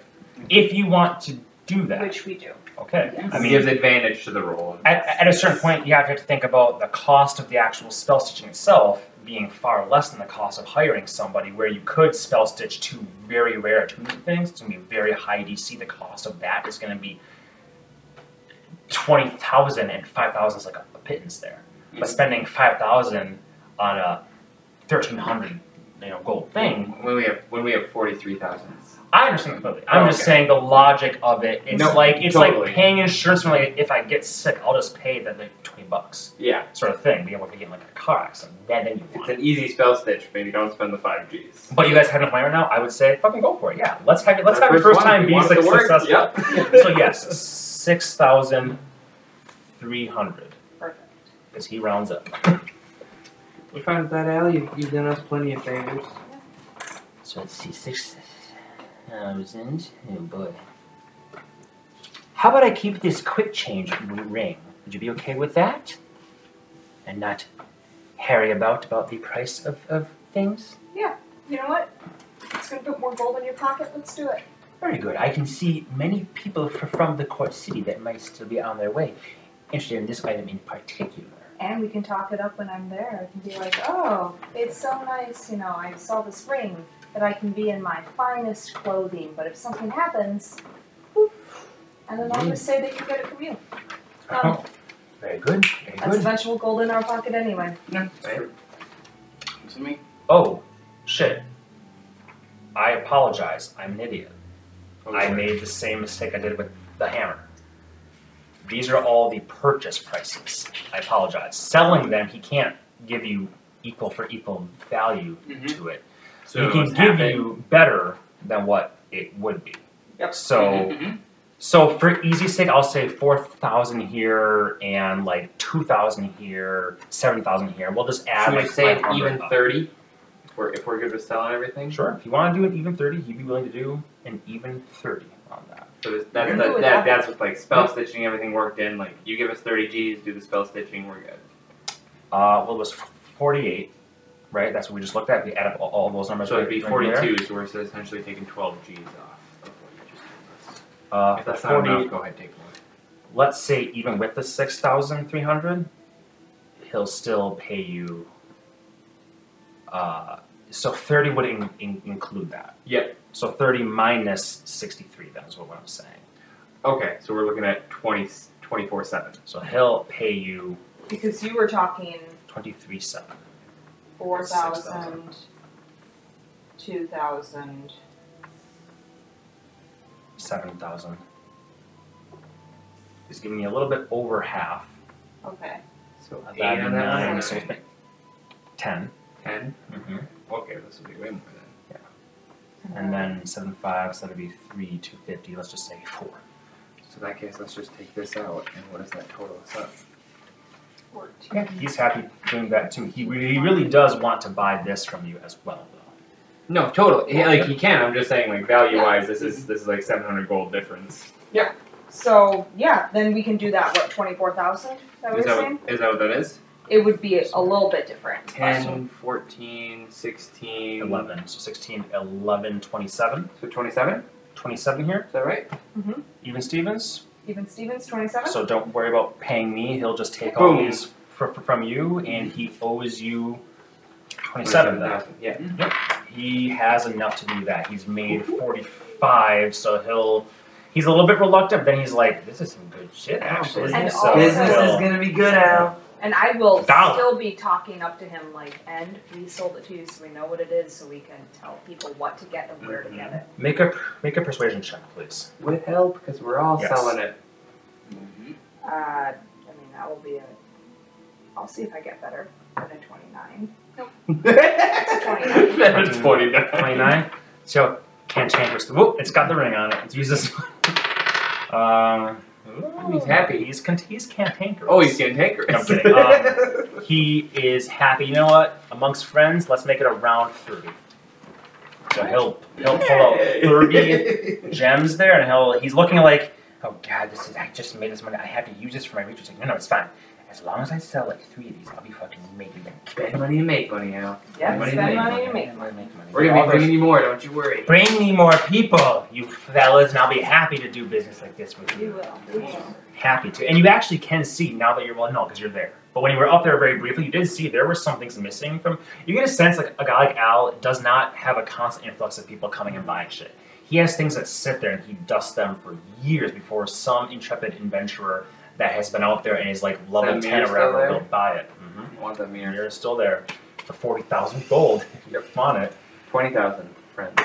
Speaker 2: If you want to do that,
Speaker 5: which we do.
Speaker 2: Okay. I mean,
Speaker 3: gives advantage to the roll.
Speaker 2: at, at a certain point, you have to think about the cost of the actual spell stitching itself being far less than the cost of hiring somebody, where you could spell stitch two very rare attunement things. It's going to be very high DC. The cost of that is going to be 20,000, and 5,000 is like a, a pittance there. But spending 5,000 on a 1,300 you know, gold thing,
Speaker 3: When we have when we have forty three thousand.
Speaker 2: I understand completely. I'm
Speaker 3: Oh,
Speaker 2: just
Speaker 3: okay.
Speaker 2: saying the logic of it. It's
Speaker 3: No,
Speaker 2: like it's
Speaker 3: totally.
Speaker 2: like paying insurance. When like, if I get sick, I'll just pay the like, twenty bucks.
Speaker 3: Yeah.
Speaker 2: Sort of thing. Be able to get in, like a car accident. That then you
Speaker 3: It's
Speaker 2: want. it.
Speaker 3: an easy spell stitch, baby. Don't spend the five Gs.
Speaker 2: But you guys have enough money right now. I would say fucking go for it. Yeah. Let's have it. Let's
Speaker 3: Our
Speaker 2: have your first
Speaker 3: one,
Speaker 2: time
Speaker 3: we
Speaker 2: be
Speaker 3: want it to
Speaker 2: suc-
Speaker 3: work.
Speaker 2: successful.
Speaker 3: Yep.
Speaker 2: so yes, six thousand three hundred.
Speaker 5: Perfect.
Speaker 2: Because he rounds up.
Speaker 3: We found that Al. You, you've done us plenty of favors.
Speaker 11: So let's see, six thousand. Oh boy. How about I keep this quick change ring? Would you be okay with that? And not harry about about the price of, of things?
Speaker 5: You know what? It's gonna put more gold in your pocket. Let's do it.
Speaker 11: Very good. I can see many people fr- from the court city that might still be on their way, interested in this item in particular.
Speaker 5: And we can talk it up when I'm there. I can be like, oh, it's so nice, you know, I saw this ring that I can be in my finest clothing, but if something happens, boop, and then I'll
Speaker 3: Mm.
Speaker 5: just say that you get it from you.
Speaker 3: Oh,
Speaker 5: Um,
Speaker 11: Oh, Very good. Very
Speaker 5: that's
Speaker 11: good.
Speaker 5: eventual gold in our pocket anyway.
Speaker 4: To me,
Speaker 2: Oh, shit. I apologize. I'm an idiot. I
Speaker 3: Okay.
Speaker 2: made the same mistake I did with the hammer. These are all the purchase prices. I apologize. Selling them, he can't give you equal for equal value
Speaker 4: Mhm.
Speaker 2: to it.
Speaker 3: Hmm. So
Speaker 2: he can
Speaker 3: it's
Speaker 2: give
Speaker 3: half
Speaker 2: you better than what it would be.
Speaker 4: Yep.
Speaker 2: So,
Speaker 4: Mhm,
Speaker 2: so for easy sake, I'll say four thousand here and like two thousand here, seven thousand here. We'll just add
Speaker 3: Should we
Speaker 2: like
Speaker 3: say an
Speaker 2: 500
Speaker 3: even
Speaker 2: up.
Speaker 3: thirty? If we're if we're good with selling everything.
Speaker 2: Sure. If you want to do an even 30, he'd be willing to do an even 30 on that.
Speaker 3: So this, that's
Speaker 5: We're
Speaker 3: the,
Speaker 5: good with
Speaker 3: that,
Speaker 5: that.
Speaker 3: that's with like spell stitching, everything worked in. Like you give us thirty Gs, do the spell stitching, we're good.
Speaker 2: Uh, well, it was 48, right? That's what we just looked at. We add up all, all those numbers.
Speaker 3: So it'd be
Speaker 2: right
Speaker 3: forty
Speaker 2: there.
Speaker 3: two. So we're essentially taking twelve Gs off. Of what you just gave us.
Speaker 2: Uh,
Speaker 3: If that's not
Speaker 2: 40,
Speaker 3: enough, go ahead, take one.
Speaker 2: let's say even with the 6,300, he'll still pay you. Uh, so 30 would in, in, include that.
Speaker 3: Yep.
Speaker 2: So 30 minus 63, that is what I'm saying.
Speaker 3: Okay, so we're looking at 20, 24 seven.
Speaker 2: So he'll pay you
Speaker 5: Because you were talking
Speaker 2: 23 7.
Speaker 5: four
Speaker 3: Six thousand.
Speaker 5: thousand, two thousand.
Speaker 2: 7,000. He's giving you a little bit over half.
Speaker 5: Okay.
Speaker 3: So
Speaker 2: That'd
Speaker 3: eight on
Speaker 2: be
Speaker 3: that one,
Speaker 2: nine,
Speaker 3: nine,
Speaker 2: so it's like 10.
Speaker 3: ten.
Speaker 2: Mm-hmm.
Speaker 3: Okay, this will be way more than.
Speaker 2: And then 7.5, so that'd be 3, 250. Let's just say 4.
Speaker 3: So in that case, let's just take this out, and what does that total us up?
Speaker 5: fourteen.
Speaker 2: Yeah, he's happy doing that too. He, re- he really does want to buy this from you as well, though.
Speaker 3: No, total. Yeah, like he can. I'm just saying, like value wise, this is this is like 700 gold difference.
Speaker 5: So yeah, then we can do that. What twenty four thousand? That we
Speaker 3: Is
Speaker 5: were
Speaker 3: that
Speaker 5: saying.
Speaker 3: what, is that what that is?
Speaker 5: It would be a little bit different. but-
Speaker 3: 10, 14, 16,
Speaker 2: 11. So 16, 11, 27.
Speaker 3: So 27.
Speaker 2: 27 here.
Speaker 3: Is that right?
Speaker 2: Even Stevens.
Speaker 5: Even Stevens, 27?
Speaker 2: So don't worry about paying me. He'll just take all
Speaker 3: Boom.
Speaker 2: these fr- fr- from you, and he owes you 27 then.
Speaker 3: 27,000, Yeah.
Speaker 2: he has enough to do that. He's made 45, so he'll. He's a little bit reluctant, then he's like, this is some good shit, actually.
Speaker 5: And
Speaker 2: so
Speaker 5: also- Business
Speaker 2: he'll-
Speaker 5: is
Speaker 3: gonna be good, Al.
Speaker 5: And I will
Speaker 2: Dollar.
Speaker 5: still be talking up to him, like, and we sold it to you so we know what it is so we can tell people what to get and where to
Speaker 3: Mm-hmm.
Speaker 5: get it.
Speaker 2: Make a, make a persuasion check, please.
Speaker 3: With help, because we're all
Speaker 2: Yes.
Speaker 3: selling it. Mm-hmm.
Speaker 4: mhm.
Speaker 5: Uh, I mean, that will be a. I'll see if I get better than a 29.
Speaker 3: That's
Speaker 5: 29.
Speaker 3: That's 29.
Speaker 2: 29. So, cantankerous. Whoop, it's got the ring on it. It's used this Um,
Speaker 3: He's happy.
Speaker 2: He's, cont- he's cantankerous.
Speaker 3: Oh, he's cantankerous.
Speaker 2: No, I'm kidding. Um, he is happy. You know what? Amongst friends, let's make it a round 30. So he'll, he'll pull out 30 gems there, and he'll he's looking like, oh god, this is I just made this money. I have to use this for my research. Like, no, no, it's fine.
Speaker 11: As long as I sell like three of these, I'll be fucking making
Speaker 3: Spend money and make money, Al.
Speaker 5: Yep,
Speaker 3: Money
Speaker 5: spend
Speaker 3: made.
Speaker 5: money to make.
Speaker 11: money.
Speaker 3: We're gonna be bringing you more. Don't you worry.
Speaker 11: Bring me more people, you fellas, and I'll be happy to do business like this with
Speaker 5: We
Speaker 11: you.
Speaker 5: will. We will.
Speaker 2: happy to. And you actually can see now that you're well, no, because you're there. But when you were up there very briefly, you did see there were some things missing from. You get a sense like a guy like Al does not have a constant influx of people coming and buying shit. He has things that sit there and he dusts them for years before some intrepid adventurer that has been out there and is like level
Speaker 3: That
Speaker 2: ten
Speaker 3: mirror's
Speaker 2: or whatever
Speaker 3: still
Speaker 2: will
Speaker 3: there?
Speaker 2: buy it. Mm-hmm.
Speaker 3: I want the
Speaker 2: And
Speaker 3: mirror.
Speaker 2: you're still there for forty thousand gold. You're on it.
Speaker 3: Twenty thousand friends.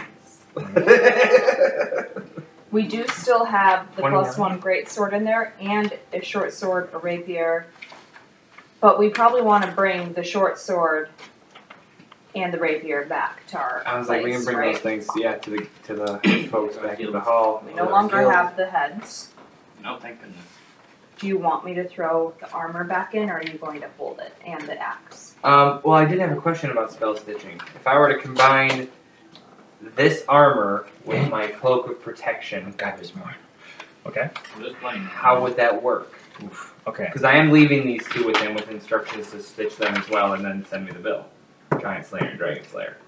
Speaker 5: We do still have the
Speaker 3: 29.
Speaker 5: plus one great sword in there and a short sword, a rapier. But we probably want to bring the short sword and the rapier back to our
Speaker 3: I was like, we
Speaker 5: place,
Speaker 3: can bring
Speaker 5: right?
Speaker 3: those things, yeah, to the to the folks back in the hall.
Speaker 5: We no longer have the heads.
Speaker 4: No, thank goodness.
Speaker 5: Do you want me to throw the armor back in, or are you going to hold it and the axe?
Speaker 3: Um, well, I did have a question about spell stitching. If I were to combine this armor with my cloak of protection,
Speaker 11: God, there's more.
Speaker 4: We're just playing.
Speaker 3: how would that work?
Speaker 2: Oof. Okay.
Speaker 3: Because I am leaving these two with him with instructions to stitch them as well, and then send me the bill. Giant Slayer and Dragon Slayer,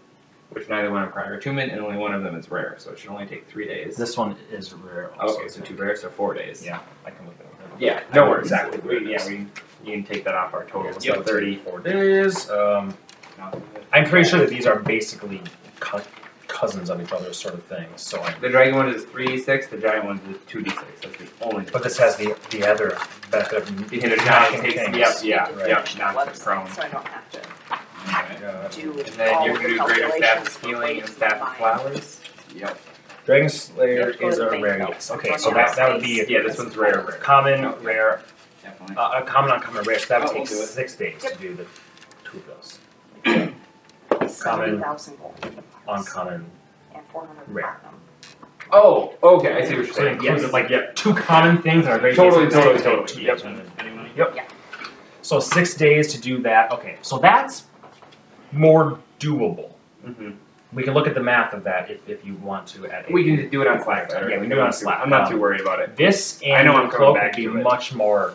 Speaker 3: which neither one are prior attunement, and only one of them is rare, so it should only take three days.
Speaker 2: This one is rare. Also.
Speaker 3: Oh, Okay, so two rare, so four days.
Speaker 2: Yeah. I can look at it.
Speaker 3: Yeah, no
Speaker 2: I know
Speaker 3: worries.
Speaker 2: exactly what it
Speaker 3: We- Yeah,
Speaker 2: is.
Speaker 3: we you can take that off our total.
Speaker 2: It's
Speaker 3: so
Speaker 2: about
Speaker 3: thirty.
Speaker 2: Four days. Um, I'm pretty sure that these are basically co- cousins of each other, sort of thing. So, I,
Speaker 3: The dragon one is three d six. The giant one is two d six. That's the only.
Speaker 2: but this has the the other benefit of
Speaker 3: the hit
Speaker 2: knocking
Speaker 3: attack takes.
Speaker 2: things.
Speaker 3: Yep, yeah,
Speaker 5: Just
Speaker 2: right.
Speaker 3: yep.
Speaker 5: the
Speaker 3: Knocks
Speaker 5: website,
Speaker 3: it prone.
Speaker 5: so I don't have to
Speaker 4: Alright.
Speaker 2: Uh,
Speaker 5: do
Speaker 3: And then
Speaker 5: all
Speaker 3: you
Speaker 5: the
Speaker 3: can do greater staff
Speaker 5: calculations
Speaker 3: of
Speaker 5: for
Speaker 3: healing
Speaker 5: weight
Speaker 3: and staff of
Speaker 5: combined.
Speaker 3: flowers. Yep.
Speaker 2: Dragon Slayer
Speaker 5: Yep, go
Speaker 2: is
Speaker 5: to
Speaker 2: a
Speaker 5: the main
Speaker 2: rare.
Speaker 5: note.
Speaker 2: Yes. Okay, so that that would be
Speaker 3: Yeah, this one's rare. rare.
Speaker 2: common,
Speaker 3: Oh,
Speaker 4: Okay.
Speaker 2: rare,
Speaker 4: Definitely.
Speaker 2: uh, a common, uncommon, rare. So that would
Speaker 4: Oh,
Speaker 2: take
Speaker 4: we'll do it.
Speaker 2: six days to
Speaker 5: Yep.
Speaker 2: do the two of those. Common.
Speaker 5: 7,000 gold in the box
Speaker 2: Uncommon,
Speaker 5: and 400
Speaker 2: rare.
Speaker 5: platinum.
Speaker 3: Oh, okay. I see what you're
Speaker 2: so it
Speaker 3: saying.
Speaker 2: includes
Speaker 3: Yes.
Speaker 2: like yeah, two common things that are very
Speaker 3: Totally,
Speaker 2: basic.
Speaker 3: totally,
Speaker 2: Same thing,
Speaker 3: totally.
Speaker 2: two
Speaker 3: Yep.
Speaker 2: different-
Speaker 4: Anyone?
Speaker 2: So six days to do that. Okay, so that's more doable.
Speaker 3: Mhm.
Speaker 2: We can look at the math of that if, if you want to. At a-
Speaker 3: We can just do it on Slack. better.
Speaker 2: Yeah, we can do it on Slack.
Speaker 3: I'm not
Speaker 2: Um,
Speaker 3: too worried about it.
Speaker 2: This and
Speaker 3: I know
Speaker 2: your
Speaker 3: I'm coming
Speaker 2: cloak
Speaker 3: back
Speaker 2: would be
Speaker 3: to it.
Speaker 2: much more.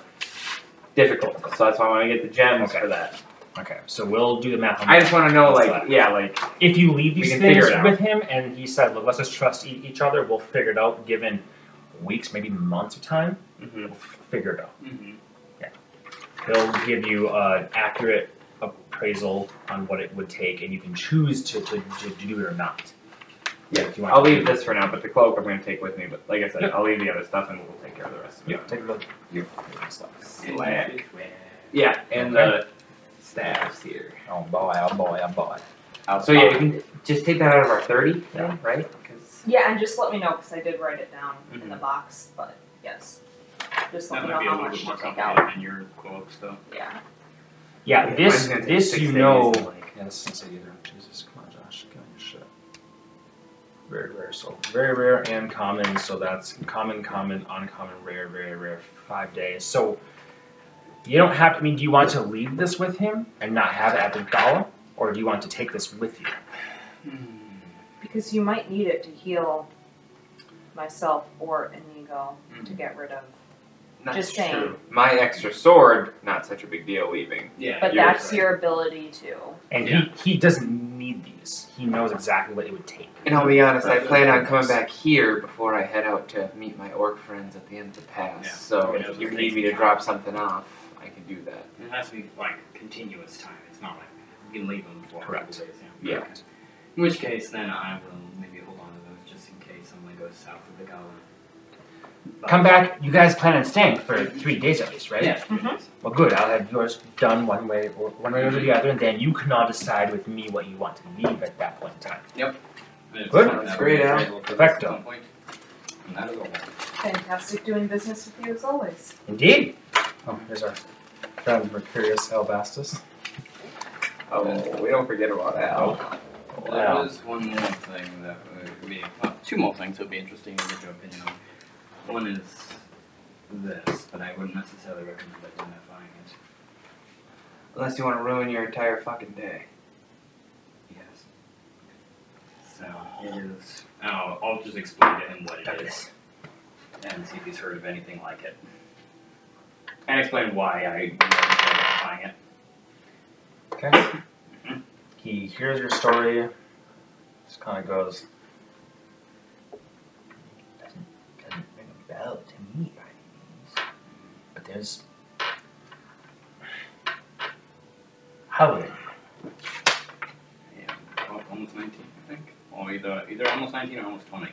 Speaker 3: Difficult. So that's why I want to get the gems
Speaker 2: Okay.
Speaker 3: for that.
Speaker 2: Okay, so we'll do the math on
Speaker 3: I
Speaker 2: that.
Speaker 3: just want to know,
Speaker 2: On
Speaker 3: like,
Speaker 2: Slack.
Speaker 3: yeah, like,
Speaker 2: if you leave
Speaker 3: We
Speaker 2: these
Speaker 3: can
Speaker 2: things
Speaker 3: figure it out.
Speaker 2: with him and he said, look, let's just trust e- each other, we'll figure it out given weeks, maybe months of time,
Speaker 3: mhm.
Speaker 2: we'll f- figure it out.
Speaker 4: Mhm.
Speaker 2: He'll give you an accurate appraisal on what it would take and you can choose to, to, to do it or not.
Speaker 3: Yeah,
Speaker 2: If you want
Speaker 3: I'll
Speaker 2: to
Speaker 3: leave
Speaker 2: do-
Speaker 3: this for now, but the cloak I'm going to take with me. But like I said,
Speaker 2: Yep.
Speaker 3: I'll leave the other stuff and we'll take care of the rest of it.
Speaker 2: Yeah, take a look.
Speaker 3: Yep.
Speaker 4: Slack.
Speaker 3: Yeah, and the staffs here.
Speaker 1: Oh boy, oh boy, oh boy.
Speaker 3: So yeah, we can just take that out of our thirty, then, right? 'Cause-
Speaker 5: Yeah, and just let me know because I did write it down in
Speaker 3: Mhm.
Speaker 2: Mm-hmm.
Speaker 5: the box, but yes. Just let
Speaker 4: That might
Speaker 5: me know
Speaker 4: be a
Speaker 5: how
Speaker 4: little
Speaker 5: much
Speaker 4: bit
Speaker 5: to
Speaker 4: more
Speaker 5: take out.
Speaker 4: complicated than your quote stuff.
Speaker 5: Yeah.
Speaker 2: Yeah,
Speaker 3: yeah,
Speaker 2: this
Speaker 3: mine's gonna take
Speaker 2: this
Speaker 3: six
Speaker 2: you
Speaker 3: days
Speaker 2: know.
Speaker 3: to, like-
Speaker 2: Yeah, this is either. Jesus, come on, Josh, get on your shit. Very rare, so very rare and common. So that's common, common, uncommon, rare, very rare. Five days. So you don't have. I mean, do you want to leave this with him and not have it at the gala, or do you want to take this with you?
Speaker 3: Mm-hmm.
Speaker 5: Because you might need it to heal myself or Inigo
Speaker 2: Mm-hmm.
Speaker 5: to get rid of.
Speaker 3: Not
Speaker 5: Mm-hmm. Just saying.
Speaker 3: true. My extra sword, not such a big deal leaving.
Speaker 4: Yeah.
Speaker 5: But
Speaker 3: you're
Speaker 5: that's
Speaker 4: right.
Speaker 5: your ability to.
Speaker 2: And
Speaker 4: Yeah.
Speaker 2: he he doesn't need these. He knows exactly what it would take.
Speaker 3: And I'll be honest, I plan on coming back here before I head out to meet my orc friends at the end of the pass.
Speaker 4: Yeah.
Speaker 3: So
Speaker 4: Yeah,
Speaker 3: if
Speaker 4: those
Speaker 3: you
Speaker 4: things
Speaker 3: need me to
Speaker 4: count.
Speaker 3: drop something off, I can do that.
Speaker 4: It has to be like continuous time. It's not like you can leave them for a couple
Speaker 2: Correct.
Speaker 4: days.
Speaker 3: Yeah.
Speaker 4: Okay. In which case, then I will maybe hold on to those just in case I'm gonna go south of the Gala. But-
Speaker 11: Come back. You guys plan on staying for three days at least, right?
Speaker 4: Yeah. three
Speaker 5: Mhm.
Speaker 4: days.
Speaker 11: Well, good. I'll have yours done one way or one way or the other, and then you can all decide with me what you want to leave at that point in time.
Speaker 4: It's
Speaker 11: Good.
Speaker 4: kind of
Speaker 3: That's great, Al.
Speaker 4: available for this
Speaker 11: Perfecto.
Speaker 4: at some point. And that'll go well.
Speaker 5: Fantastic doing business with you as always.
Speaker 11: Indeed.
Speaker 2: Oh, here's our friend Mercurius Elbastus.
Speaker 3: Oh, we don't forget about that.
Speaker 4: There
Speaker 11: Wow.
Speaker 4: was one more thing that would be well, two more things that would be interesting to get your opinion on. One is this, but I wouldn't necessarily recommend identifying it.
Speaker 3: Unless you want to ruin your entire fucking day.
Speaker 4: Yes. So it is. I'll, I'll just explain to him what it is and see if he's heard of anything like it. and explain why I am buying it.
Speaker 2: Okay. He hears your story, just kind of goes. Doesn't, doesn't ring a bell to me by any means. But there's. Howlin.
Speaker 4: Al- Oh, Almost 19, I think. Or either either almost 19 or almost 20.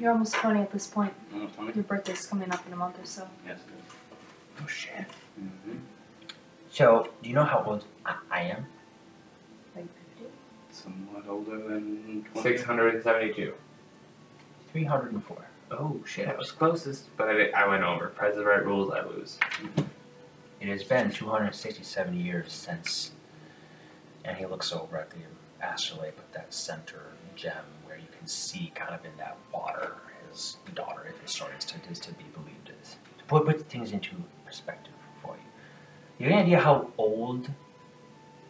Speaker 5: You're almost 20 at this point.
Speaker 4: Almost 20?
Speaker 5: Your birthday's coming up in a month or so.
Speaker 4: Yes.
Speaker 2: Oh shit.
Speaker 4: Mm-hmm.
Speaker 2: So, do you know how old I, I am?
Speaker 5: Like 50?
Speaker 4: Somewhat older than 20.
Speaker 3: 672.
Speaker 2: 304.
Speaker 3: Oh shit, I was closest, but I, I went over. If I the right rules, I lose.
Speaker 2: It has been 267 years since. And he looks over at the astrolabe at that center gem where you can see kind of in that water his daughter, if his story is to, is to be believed is. To put, put things into perspective for you. You have any idea how old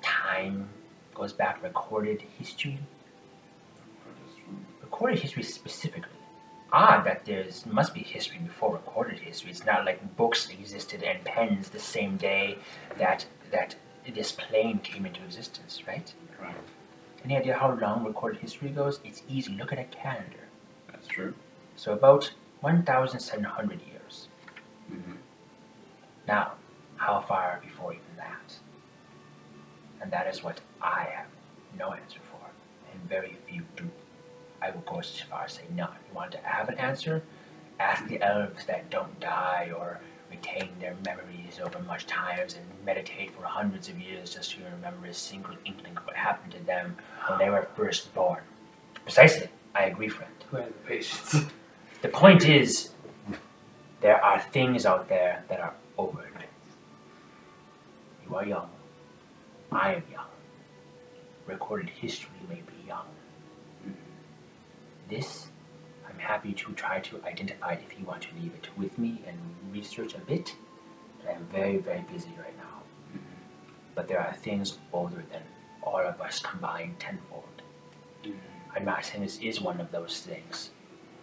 Speaker 2: time goes back, recorded history? recorded history specifically. Odd that there's must be history before recorded history. It's not like books existed and pens the same day that that this plane came into existence, right?
Speaker 4: Correct.
Speaker 2: Any idea how long recorded history goes? It's easy. Look at a calendar.
Speaker 4: That's true.
Speaker 2: So about one thousand seven hundred years.
Speaker 4: Mm-hmm.
Speaker 2: Now, how far before even that? And that is what I have no answer for, and very few do. I will go as far as say none. You want to have an answer? Ask the elves that don't die or retain their memories over much times and meditate for hundreds of years just to remember a single inkling of what happened to them when they were first born. Precisely. I agree, friend.
Speaker 3: Who has the patience?
Speaker 2: The point is, there are things out there that are over. You are young. I am young. Recorded history may be young. This, I'm happy to try to identify if you want to leave it with me and research a bit. But I'm very, very busy right now. But there are things older than all of us combined tenfold. I'm not saying this is one of those things,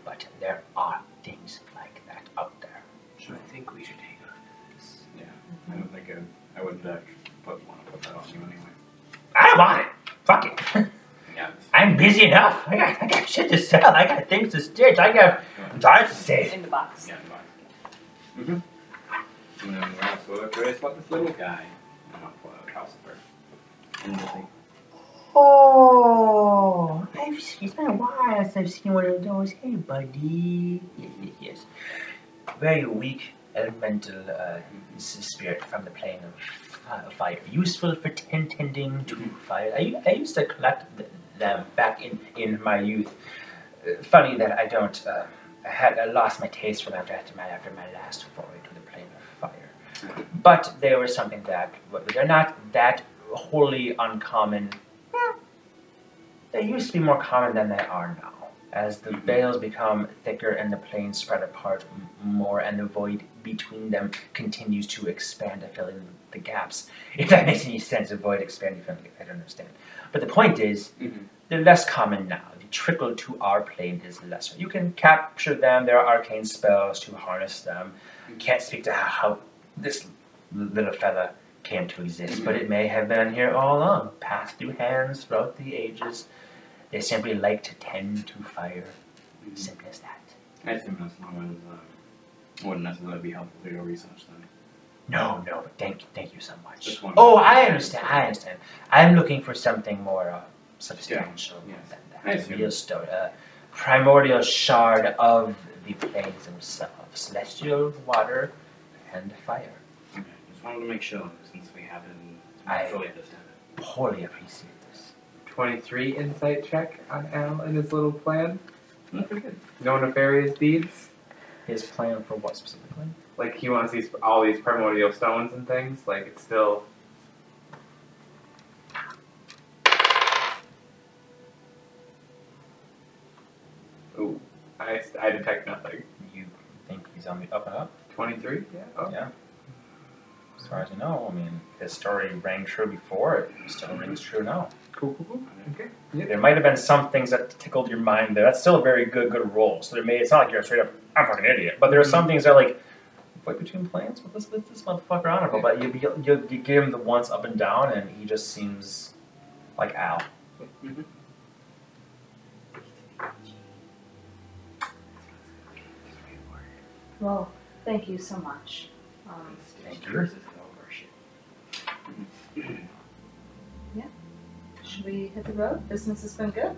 Speaker 2: but there are things like that out there.
Speaker 12: So I think we should hang on to this.
Speaker 4: Yeah. I don't think I, I would uh, put, want to put that on you anyway.
Speaker 13: I don't want it. Fuck it.
Speaker 4: Yeah.
Speaker 13: I'm busy enough. I got, I got shit to sell. I got things to stitch. I got jars to save.
Speaker 5: In the box.
Speaker 4: Yeah, bye. Mm-hmm. And then we're also curious about this little guy. I'm not quite a calcifer. And the thing.
Speaker 13: Oh, I've seen, it's been a while since I've seen one of those. Hey, buddy.
Speaker 2: Yes. Very weak elemental uh, s- spirit from the plane of fi- fire. Useful for ten tending to fire. I, I used to collect th- them back in, in my youth. Uh, funny that I don't. Uh, I had I lost my taste for them after, after my after my last foray to the plane of fire. But they were something that but they're not that wholly uncommon. Eh, They used to be more common than they are now. As the
Speaker 4: Mhm.
Speaker 2: veils become thicker and the planes spread apart m- more, and the void between them continues to expand, filling the gaps. If that makes any sense, the void expanding, filling the gaps, I don't understand. But the point is,
Speaker 4: Mhm.
Speaker 2: they're less common now. The trickle to our plane is lesser. You can capture them. There are arcane spells to harness them. Can't speak to how, how this little fella came to exist, but it may have been here all along, passed through hands throughout the ages. They simply like to tend to fire. Simple as that.
Speaker 4: I assume that's not as, um, wouldn't necessarily be helpful to your research then.
Speaker 2: No, no, thank thank you so much.
Speaker 4: Just one.
Speaker 2: Oh, I understand. I understand. I'm looking for something more uh, substantial
Speaker 4: Yeah, yes.
Speaker 2: than that.
Speaker 4: I
Speaker 2: A
Speaker 4: assume.
Speaker 2: real story, a primordial shard of the planes themselves: celestial, water, and fire.
Speaker 4: Okay. Just wanted to make sure since we haven't
Speaker 2: I-
Speaker 4: fully understand it.
Speaker 2: Poorly appreciate this.
Speaker 3: 23 insight check on Al and his little plan.
Speaker 8: Hmm.
Speaker 4: That's pretty good.
Speaker 3: No nefarious deeds.
Speaker 2: His plan for what specifically?
Speaker 3: Like he wants these all these primordial stones and things. Like it's still. Ooh, I, I detect nothing.
Speaker 2: You think he's on the up and up?
Speaker 3: 23? Yeah. Oh.
Speaker 2: Yeah. As far as I know, I mean, his story rang true before. It still rings true now.
Speaker 3: Cool, cool, cool. Okay.
Speaker 2: There might have been some things that tickled your mind there. That's still a very good, good roll. So there may it's not like you're straight up I'm fucking idiot, but there are some things that like conflict between plans? Well, let's let this motherfucker honorable. But you, you, you, you give him the once up and down, and he just seems like Al.
Speaker 5: Well, thank you so much. Um,
Speaker 4: Thank
Speaker 2: you.
Speaker 4: is over. Shit.
Speaker 5: should we hit the road? Business has been good.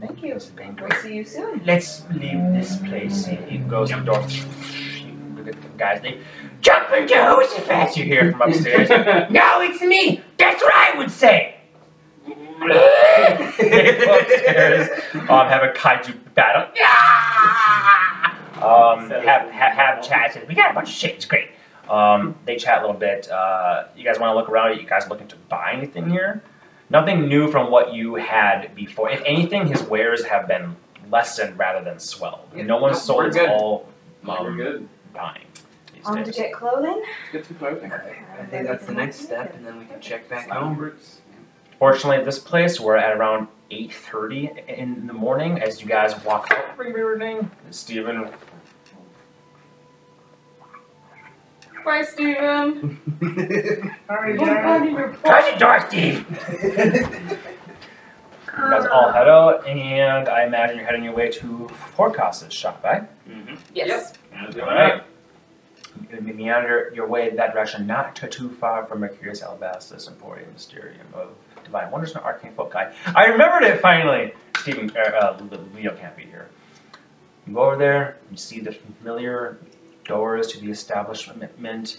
Speaker 5: Thank you.
Speaker 2: It's been
Speaker 5: We'll see you soon.
Speaker 11: Let's leave this place.
Speaker 2: He, he goes to the door. The guys, they jump into Jehoshaphat. You hear from upstairs.
Speaker 11: No, it's me. That's what I would say.
Speaker 2: they go upstairs. Um, have a kaiju battle.
Speaker 11: Yeah!
Speaker 2: Um, have, have have chat. Says, we got a bunch of shit. It's great. Um, they chat a little bit. Uh, you guys want to look around? You guys looking to buy anything here? Nothing new from what you had before. If anything, his wares have been lessened rather than swelled.
Speaker 3: Yeah,
Speaker 2: no one
Speaker 3: no,
Speaker 2: sold.
Speaker 3: we're
Speaker 2: It's
Speaker 3: good.
Speaker 2: all
Speaker 8: We're
Speaker 2: um,
Speaker 8: good.
Speaker 2: buying these
Speaker 5: On to
Speaker 2: days.
Speaker 5: get clothing.
Speaker 8: Let's get some clothing.
Speaker 3: I think that's the next step, and then we can check back home.
Speaker 8: Groups.
Speaker 2: Fortunately, at this place, we're at around 8.30 in the morning as you guys walk up. Ring, ring, ring, ring. Steven,
Speaker 5: Bye, Steven.
Speaker 11: Sorry,
Speaker 5: Look on your
Speaker 11: Close your door, Steve.
Speaker 2: you guys all head out, and I imagine you're heading your way to Forecast's shop, right?
Speaker 5: Yes.
Speaker 8: How's it
Speaker 2: All
Speaker 8: going?
Speaker 2: right. You're going to be meander your way that direction, not to too far from Mercurius Alabastus Emporium Mysterium of Divine Wonders and Arcane Foci. I remembered it finally! Stephen, uh, uh, Le- Leo can't be here. You go over there, you see the familiar doors to the establishment,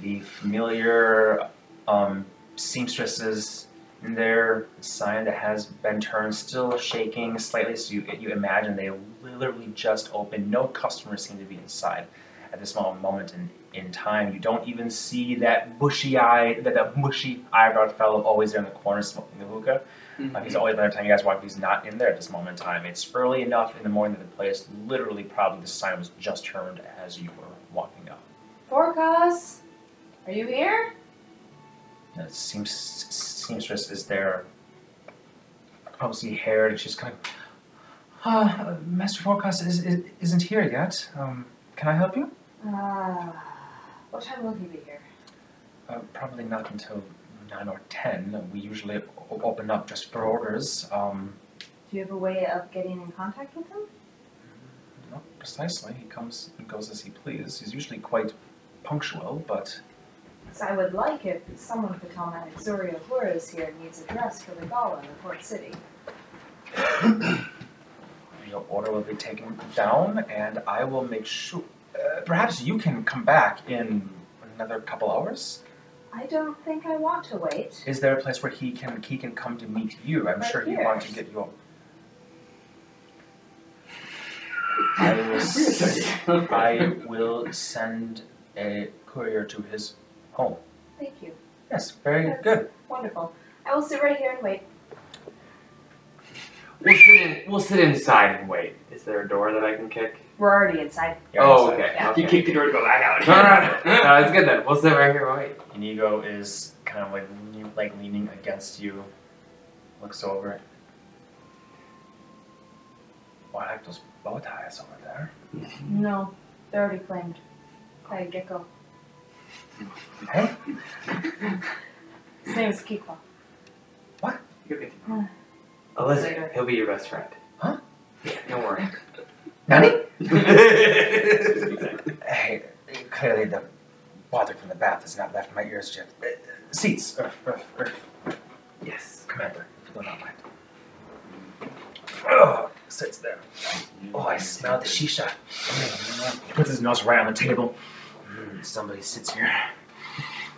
Speaker 2: the familiar um, seamstresses in there, a sign that has been turned, still shaking slightly, so you, you imagine they literally just opened. No customers seem to be inside at this small moment in, in time. You don't even see that bushy eye, that, that mushy eyebrow fellow always there in the corner smoking the hookah. Uh, he's always by the time you guys walk, he's not in there at this moment in time. It's early enough in the morning that the place literally probably the sign was just turned as you were walking up.
Speaker 5: Forecast. Are you here?
Speaker 2: The seems, seamstress is there, rosy haired, and she's kind of, ah, Master Forecast is, is, isn't here yet. Um, can I help you?
Speaker 5: Uh, what time will he be here?
Speaker 2: Uh, probably not until 9 or 10. We usually o- open up just for orders. Um,
Speaker 5: Do you have a way of getting in contact with him?
Speaker 2: not precisely. He comes and goes as he pleases. He's usually quite punctual, but
Speaker 5: So I would like if someone could tell me that Zoria Flora is here and needs a dress for the gala in the port city.
Speaker 2: your order will be taken down, and I will make sure. Uh, perhaps you can come back in another couple hours.
Speaker 5: I don't think I want to wait.
Speaker 2: Is there a place where he can he can come to meet you? I'm
Speaker 5: Right
Speaker 2: sure
Speaker 5: here.
Speaker 2: you want to get your. I will, s- I will send a courier to his home.
Speaker 5: Thank you.
Speaker 2: Yes, very
Speaker 5: That's
Speaker 2: good.
Speaker 5: Wonderful. I will sit right here and wait.
Speaker 3: We'll sit, in, we'll sit inside and wait. Is there a door that I can kick?
Speaker 5: We're already inside.
Speaker 2: Yeah,
Speaker 3: oh,
Speaker 2: so
Speaker 3: okay.
Speaker 5: Yeah.
Speaker 3: okay.
Speaker 8: You kicked the door to go back out.
Speaker 3: No, no, no. No, it's good then. We'll sit right here and wait.
Speaker 2: Inigo is kind of like leaning, like leaning against you, looks over. Well, I like those bow ties over there.
Speaker 5: No, they're already claimed by a gecko.
Speaker 2: Hey,
Speaker 5: His name is Kiko.
Speaker 8: You'll get to
Speaker 3: Elizabeth, he'll be your best friend.
Speaker 2: Huh?
Speaker 3: Yeah, don't worry.
Speaker 2: Nani?
Speaker 8: know. Exactly.
Speaker 2: Hey, clearly the water from the bath has not left my ears yet. Uh, seats, uh, uh, uh,
Speaker 3: yes.
Speaker 2: Commander, if you do not mind. Ugh, sits there. Oh, I smell the shisha. He puts his nose right on the table. Mm, somebody sits here,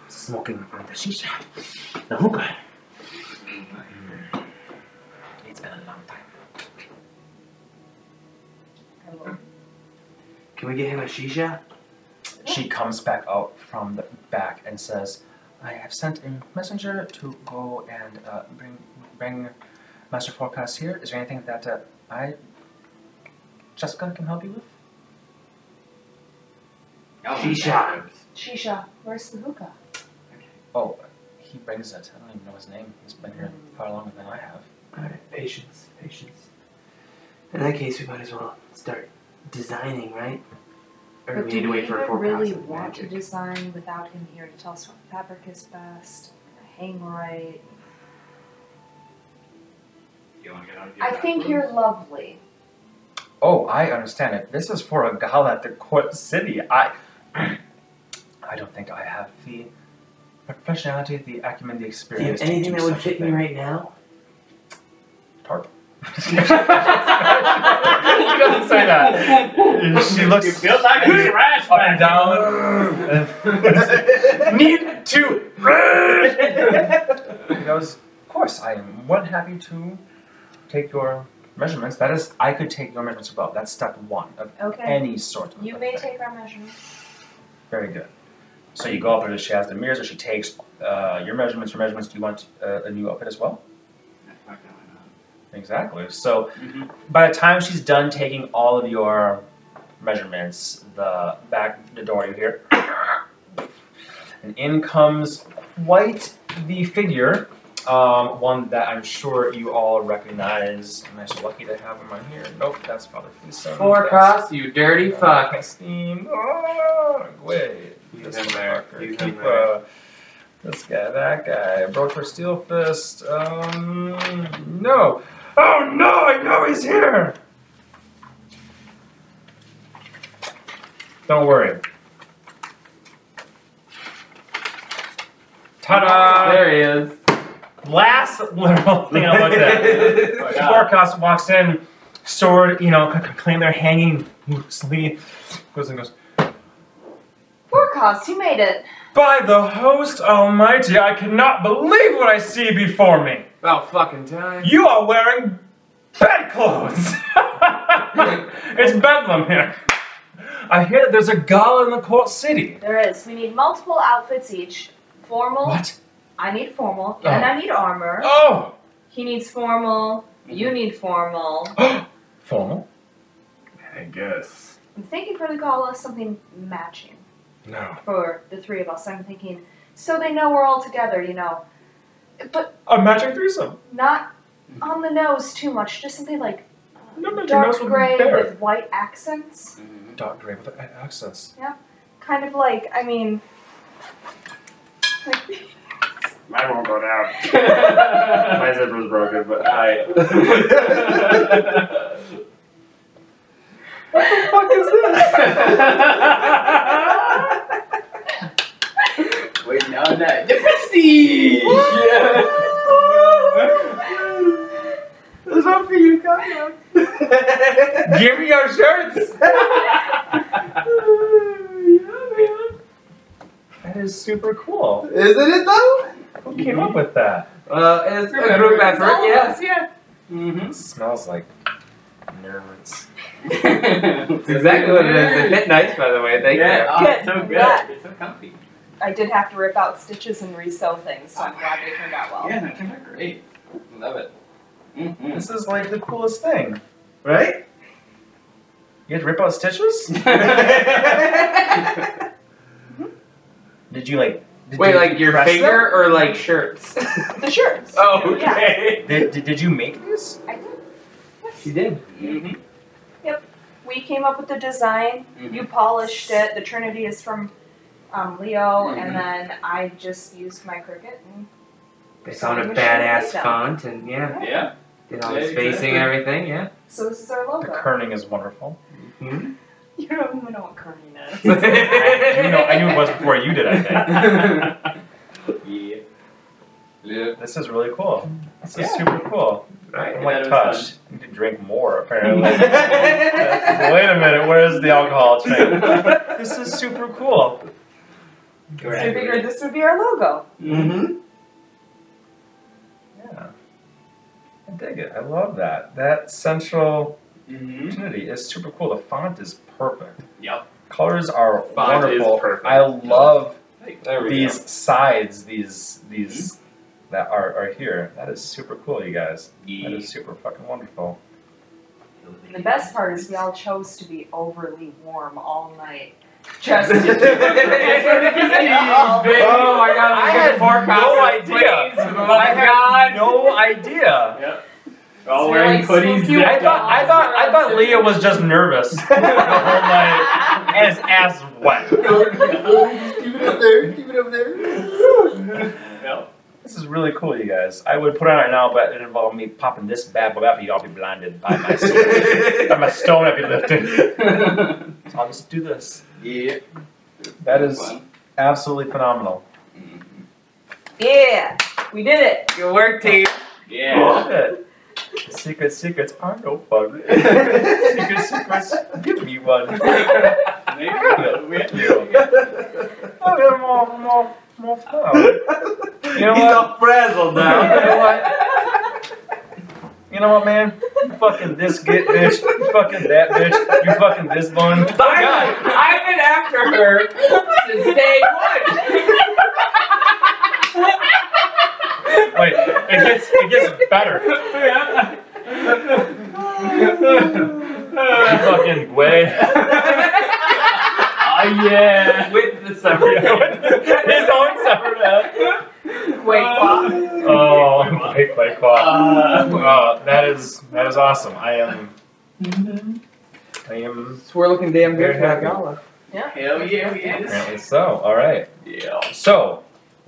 Speaker 2: smoking from the shisha, the hookah. Mm. It's been a long time.
Speaker 5: I will.
Speaker 3: Can we get him a shisha?
Speaker 2: She comes back out from the back and says, "I have sent a messenger to go and uh, bring bring Master Forecast here. Is there anything that uh, I, Jessica, can help you with?"
Speaker 3: She shot.
Speaker 5: Shisha, where's the hookah?
Speaker 2: Oh, he brings it. I don't even know his name. He's been here far longer than I have.
Speaker 3: Alright, patience, patience. In that case, we might as well start designing, right? Or
Speaker 5: But
Speaker 3: we
Speaker 5: do
Speaker 3: need to
Speaker 5: we
Speaker 3: wait for a
Speaker 5: even
Speaker 3: forecast
Speaker 5: really
Speaker 3: of
Speaker 5: want to
Speaker 3: magic.
Speaker 5: design without him here to tell us what fabric is best, hang right?
Speaker 4: You want to get out of your
Speaker 5: I think
Speaker 4: bathroom?
Speaker 5: you're lovely.
Speaker 2: Oh, I understand it. This is for a gala at the court city. I, I don't think I have the professionality, the acumen, the
Speaker 3: Do you have
Speaker 2: experience. to
Speaker 3: anything
Speaker 2: do
Speaker 3: that would
Speaker 2: such a
Speaker 3: fit me
Speaker 2: thing.
Speaker 3: right now?
Speaker 2: Tarp. she doesn't say that. She looks.
Speaker 4: You feel like a trash
Speaker 2: up and
Speaker 4: bag.
Speaker 2: down. Need to. he goes. Of course, I am one happy to take your measurements. That is, I could take your measurements above. That's step one of
Speaker 5: Okay.
Speaker 2: any sort of.
Speaker 5: You
Speaker 2: a
Speaker 5: may
Speaker 2: thing.
Speaker 5: take our measurements.
Speaker 2: Very good. So you go up and she has the mirrors, and she takes uh, your measurements. Your measurements. Do you want uh, a new outfit as well?
Speaker 4: Yeah, fuck that one up.
Speaker 2: Exactly. So
Speaker 3: Mm-hmm.
Speaker 4: Mhm.
Speaker 2: by the time she's done taking all of your measurements, the back the door you hear, and in comes quite the figure, um, one that I'm sure you all recognize. Am I so lucky to have him on here? Nope, that's Father Fleeson.
Speaker 3: Forecast, you dirty fuck.
Speaker 2: Steam. Oh, Gwyn.
Speaker 3: He's
Speaker 2: This
Speaker 3: in there. He's
Speaker 2: motherfucker.
Speaker 3: in
Speaker 2: Keep
Speaker 3: there.
Speaker 2: uh, this guy, that guy. Broker Steel Fist. Um, no. Oh no, I know he's here! Don't worry. Ta da!
Speaker 3: There he is.
Speaker 2: Last literal thing I looked at.
Speaker 4: Fuck that.
Speaker 2: Forecast walks in, sword, you know, c- c- claim they're hanging loosely. Goes and goes,
Speaker 5: Forecast, you made it.
Speaker 2: By the host almighty, I cannot believe what I see before me.
Speaker 3: About fucking time.
Speaker 2: You are wearing bedclothes. it's bedlam here. I hear that there's a gala in the court city.
Speaker 5: There is. We need multiple outfits each. Formal.
Speaker 2: What?
Speaker 5: I need formal,
Speaker 2: Oh.
Speaker 5: and I need armor.
Speaker 2: Oh!
Speaker 5: He needs formal. You need formal.
Speaker 2: Formal?
Speaker 3: I guess.
Speaker 5: I'm thinking for the gala something matching
Speaker 2: No.
Speaker 5: for the three of us. I'm thinking so they know we're all together, you know, but
Speaker 2: A magic threesome.
Speaker 5: not on the nose too much. Just something like uh,
Speaker 2: No, but your
Speaker 5: dark
Speaker 2: nose would be
Speaker 5: gray
Speaker 2: bare.
Speaker 5: with white accents,
Speaker 4: Mhm.
Speaker 2: Dark gray with a- accents.
Speaker 5: kind of like I mean.
Speaker 4: Mine won't go down.
Speaker 3: That's
Speaker 4: My zipper's broken, but I.
Speaker 2: What is
Speaker 4: Wait, no, no. The prestige! Yeah.
Speaker 3: all for you, Kyle.
Speaker 2: Give me your shirts! That is super cool.
Speaker 3: Isn't it though?
Speaker 2: Who came up with that?
Speaker 3: Uh, it's a group effort,
Speaker 5: all of
Speaker 3: yes.
Speaker 5: us, yeah.
Speaker 4: Mm-hmm.
Speaker 2: It smells like nerds.
Speaker 3: It's exactly what it is. They fit nice, by the way. Thank
Speaker 4: yeah,
Speaker 3: you.
Speaker 4: oh, it's so
Speaker 5: Good.
Speaker 4: good.
Speaker 5: Yeah.
Speaker 4: It's so comfy.
Speaker 5: I did have to rip out stitches and resew things, so I'm glad they turned out well.
Speaker 4: Yeah, no, they're great. Love it. Mm-hmm.
Speaker 2: This is like the coolest thing.
Speaker 3: Right?
Speaker 2: You had to rip out stitches? Did you like? Did
Speaker 3: Wait,
Speaker 2: you
Speaker 3: like your
Speaker 2: press
Speaker 3: finger
Speaker 2: them?
Speaker 3: or like shirts?
Speaker 5: The shirts.
Speaker 3: oh,
Speaker 5: Yeah.
Speaker 3: okay.
Speaker 2: Did, did, did you make these?
Speaker 5: I did.
Speaker 3: She
Speaker 5: Yes.
Speaker 3: did.
Speaker 4: Mm-hmm.
Speaker 5: We came up with the design.
Speaker 8: Mm-hmm.
Speaker 5: You polished it. The Trinity is from um, Leo,
Speaker 8: Mm-hmm.
Speaker 5: and then I just used my Cricut. And
Speaker 3: They found a
Speaker 5: We should make
Speaker 3: badass
Speaker 5: them.
Speaker 3: font and yeah,
Speaker 4: Yeah.
Speaker 3: did all
Speaker 4: Yeah,
Speaker 3: the spacing
Speaker 4: exactly.
Speaker 3: and everything, yeah.
Speaker 5: so this is our
Speaker 2: The
Speaker 5: logo.
Speaker 2: kerning is wonderful.
Speaker 3: Hmm?
Speaker 5: you don't even know what kerning is.
Speaker 2: I, you know, I knew it was before you did. I think
Speaker 4: Yeah. Yeah.
Speaker 2: this is really cool. This is
Speaker 4: Yeah.
Speaker 2: super cool.
Speaker 3: right.
Speaker 2: I'm
Speaker 4: Yeah,
Speaker 2: like
Speaker 4: that was
Speaker 2: touched. I need to drink more apparently. Wait a minute, where's the alcohol train? This is super cool.
Speaker 5: So we figured this would be our logo.
Speaker 3: mm-hmm.
Speaker 2: Yeah, I dig it. I love that. That central
Speaker 4: Mm-hmm.
Speaker 2: Trinity is super cool. The font is perfect.
Speaker 4: Yep.
Speaker 2: Colors are
Speaker 3: Font is
Speaker 2: wonderful.
Speaker 3: perfect.
Speaker 2: I love
Speaker 4: There we
Speaker 2: these sides, these these that are, are here. That is super cool, you guys.
Speaker 4: go.
Speaker 2: That is super fucking wonderful.
Speaker 5: And the best part is we all chose to be overly warm all night. Just to do
Speaker 3: Oh my god,
Speaker 2: I
Speaker 3: this is
Speaker 2: had no
Speaker 3: forecast. Please,
Speaker 2: idea.
Speaker 3: for the love of
Speaker 2: I had
Speaker 3: God.
Speaker 2: No idea.
Speaker 4: Yep.
Speaker 8: We're all wearing
Speaker 5: like
Speaker 8: hoodies.
Speaker 5: spooky
Speaker 8: zipped
Speaker 2: I thought I thought I thought Leah was just nervous the whole night, and his ass wet.
Speaker 8: Keep it up there. Keep it up there. no.
Speaker 2: This is really cool, you guys. I would put on right now, but it involved me popping this bad boy after y'all be blinded by my by my stone I'd be lifting. So I'll just do this.
Speaker 8: yeah.
Speaker 2: That is absolutely phenomenal.
Speaker 5: Yeah, we did it.
Speaker 3: Good work, team.
Speaker 8: Yeah.
Speaker 2: Shit. Secret secrets are no fun. Secret secrets, give me one.
Speaker 8: Maybe we'll- we have to-
Speaker 2: A little more, more, more fun. You know
Speaker 3: He's
Speaker 2: what?
Speaker 3: all frazzled
Speaker 2: You
Speaker 3: now.
Speaker 2: know what? You know what, man? You fucking this git bitch. You fucking that bitch. You fucking this bun. God.
Speaker 3: I've been after her since day one.
Speaker 2: Wait, it gets it gets better. You fucking way.
Speaker 8: Oh yeah.
Speaker 3: With the
Speaker 2: His
Speaker 3: summary.
Speaker 2: own separate.
Speaker 5: Wait,
Speaker 3: Uh,
Speaker 5: wow.
Speaker 2: Oh, quite, quite,
Speaker 8: Uh,
Speaker 2: Wow, Oh, that is that is awesome. I am. I am
Speaker 3: We're looking damn good for that
Speaker 2: Very happy.
Speaker 3: gala.
Speaker 8: hell yeah, we is.
Speaker 2: apparently so. All right.
Speaker 8: Yeah.
Speaker 2: So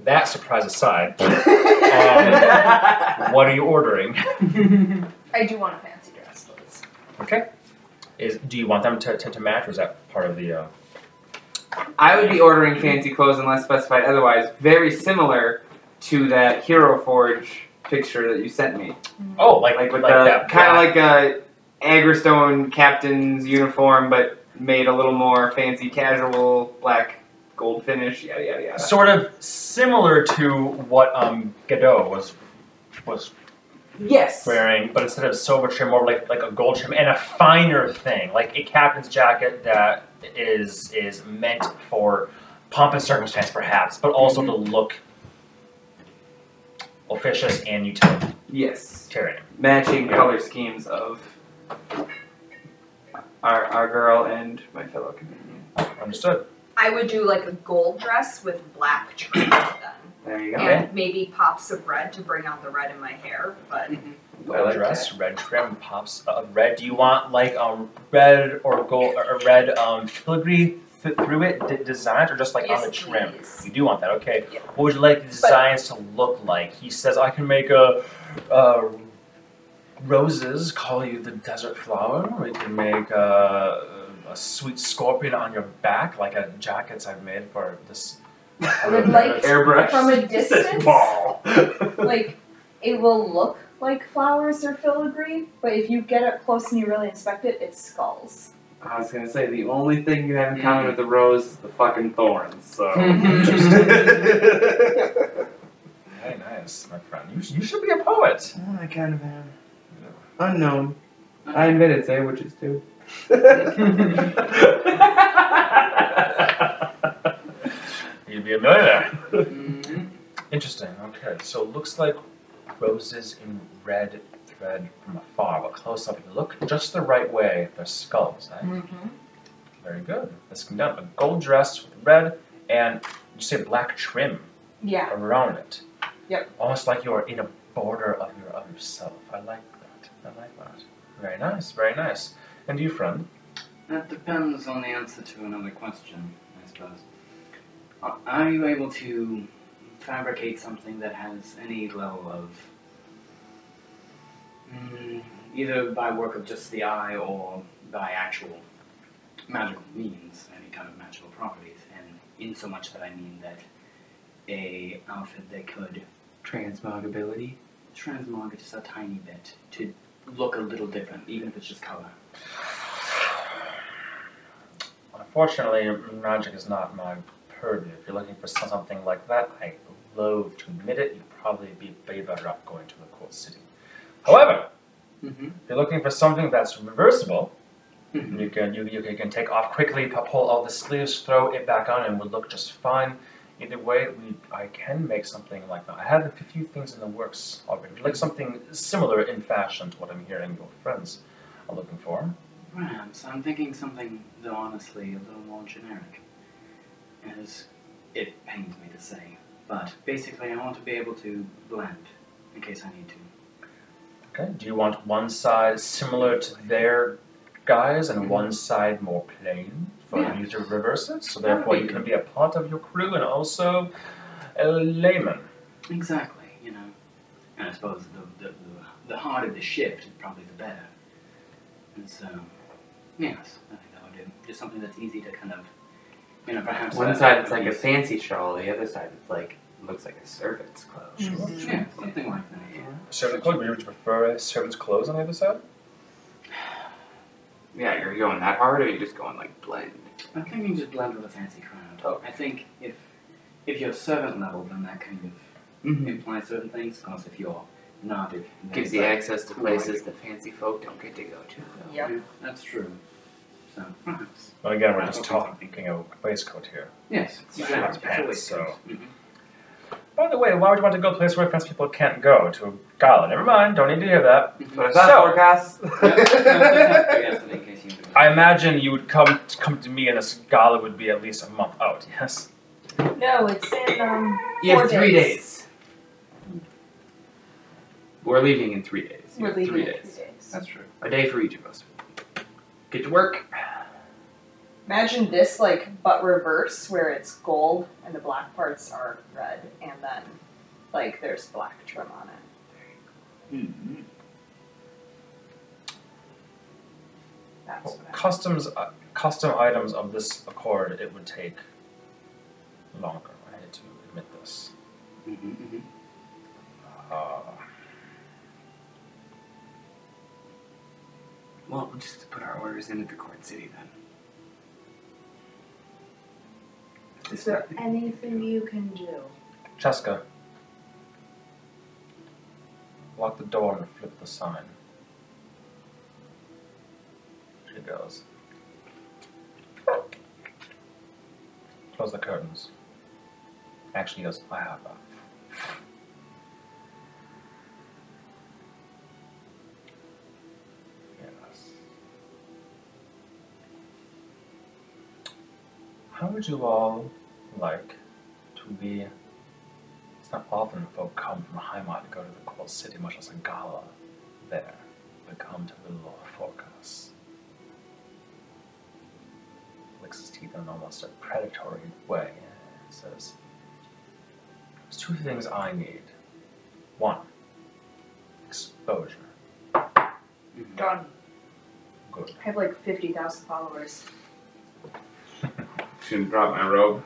Speaker 2: that surprise aside, um, what are you ordering?
Speaker 5: I do want a fancy dress, please.
Speaker 2: Okay. Is do you want them to, to, to match, or is that part of the? Uh,
Speaker 3: I would be ordering fancy clothes unless specified otherwise. Very similar to that Hero Forge picture that you sent me.
Speaker 2: oh, like
Speaker 3: Like with
Speaker 2: that
Speaker 3: the kind
Speaker 2: black-
Speaker 3: of like a Agristone captain's uniform, but made a little more fancy, casual, black gold finish. Yada yada yada.
Speaker 2: sort of similar to what um Godot was was
Speaker 3: Yes.
Speaker 2: wearing, but instead of silver trim, more like like a gold trim and a finer thing, like a captain's jacket that is is meant for pomp and circumstance, perhaps, but also to
Speaker 3: Mm-hmm.
Speaker 2: look officious and
Speaker 3: Yes.
Speaker 2: utilitarian.
Speaker 3: Matching color schemes of our our girl and my fellow companion.
Speaker 2: Understood.
Speaker 5: I would do like a gold dress with black trim then,
Speaker 3: There you go.
Speaker 2: Okay.
Speaker 5: and maybe pops of red to bring out the red in my hair. But
Speaker 3: I
Speaker 2: Gold
Speaker 3: like
Speaker 2: dress, red trim, pops. Uh, red. Do you want like um red or gold or a red um filigree th- through it d- designs or just like
Speaker 5: yes,
Speaker 2: on the trim?
Speaker 5: please.
Speaker 2: You do want that, okay.
Speaker 5: Yeah.
Speaker 2: What would you like the designs to look like? He says, I can make a, uh roses, call you the desert flower. We can make a, a sweet scorpion on your back, like a jackets I've made for this.
Speaker 5: I would like
Speaker 3: Airbrush.
Speaker 5: from a
Speaker 3: It says
Speaker 5: distance,
Speaker 3: ball.
Speaker 5: like it will look like flowers or filigree, but if you get up close and you really inspect it, it's skulls.
Speaker 3: I was gonna say the only thing you have in
Speaker 5: Mm.
Speaker 3: common with the rose is the fucking thorns. So.
Speaker 2: Very nice, my friend. You, sh- you should be a poet.
Speaker 3: Well, I kind of am. Unknown. I invented sandwiches too.
Speaker 2: You'd be a millionaire.
Speaker 8: Mhm.
Speaker 2: Interesting, okay. So looks like roses in red thread from afar, but close up, if you look just the right way, they're skulls, eh?
Speaker 5: Mm-hmm.
Speaker 2: Very good. Let's come down. A gold dress with red and you say black trim
Speaker 5: Yeah.
Speaker 2: around it.
Speaker 5: Yep.
Speaker 2: Almost like you are in a border of your of yourself. I like that. I like that. Very nice. Very nice. And you, friend?
Speaker 4: That depends on the answer to another question, I suppose. Are- Are you able to fabricate something that has any level of. Mm, either by work of just the eye or by actual magical means, any kind of magical properties? And in so much that I mean that a outfit that could
Speaker 3: Transmogability.
Speaker 4: transmog just a tiny bit to look a little different, even if it's just color.
Speaker 2: Unfortunately, magic is not my purview. If you're looking for some- something like that, I loathe to admit it. You'd probably be way better off going to the court city. However,
Speaker 4: Mm-hmm.
Speaker 2: if you're looking for something that's reversible,
Speaker 4: Mhm.
Speaker 2: You can you, you can take off quickly, pu- pull out the sleeves, throw it back on, and it would look just fine. Either way, we I can make something like that. I have a few things in the works already, like something similar in fashion to what I'm hearing your friends are looking for.
Speaker 4: Perhaps. I'm thinking something, though honestly, a little more generic. As it pains me to say. But basically, I want to be able to blend in case I need to.
Speaker 2: Okay. Do you want one side similar to their guys and one side more plain for
Speaker 8: Mm-hmm. Yeah.
Speaker 2: you to reverse it? So
Speaker 8: That'd
Speaker 2: therefore
Speaker 8: be
Speaker 2: you can
Speaker 8: good.
Speaker 2: be a part of your crew and also a layman.
Speaker 4: Exactly, you know. And I suppose the, the, the, the harder the shift, probably the better. And so, yes, I think that would do. Just something that's easy to kind of, you know, perhaps.
Speaker 3: One
Speaker 4: that-
Speaker 3: side it's like a fancy shawl, the other side it's like looks like a servant's clothes.
Speaker 5: Mm-hmm.
Speaker 8: Mm-hmm.
Speaker 4: Yeah, something like that, yeah.
Speaker 2: Servant clothes? Would you prefer a servant's clothes on the other side?
Speaker 3: Yeah, you're going that hard, or you're just going like blend.
Speaker 4: I'm thinking just blend with a fancy crowd.
Speaker 3: Oh.
Speaker 4: I think if if you're servant level, then that kind of implies certain things. Of course, if you're not, it then
Speaker 3: Mm-hmm. Gives
Speaker 4: it's
Speaker 3: you
Speaker 4: like-
Speaker 3: access to places the fancy folk don't get to go to.
Speaker 5: Yep.
Speaker 4: Yeah, that's true. So perhaps
Speaker 2: Well, again, we're
Speaker 4: Right,
Speaker 2: just
Speaker 4: okay.
Speaker 2: talking a waistcoat here.
Speaker 4: yes,
Speaker 2: Yeah,
Speaker 4: exactly.
Speaker 2: it's
Speaker 4: It's
Speaker 2: pants,
Speaker 4: always
Speaker 2: so-
Speaker 4: good.
Speaker 8: Mm-hmm.
Speaker 4: Mhm.
Speaker 2: By the way, why would you want to go to a place where trans people can't go? To a gala? Never mind, don't need to hear that.
Speaker 3: But I
Speaker 2: So-
Speaker 3: thought forecast.
Speaker 4: Yeah, yes, in
Speaker 8: Mm-hmm.
Speaker 4: case you-
Speaker 2: I imagine you would come come to me and this gala would be at least a month out, yes?
Speaker 5: No, it's in um.
Speaker 3: You
Speaker 5: four
Speaker 3: have three days. We're leaving in three days. You
Speaker 5: We're
Speaker 3: have
Speaker 5: leaving
Speaker 3: three
Speaker 5: in
Speaker 3: days.
Speaker 5: three days.
Speaker 4: That's true.
Speaker 3: A day for each of us. Get to work.
Speaker 5: Imagine this like but reverse where it's gold and the black parts are red and then like there's black trim on it.
Speaker 2: Mm-hmm.
Speaker 4: Mhm.
Speaker 5: That's what I
Speaker 2: Customs uh, custom items of this accord it would take longer. I hate to admit this.
Speaker 4: Mhm, mhm.
Speaker 2: Uh,
Speaker 3: Well, we'll just put our orders in at the court city then.
Speaker 5: Is there anything you can do?
Speaker 2: Cheska. Lock the door and flip the sign. She goes. Close the curtains. Actually, goes, I have that. Yes. How would you all like to be it's not often folk come from Heimat to go to the cold city, much less a gala there, but come to the lower forecast. Licks his teeth in an almost a predatory way and says, There's two things I need. One, exposure.
Speaker 5: Done.
Speaker 2: Good.
Speaker 5: I have like fifty thousand followers.
Speaker 3: Shouldn't drop my robe.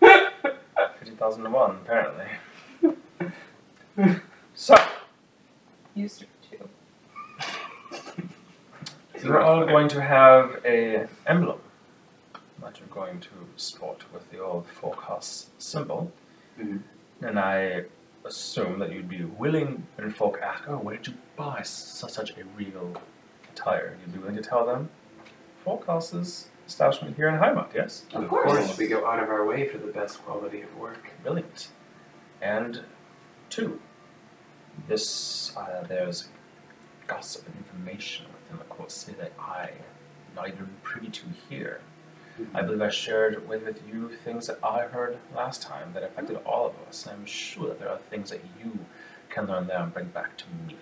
Speaker 2: Fifty thousand to one, apparently. so
Speaker 5: Used to two.
Speaker 2: You're all going to have a emblem that you're going to sport with the old forecast symbol,
Speaker 4: Mhm.
Speaker 2: and I assume that you'd be willing. And folk ask, "Oh, where did you buy such such a regal attire?" You'd be willing to tell them, "Forecast's establishment here in Heimat." Yes,
Speaker 5: Of
Speaker 3: of
Speaker 5: course.
Speaker 3: course, we go out of our way for the best quality of work.
Speaker 2: brilliant. And two, this uh, there's gossip and information within the court city that I, am not even privy to here. I believe I shared with, with you things that I heard last time that affected all of us. And I'm sure that there are things that you can learn there and bring back to me.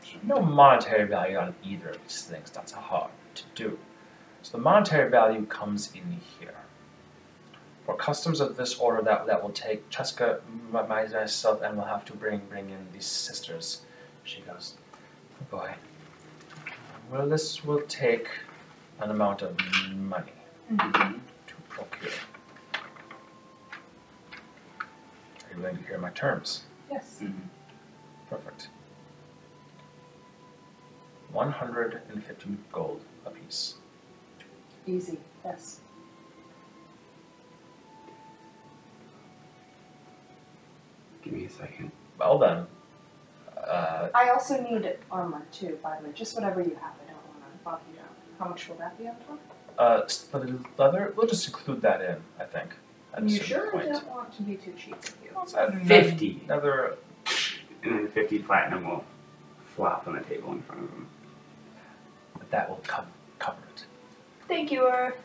Speaker 2: There's no monetary value on either of these things. That's hard to do. So the monetary value comes in here. For customs of this order, that that will take Cheska, my, my- myself, and we'll have to bring bring in these sisters. She goes, oh boy. Well, this will take an amount of money
Speaker 8: Mm-hmm.
Speaker 2: to procure. Are you willing to hear my terms?
Speaker 5: Yes.
Speaker 2: Perfect. 150 gold apiece.
Speaker 5: Easy. Yes.
Speaker 3: Give me a second.
Speaker 2: Well then, uh,
Speaker 5: I also need armor too, by the way. Just whatever you have. I don't want to bog you down. How much will that be on top?
Speaker 2: uh, s- the leather, we'll just include that in, I think. At a
Speaker 5: you
Speaker 2: certain
Speaker 5: sure
Speaker 2: point.
Speaker 5: don't want to be too cheap with you.
Speaker 2: Let's add another-
Speaker 3: Fifty.
Speaker 2: Another,
Speaker 3: and then 50 platinum will flop on the table in front of him.
Speaker 2: that will co- cover it.
Speaker 5: Thank you, Earth.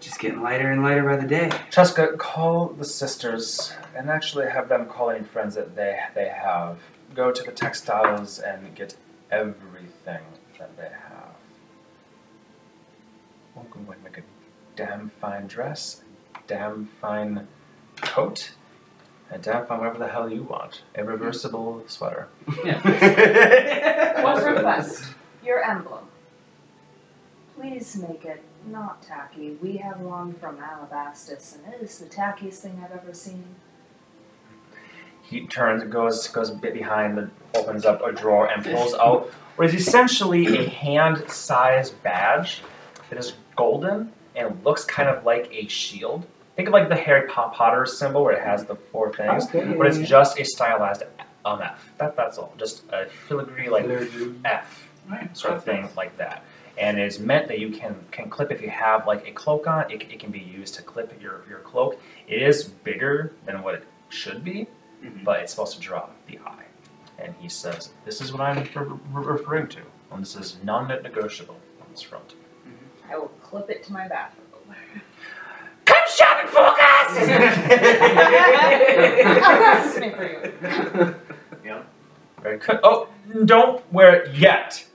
Speaker 3: Just getting lighter and lighter by the day.
Speaker 2: Cheska, call the sisters and actually have them call any friends that they they have. Go to the textiles and get everything that they have. We'll go and make a damn fine dress, damn fine coat, and damn fine whatever the hell you want. A reversible sweater.
Speaker 5: One request. Your emblem. Please make it not tacky. We have one from Alabastus, and it is the tackiest thing I've ever seen.
Speaker 2: He turns, goes, goes a bit behind, and opens up a drawer and pulls out what is essentially a hand-sized badge that is golden and looks kind of like a shield. Think of like the Harry Po- Potter symbol where it has the four things, but it's just a stylized um, F. That, that's all. Just a filigree like F
Speaker 8: Right.
Speaker 2: sort of thing like that. And it's meant that you can can clip if you have like a cloak on. It, it can be used to clip your, your cloak. It is bigger than what it should be,
Speaker 8: Mhm.
Speaker 2: but it's supposed to draw the eye. And he says, "This is what I'm re- re- referring to, and this is non-negotiable on this front."
Speaker 5: I will clip it to my bathrobe.
Speaker 11: Come shopping for glasses!
Speaker 5: How fast is me for you?
Speaker 2: Very good. Oh, don't wear it yet.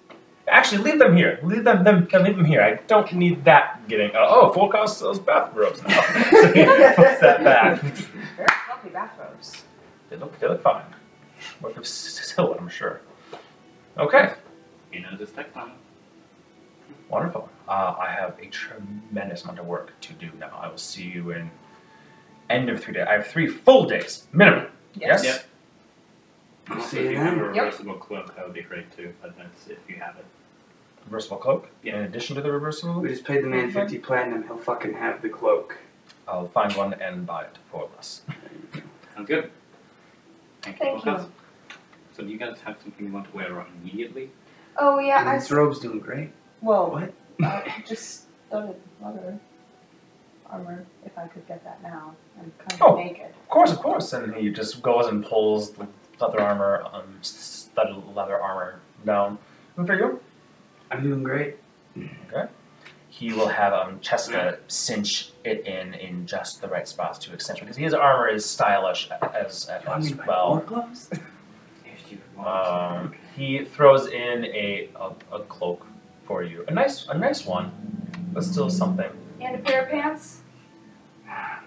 Speaker 2: Actually, leave them here. Leave them, them, them- leave them here. I don't need that getting. Uh, oh, full cost sells bathrobes now. so he
Speaker 8: Mm-hmm.
Speaker 2: puts that back.
Speaker 5: Very comfy bathrobes.
Speaker 2: They look, they look fine. Work of silhouette, I'm sure. Okay,
Speaker 8: You know, just text on.
Speaker 2: wonderful. Uh, I have a tremendous amount of work to do now. I will see you in end of three days. I have three full days minimum. Yes.
Speaker 8: Yep. Also, if you have a
Speaker 5: Yep.
Speaker 8: reversible cloak, that would be great too. But that's if you have it.
Speaker 2: Reversible cloak.
Speaker 8: Yeah.
Speaker 2: In addition to the reversible,
Speaker 3: We just paid the man 50 platinum, he'll fucking have the cloak.
Speaker 2: I'll find one and buy it for less.
Speaker 8: Sounds good. Thank you.
Speaker 5: Thank
Speaker 8: Well,
Speaker 5: you.
Speaker 8: So do you guys have something you want to wear on immediately?
Speaker 5: Oh yeah, I
Speaker 3: this
Speaker 5: s-
Speaker 3: robe's doing great.
Speaker 5: well,
Speaker 3: What?
Speaker 5: uh, just studded leather armor. If I could get that now, I'm kind of
Speaker 2: Oh.
Speaker 5: naked.
Speaker 2: Of course, of course. And he just goes and pulls the leather armor, um, studded leather armor down. And for you,
Speaker 3: I'm doing great.
Speaker 2: he will have um, Cheska cinch it in in just the right spots to accentuate because his armor is stylish as as,
Speaker 3: I
Speaker 2: as
Speaker 3: mean, my
Speaker 2: well.
Speaker 3: war gloves?
Speaker 8: If you
Speaker 2: Um, he throws in a, a a cloak for you, a nice a nice one, but still something.
Speaker 5: And a pair of pants.
Speaker 3: Ah,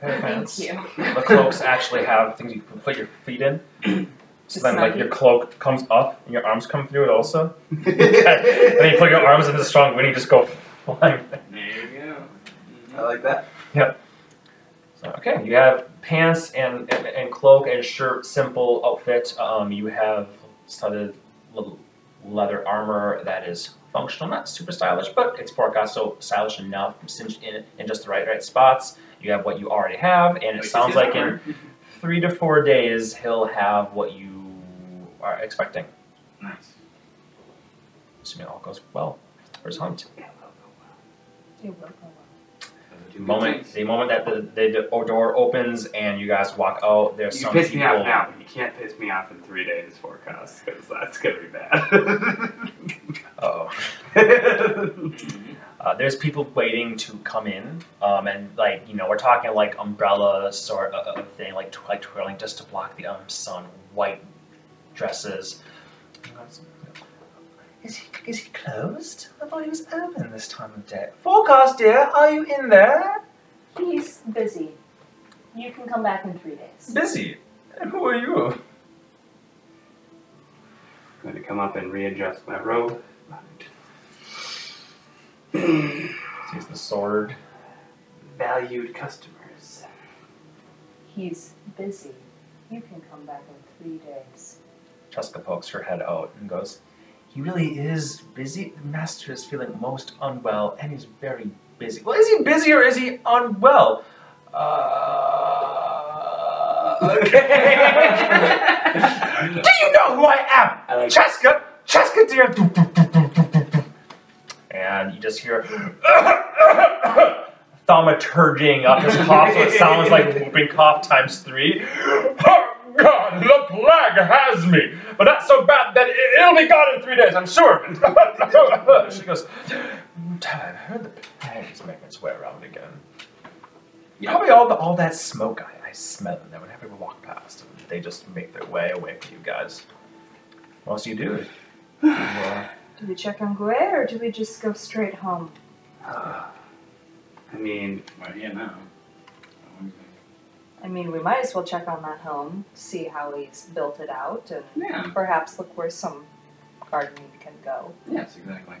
Speaker 2: Pants.
Speaker 5: Thank you.
Speaker 2: The cloaks actually have things you can put your feet in. So
Speaker 5: Just
Speaker 2: then, like
Speaker 5: snuggie.
Speaker 2: your cloak comes up and your arms come through it also. and then you put your arms in the strong wind, you just go flying.
Speaker 8: There you go. Mm-hmm.
Speaker 2: Uh,
Speaker 3: I like that.
Speaker 2: So, okay, you have pants and, and, and cloak and shirt, simple outfit. Um, you have studded le- leather armor that is functional, not super stylish, but it's forecast so stylish enough, cinched in in just the right right spots. You have what you already have, and it
Speaker 8: Which is
Speaker 2: sounds
Speaker 8: his
Speaker 2: like in
Speaker 8: armor.
Speaker 2: three to four days he'll have what you are expecting.
Speaker 8: Nice.
Speaker 2: Assuming all goes well for his hunt.
Speaker 5: It will go well.
Speaker 2: The moment the moment that the, the do- door opens and you guys walk out, there's
Speaker 3: You
Speaker 2: some
Speaker 3: piss
Speaker 2: people.
Speaker 3: me off now, but you can't piss me off in three days forecast, because that's gonna be bad.
Speaker 2: Uh-oh. Uh, there's people waiting to come in, um, and like you know, we're talking like umbrella sort of of thing, like tw- like twirling just to block the um sun. White dresses. Is he is he closed? I thought he was open this time of day. Forecast, dear, are you in there?
Speaker 5: He's busy. You can come back in three days.
Speaker 2: Busy. And who are you?
Speaker 3: I'm gonna come up and readjust my robe.
Speaker 2: Sees the sword.
Speaker 3: Valued customers.
Speaker 5: He's busy. You can come back in three days.
Speaker 2: Cheska pokes her head out and goes, He really is busy. The master is feeling most unwell and he's very busy. Well, is he busy or is he unwell? Uh, okay. Do you know who I am?
Speaker 3: I like
Speaker 2: Cheska! Cheska, dear! And you just hear thaumaturging up his cough, so it sounds like whooping cough times three. God, the plague has me! But that's so bad that it, will be gone in three days, I'm sure of it. she goes, Dad, I heard the plague is making its way around again.
Speaker 8: Yeah.
Speaker 2: Probably all, the, all that smoke I, I smell in there whenever we walk past, and they just make their way away from you guys. What else do you do? You, uh,
Speaker 5: Do we check on Gray or do we just go straight home?
Speaker 3: uh, I mean,
Speaker 8: Well, yeah, no. I wouldn't
Speaker 5: I mean, we might as well check on that home, see how he's built it out, and
Speaker 8: think- Yeah.
Speaker 5: perhaps look where some gardening can go.
Speaker 8: Yes, exactly.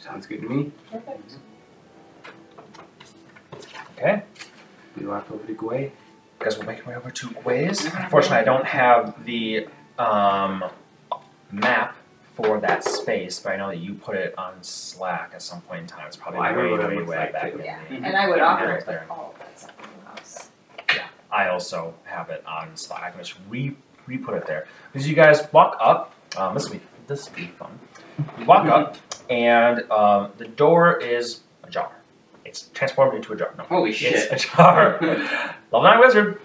Speaker 3: sounds good to me.
Speaker 5: Perfect.
Speaker 3: We walk over to Gwei.
Speaker 2: You guys will make my way over to Ways. Unfortunately, I don't have the um, map for that space, but I know that you put it on Slack at some point in time. It's probably
Speaker 3: Well, I
Speaker 2: way,
Speaker 3: remember what it
Speaker 2: way,
Speaker 3: looks
Speaker 2: way
Speaker 3: like,
Speaker 2: back
Speaker 3: too.
Speaker 2: in
Speaker 5: Yeah.
Speaker 2: the-
Speaker 5: And I would
Speaker 2: Yeah,
Speaker 5: offer
Speaker 2: yeah,
Speaker 5: it,
Speaker 2: there.
Speaker 5: but all of that's up in the house.
Speaker 2: I also have it on Slack. I can just re re put it there. Because you guys walk up, um, this will be this will be fun. You walk up, and um, the door is ajar. It's transformed into a jar. No,
Speaker 8: Holy
Speaker 2: it's
Speaker 8: shit.
Speaker 2: ajar. Level nine wizard.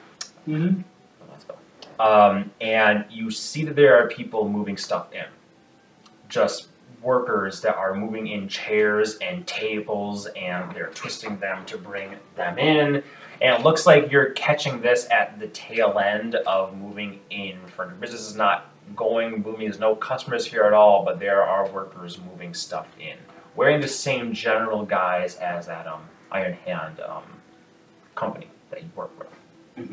Speaker 3: Mm-hmm.
Speaker 2: Let's go. Um, and you see that there are people moving stuff in. Just workers that are moving in chairs and tables and they're twisting them to bring them in. And it looks like you're catching this at the tail end of moving in. For business is not going, moving, there's no customers here at all, but there are workers moving stuff in. Wearing the same general guise as that um, Iron Hand um, company that you work with.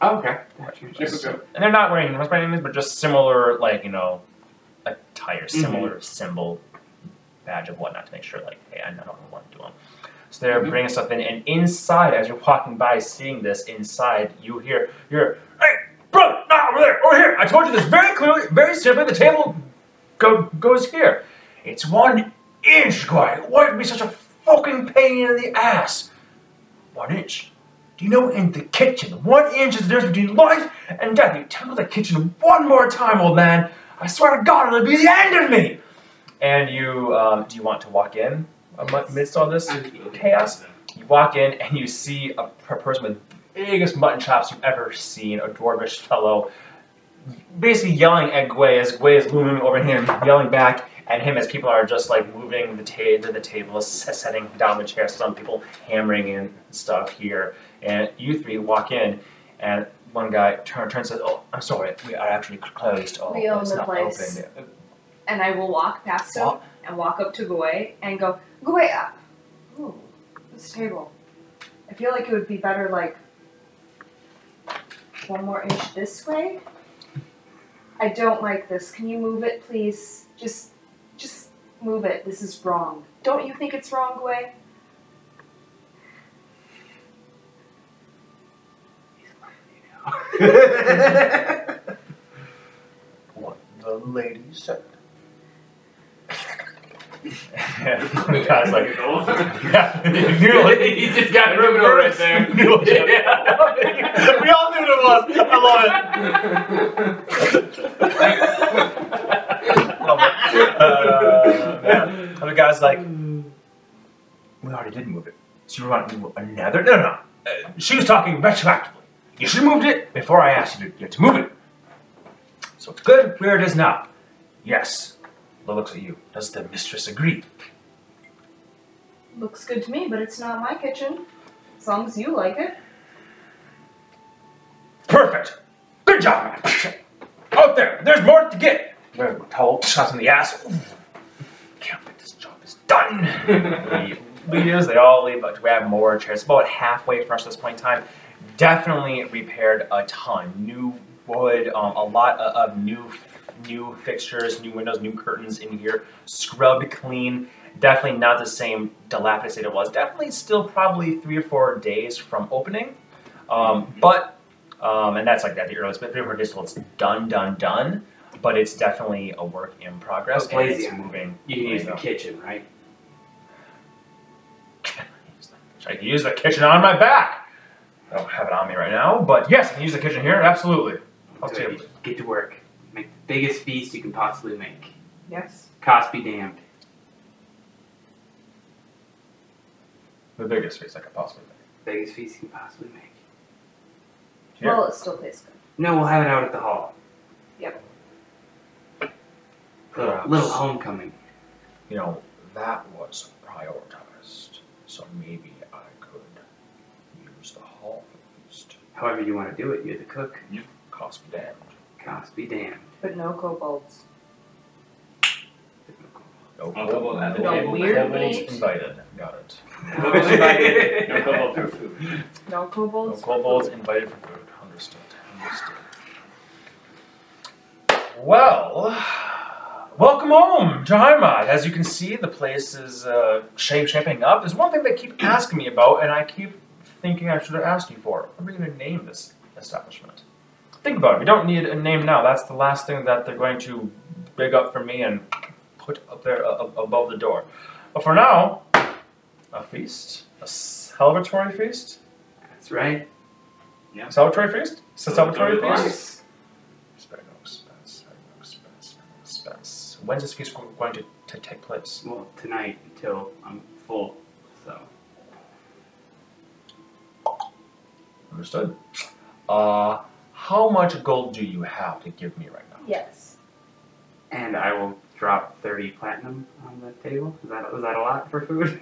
Speaker 3: Oh, okay.
Speaker 2: And they're not wearing uniforms by any means, but just similar, like, you know, attire, similar symbol, badge of whatnot to make sure, like, hey, I don't know what to do. So they're
Speaker 8: Mhm.
Speaker 2: bringing stuff in, and inside, as you're walking by, seeing this, inside, you hear, you're, hey, bro, not over there, over here. I told you this very clearly, very simply, the table go, goes here. It's one inch, guy. Why be such a fucking pain in the ass? One inch. Do you know in the kitchen, one inch is the difference between life and death? You tell me the kitchen one more time, old man. I swear to God, it'll be the end of me. And you, um, do you want to walk in amidst all this chaos? You walk in and you see a per- person with the biggest mutton chops you've ever seen, a dwarvish fellow, basically yelling at Gwei as Gwei is looming over him, yelling back at him as people are just like moving the ta- to the table, s- setting down the chairs. Some people hammering in stuff here, and you three walk in, and one guy turn, turns and says, "Oh, I'm sorry, we are actually closed. Oh,
Speaker 5: We own
Speaker 2: it's
Speaker 5: the
Speaker 2: not
Speaker 5: place."
Speaker 2: open."
Speaker 5: And I will walk past him
Speaker 2: Walk.
Speaker 5: and walk up to Gwei and go, Gwei, uh, ooh, this table. I feel like it would be better, like, one more inch this way. I don't like this. Can you move it, please? Just, just move it. This is wrong. Don't you think it's wrong, Gwei?
Speaker 2: what the lady said. the guy's like, yeah, you knew it.
Speaker 3: He's just got Rubino right there.
Speaker 2: we all knew what it was. I love it. Love it. Uh, man. and the guy's like, we already did move it. So you want to move another? No, no. no. Uh, she was talking retroactively. You should have moved it before I asked you to, to move it. So it's good where it is now. Yes. Lo looks at you. Does the mistress agree?
Speaker 5: Looks good to me, but it's not my kitchen. As long as you like it.
Speaker 2: Perfect. Good job, man. Out there. There's more to get. There's my towel. Shots in the ass. Ooh. Can't wait. This job is done. we leaders, they all leave, but we have more chairs. About halfway for us at this point in time. Definitely repaired a ton. New wood, um, a lot of, of new new fixtures, new windows, new curtains in here. Scrubbed clean. Definitely not the same dilapidated state it was. Definitely still probably three or four days from opening. Um, but um, and that's like that the earliest, but Three Digital, it's done, done, done. But it's definitely a work in progress,
Speaker 3: Oh,
Speaker 2: and it's
Speaker 3: Blazing.
Speaker 2: moving.
Speaker 3: You can use the
Speaker 2: Yeah.
Speaker 3: kitchen, right?
Speaker 2: I can use the kitchen on my back. I don't have it on me right now, but yes, I can use the kitchen here. Absolutely. I'll
Speaker 3: Do it.
Speaker 2: take it.
Speaker 3: Get to work. Make the biggest feast you can possibly make.
Speaker 5: Yes.
Speaker 3: Cost be damned.
Speaker 2: The biggest face I could possibly make.
Speaker 3: Biggest feast you can possibly make.
Speaker 2: Yeah.
Speaker 5: Well, it still tastes good.
Speaker 3: No, we'll have it out at the hall.
Speaker 5: Yep.
Speaker 2: Perhaps.
Speaker 3: Little homecoming.
Speaker 2: You know, that was prioritized, so maybe I could use the hall at least.
Speaker 3: However you want to do it, you're the cook.
Speaker 2: Cost me damned.
Speaker 3: Cost be damned.
Speaker 5: But no kobolds.
Speaker 2: No
Speaker 8: I'll double that.
Speaker 5: No
Speaker 8: Table
Speaker 5: weird
Speaker 8: management.
Speaker 5: meat.
Speaker 2: invited. Got it.
Speaker 8: Kobolds invited. No kobolds for food.
Speaker 5: No
Speaker 2: No
Speaker 5: kobolds.
Speaker 2: kobolds invited for food. Understood. Understood. Well, welcome home to Heimat. As you can see, the place is uh, shape shaping up. There's one thing they keep asking me about, and I keep thinking I should have asked you for. What are we going to name this establishment? Think about it. We don't need a name now. That's the last thing that they're going to big up for me and put up there uh, ab- above the door. But for now, a feast, a celebratory feast.
Speaker 3: That's right.
Speaker 2: Celebratory feast? It's a celebratory
Speaker 8: Celebratory
Speaker 2: feast? Spend no expense, spend no expense, spend no expense. When's this feast go- going to, to take place?
Speaker 3: Well, tonight until I'm full. So
Speaker 2: Understood. Uh, how much gold do you have to give me right now?
Speaker 5: Yes.
Speaker 3: and I will drop thirty platinum on the table. Is that was that a lot for food?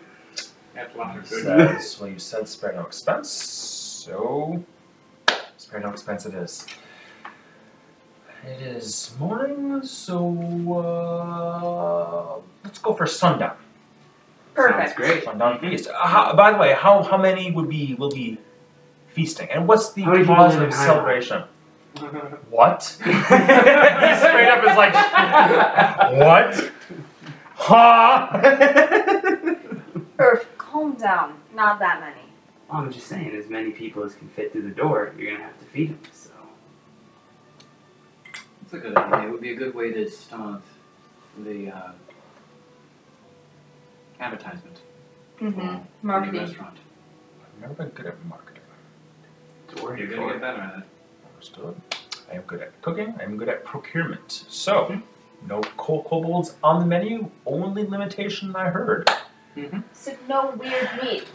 Speaker 8: That's a lot of food.
Speaker 2: Says, well, you said spare no expense, so spare no expense it is. It is morning, so uh, let's go for sundown.
Speaker 5: Perfect.
Speaker 3: Sounds great.
Speaker 2: Sundown feast. Uh, how, by the way, how how many would be will be feasting, and what's the
Speaker 3: How many people
Speaker 2: cause
Speaker 3: live in
Speaker 2: of
Speaker 3: Highland?
Speaker 2: celebration? What? He straight
Speaker 3: straight
Speaker 2: up is like, what? Huh?
Speaker 5: Earth, calm down. Not that many.
Speaker 3: Well, I'm just saying, as many people as can fit through the door, you're gonna have to feed them. So
Speaker 4: It's a good idea. It would be a good way to start the uh, advertisement
Speaker 5: Mm-hmm.
Speaker 4: for the new
Speaker 5: Marketing.
Speaker 4: restaurant.
Speaker 2: I've never been good at marketing.
Speaker 3: it's worth
Speaker 8: You're
Speaker 3: it
Speaker 8: gonna
Speaker 3: for
Speaker 8: get
Speaker 3: it.
Speaker 8: better at it.
Speaker 2: Understood. I am good at cooking. I am good at procurement.
Speaker 3: Hmm.
Speaker 2: So, no co- kobolds on the menu. Only limitation I heard.
Speaker 5: Said no weird meat.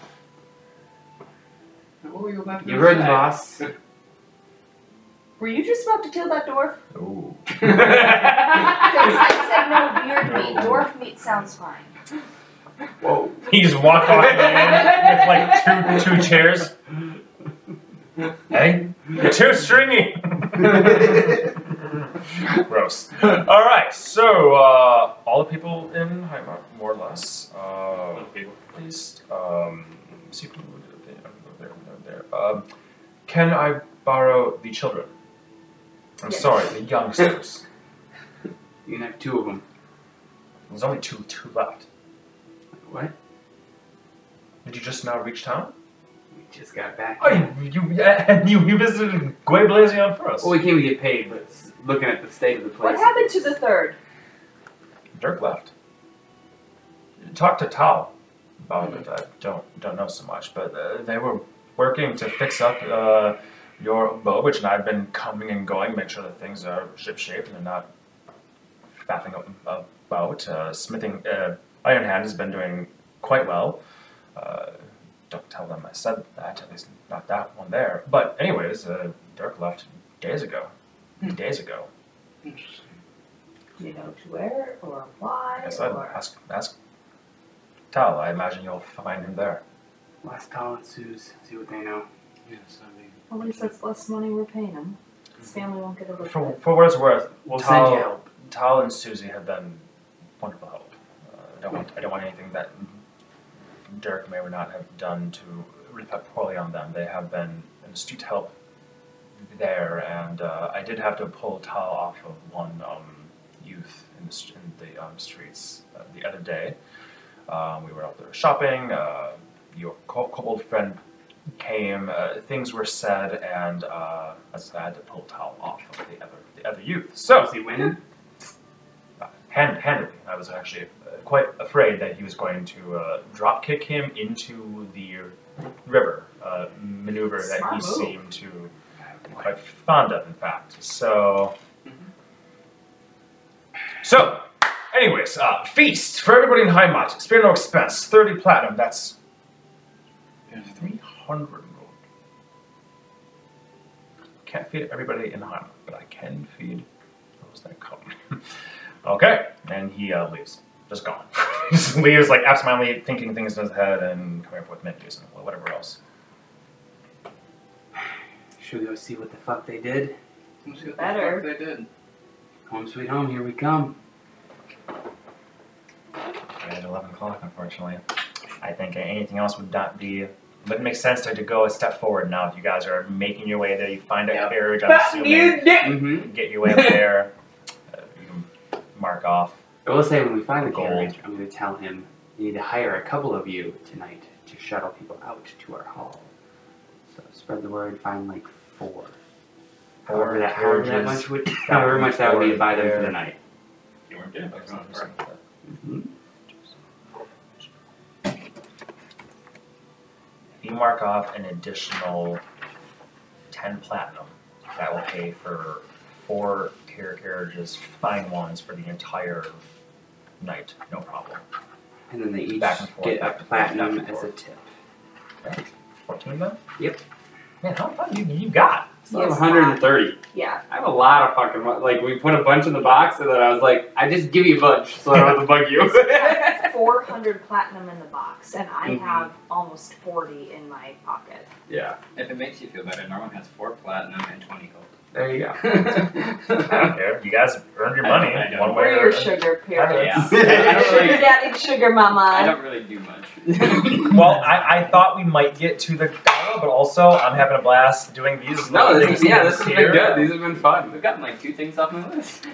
Speaker 4: Now, What were you about to
Speaker 3: You heard the
Speaker 4: say?
Speaker 3: boss.
Speaker 5: Were you just about to kill that dwarf?
Speaker 2: Ooh.
Speaker 5: Because I said no weird meat.
Speaker 2: No.
Speaker 5: Dwarf meat sounds fine.
Speaker 3: Whoa.
Speaker 2: He's walk off man with like two two chairs. Hey, you're too stringy. Gross. All right, so uh, all the people in Heimat, more or less, uh, at least, um, see if we can do it there, there, there, there. Um, can I borrow the children? I'm
Speaker 5: Yes.
Speaker 2: sorry, the youngsters.
Speaker 3: You can have two of them.
Speaker 2: There's only two two left.
Speaker 3: What?
Speaker 2: Did you just now reach town?
Speaker 3: We just got back.
Speaker 2: Oh, you you, uh, you, you visited Gueblazion first.
Speaker 3: Well, we came to get paid, but s- looking at the state of the place,
Speaker 5: What happened to the third?
Speaker 2: Dirk left. Talk to Tal about it. I don't don't know so much, but uh, they were working to fix up uh, your boat, and I've been coming and going, make sure that things are ship shape and they're not faffing up about. Uh, smithing uh, Iron Hand has been doing quite well. Uh, don't tell them I said that. At least not that one there. But anyways, uh, Dirk left days ago. Days ago.
Speaker 4: Interesting.
Speaker 5: You know to where or why
Speaker 2: Yes, I'd
Speaker 5: or
Speaker 2: ask, ask Tal. I imagine you'll find him there.
Speaker 3: last call and Sue's. See what they know.
Speaker 4: Yes, I mean,
Speaker 5: at least that's less money we're paying him. His family won't get a look
Speaker 2: For,
Speaker 5: at
Speaker 2: for what it's worth,
Speaker 3: We'll
Speaker 2: Tal,
Speaker 3: send you help.
Speaker 2: Tal and Susie have been wonderful help. Uh, I don't want I don't want anything that Dirk may or not have done to reflect poorly on them. They have been an astute help there, and uh, I did have to pull Tal off of one um, youth in the, st- in the um, streets uh, the other day. Um, we were out there shopping. Uh, your co- kobold friend came, uh, things were said, and uh, as I had to pull Tal off of the other the other youth. So
Speaker 3: Oh, Is he winning?
Speaker 2: hand, handily, I was actually uh, quite afraid that he was going to uh, drop kick him into the river uh, maneuver that
Speaker 5: Smart
Speaker 2: he
Speaker 5: move.
Speaker 2: seemed to be quite fond of, in fact. So, so. Anyways, uh, feast for everybody in Heimat. Spare no expense. 30 platinum. That's
Speaker 4: good.
Speaker 2: 300 gold. can't feed everybody in harm, but I can feed those that come. okay, and he uh, leaves. Just gone. he just leaves, like, absentmindedly thinking things in his head and coming up with menus and whatever else.
Speaker 3: Should we go see what the fuck they did?
Speaker 8: Let's see what the
Speaker 5: Better.
Speaker 8: fuck They did.
Speaker 3: Home sweet home, here we come.
Speaker 2: At 11 o'clock, unfortunately. I think anything else would not be. Wouldn't make sense to, to go a step forward now. If you guys are making your way there, you find a
Speaker 3: Yep.
Speaker 2: carriage, I'm assuming.
Speaker 3: Mm-hmm.
Speaker 2: Get your way up there. Uh, you can mark off.
Speaker 3: I will say when we find the
Speaker 2: Gold.
Speaker 3: carriage, I'm going to tell him you need to hire a couple of you tonight to shuttle people out to our hall. So spread the word. Find like four.
Speaker 2: Four
Speaker 3: However that, however that
Speaker 2: carriages.
Speaker 3: much would however much that would be to buy them for the night.
Speaker 8: You weren't getting it.
Speaker 3: hmm
Speaker 2: You mark off an additional 10 platinum. That will pay for four care carriages, fine ones for the entire night, no problem.
Speaker 3: And then they each
Speaker 2: Back and forth,
Speaker 3: get
Speaker 2: back
Speaker 3: a
Speaker 2: and forth, back
Speaker 3: platinum
Speaker 2: and
Speaker 3: as a
Speaker 2: forth.
Speaker 3: tip.
Speaker 2: 14 then?
Speaker 3: Yep.
Speaker 2: Man, how fun you, you got?
Speaker 3: So I'm
Speaker 5: Yes,
Speaker 3: 130.
Speaker 5: Yeah.
Speaker 3: I have a lot of fucking mon- like we put a bunch in the box and then I was like, I just give you a bunch so I don't have to bug you.
Speaker 5: Four hundred platinum in the box, and I
Speaker 3: Mhm.
Speaker 5: have almost forty in my pocket.
Speaker 3: yeah,
Speaker 8: If it makes you feel better, Norman has four platinum and twenty gold.
Speaker 3: there you go.
Speaker 2: I don't care. You guys earned your money
Speaker 8: I don't-
Speaker 2: one way
Speaker 5: We're
Speaker 2: or
Speaker 5: your sugar parents.
Speaker 8: Yeah.
Speaker 5: Sugar daddy, sugar
Speaker 8: I
Speaker 5: mama.
Speaker 8: don't really do much.
Speaker 2: Well, I, I thought we might get to the gala, but also I'm having a blast doing these.
Speaker 3: no,
Speaker 2: little
Speaker 3: this is,
Speaker 2: things
Speaker 3: yeah, this has
Speaker 2: here.
Speaker 3: been good. These have been fun.
Speaker 8: We've gotten like two things off my list.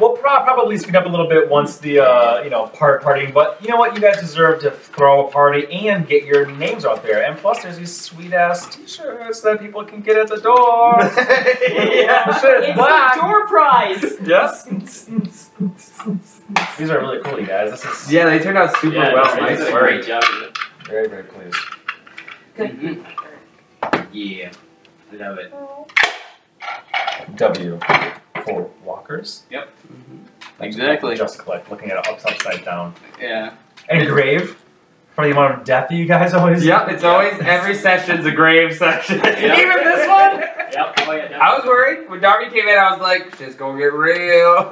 Speaker 2: We'll pro- probably speed up a little bit once the uh, you know part partying, but you know what? You guys deserve to throw a party and get your names out there. And plus, there's these sweet ass T-shirts that people can get at the door. The shit is
Speaker 5: It's
Speaker 2: black.
Speaker 5: the door prize.
Speaker 2: Yes. These are really cool, you guys. This is
Speaker 3: Yeah, they turned out super
Speaker 8: yeah,
Speaker 3: well.
Speaker 8: no, you did
Speaker 3: Nice
Speaker 8: a
Speaker 3: work.
Speaker 8: great job with it.
Speaker 2: very very pleased.
Speaker 5: Good.
Speaker 3: Mm-hmm.
Speaker 8: Yeah, I love it.
Speaker 2: W for walkers. That's what
Speaker 8: Exactly.
Speaker 2: Just collect. Looking at it ups- upside down.
Speaker 8: Yeah.
Speaker 2: And grave for the amount of death that you guys always.
Speaker 3: Yep, it's always every session's a grave session.
Speaker 8: Yep.
Speaker 3: Even this one.
Speaker 8: Yep. Oh, yeah,
Speaker 3: I was worried when Darby came in. I was like, "Shit's gonna get real."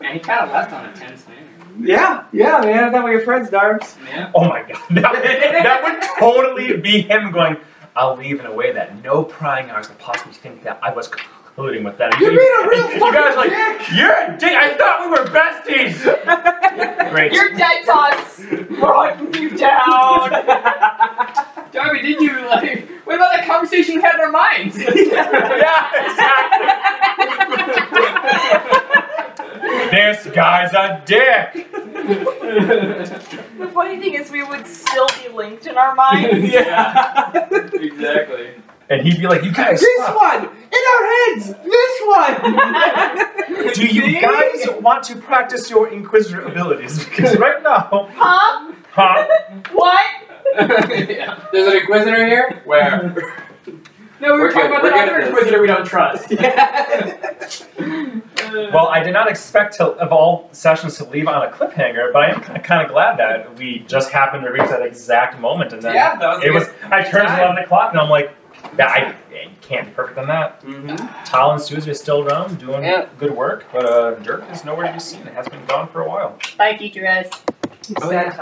Speaker 8: And he kind of left on a tense manner.
Speaker 3: yeah, yeah, man. I thought we were friends, Darbs.
Speaker 8: Yeah.
Speaker 2: Oh my god, that would, that would totally be him going. I'll leave in a way that no prying eyes would possibly think that I was colluding with that.
Speaker 3: You're being a real
Speaker 2: You guys are
Speaker 3: fucking
Speaker 2: like, you're a dick. I thought we were besties. Great.
Speaker 5: Your dead toss brought you down.
Speaker 8: Darby, did you like? What about that conversation we had in our minds?
Speaker 2: yeah, exactly. This guy's a dick.
Speaker 5: The funny thing is, we would still be linked in our minds.
Speaker 8: exactly.
Speaker 2: And he'd be like, you guys
Speaker 3: This
Speaker 2: suck.
Speaker 3: one in our heads. This one.
Speaker 2: Do you guys want to practice your inquisitor abilities? Because right now,
Speaker 5: huh?
Speaker 2: huh?
Speaker 5: What?
Speaker 8: yeah.
Speaker 3: There's an inquisitor here. Where?
Speaker 8: No, we were
Speaker 3: We're
Speaker 8: talking
Speaker 3: good,
Speaker 8: about
Speaker 3: we're
Speaker 8: that
Speaker 3: good
Speaker 8: other
Speaker 3: at this.
Speaker 8: inquisitor we don't trust.
Speaker 2: Well, I did not expect to, of all sessions to leave on a cliffhanger, but I am kind of glad that we just happened to reach that exact moment. And then
Speaker 3: yeah, that was.
Speaker 2: it was, I turned to
Speaker 3: time.
Speaker 2: 11 o'clock and I'm like, that I, it can't be perfect on that.
Speaker 3: Mm-hmm.
Speaker 2: Tal and Susie are still around doing
Speaker 3: Yeah.
Speaker 2: good work, but uh, Dirk is nowhere to be seen. It has been gone for a while.
Speaker 14: Bye, teacher guys.
Speaker 3: Oh, yeah.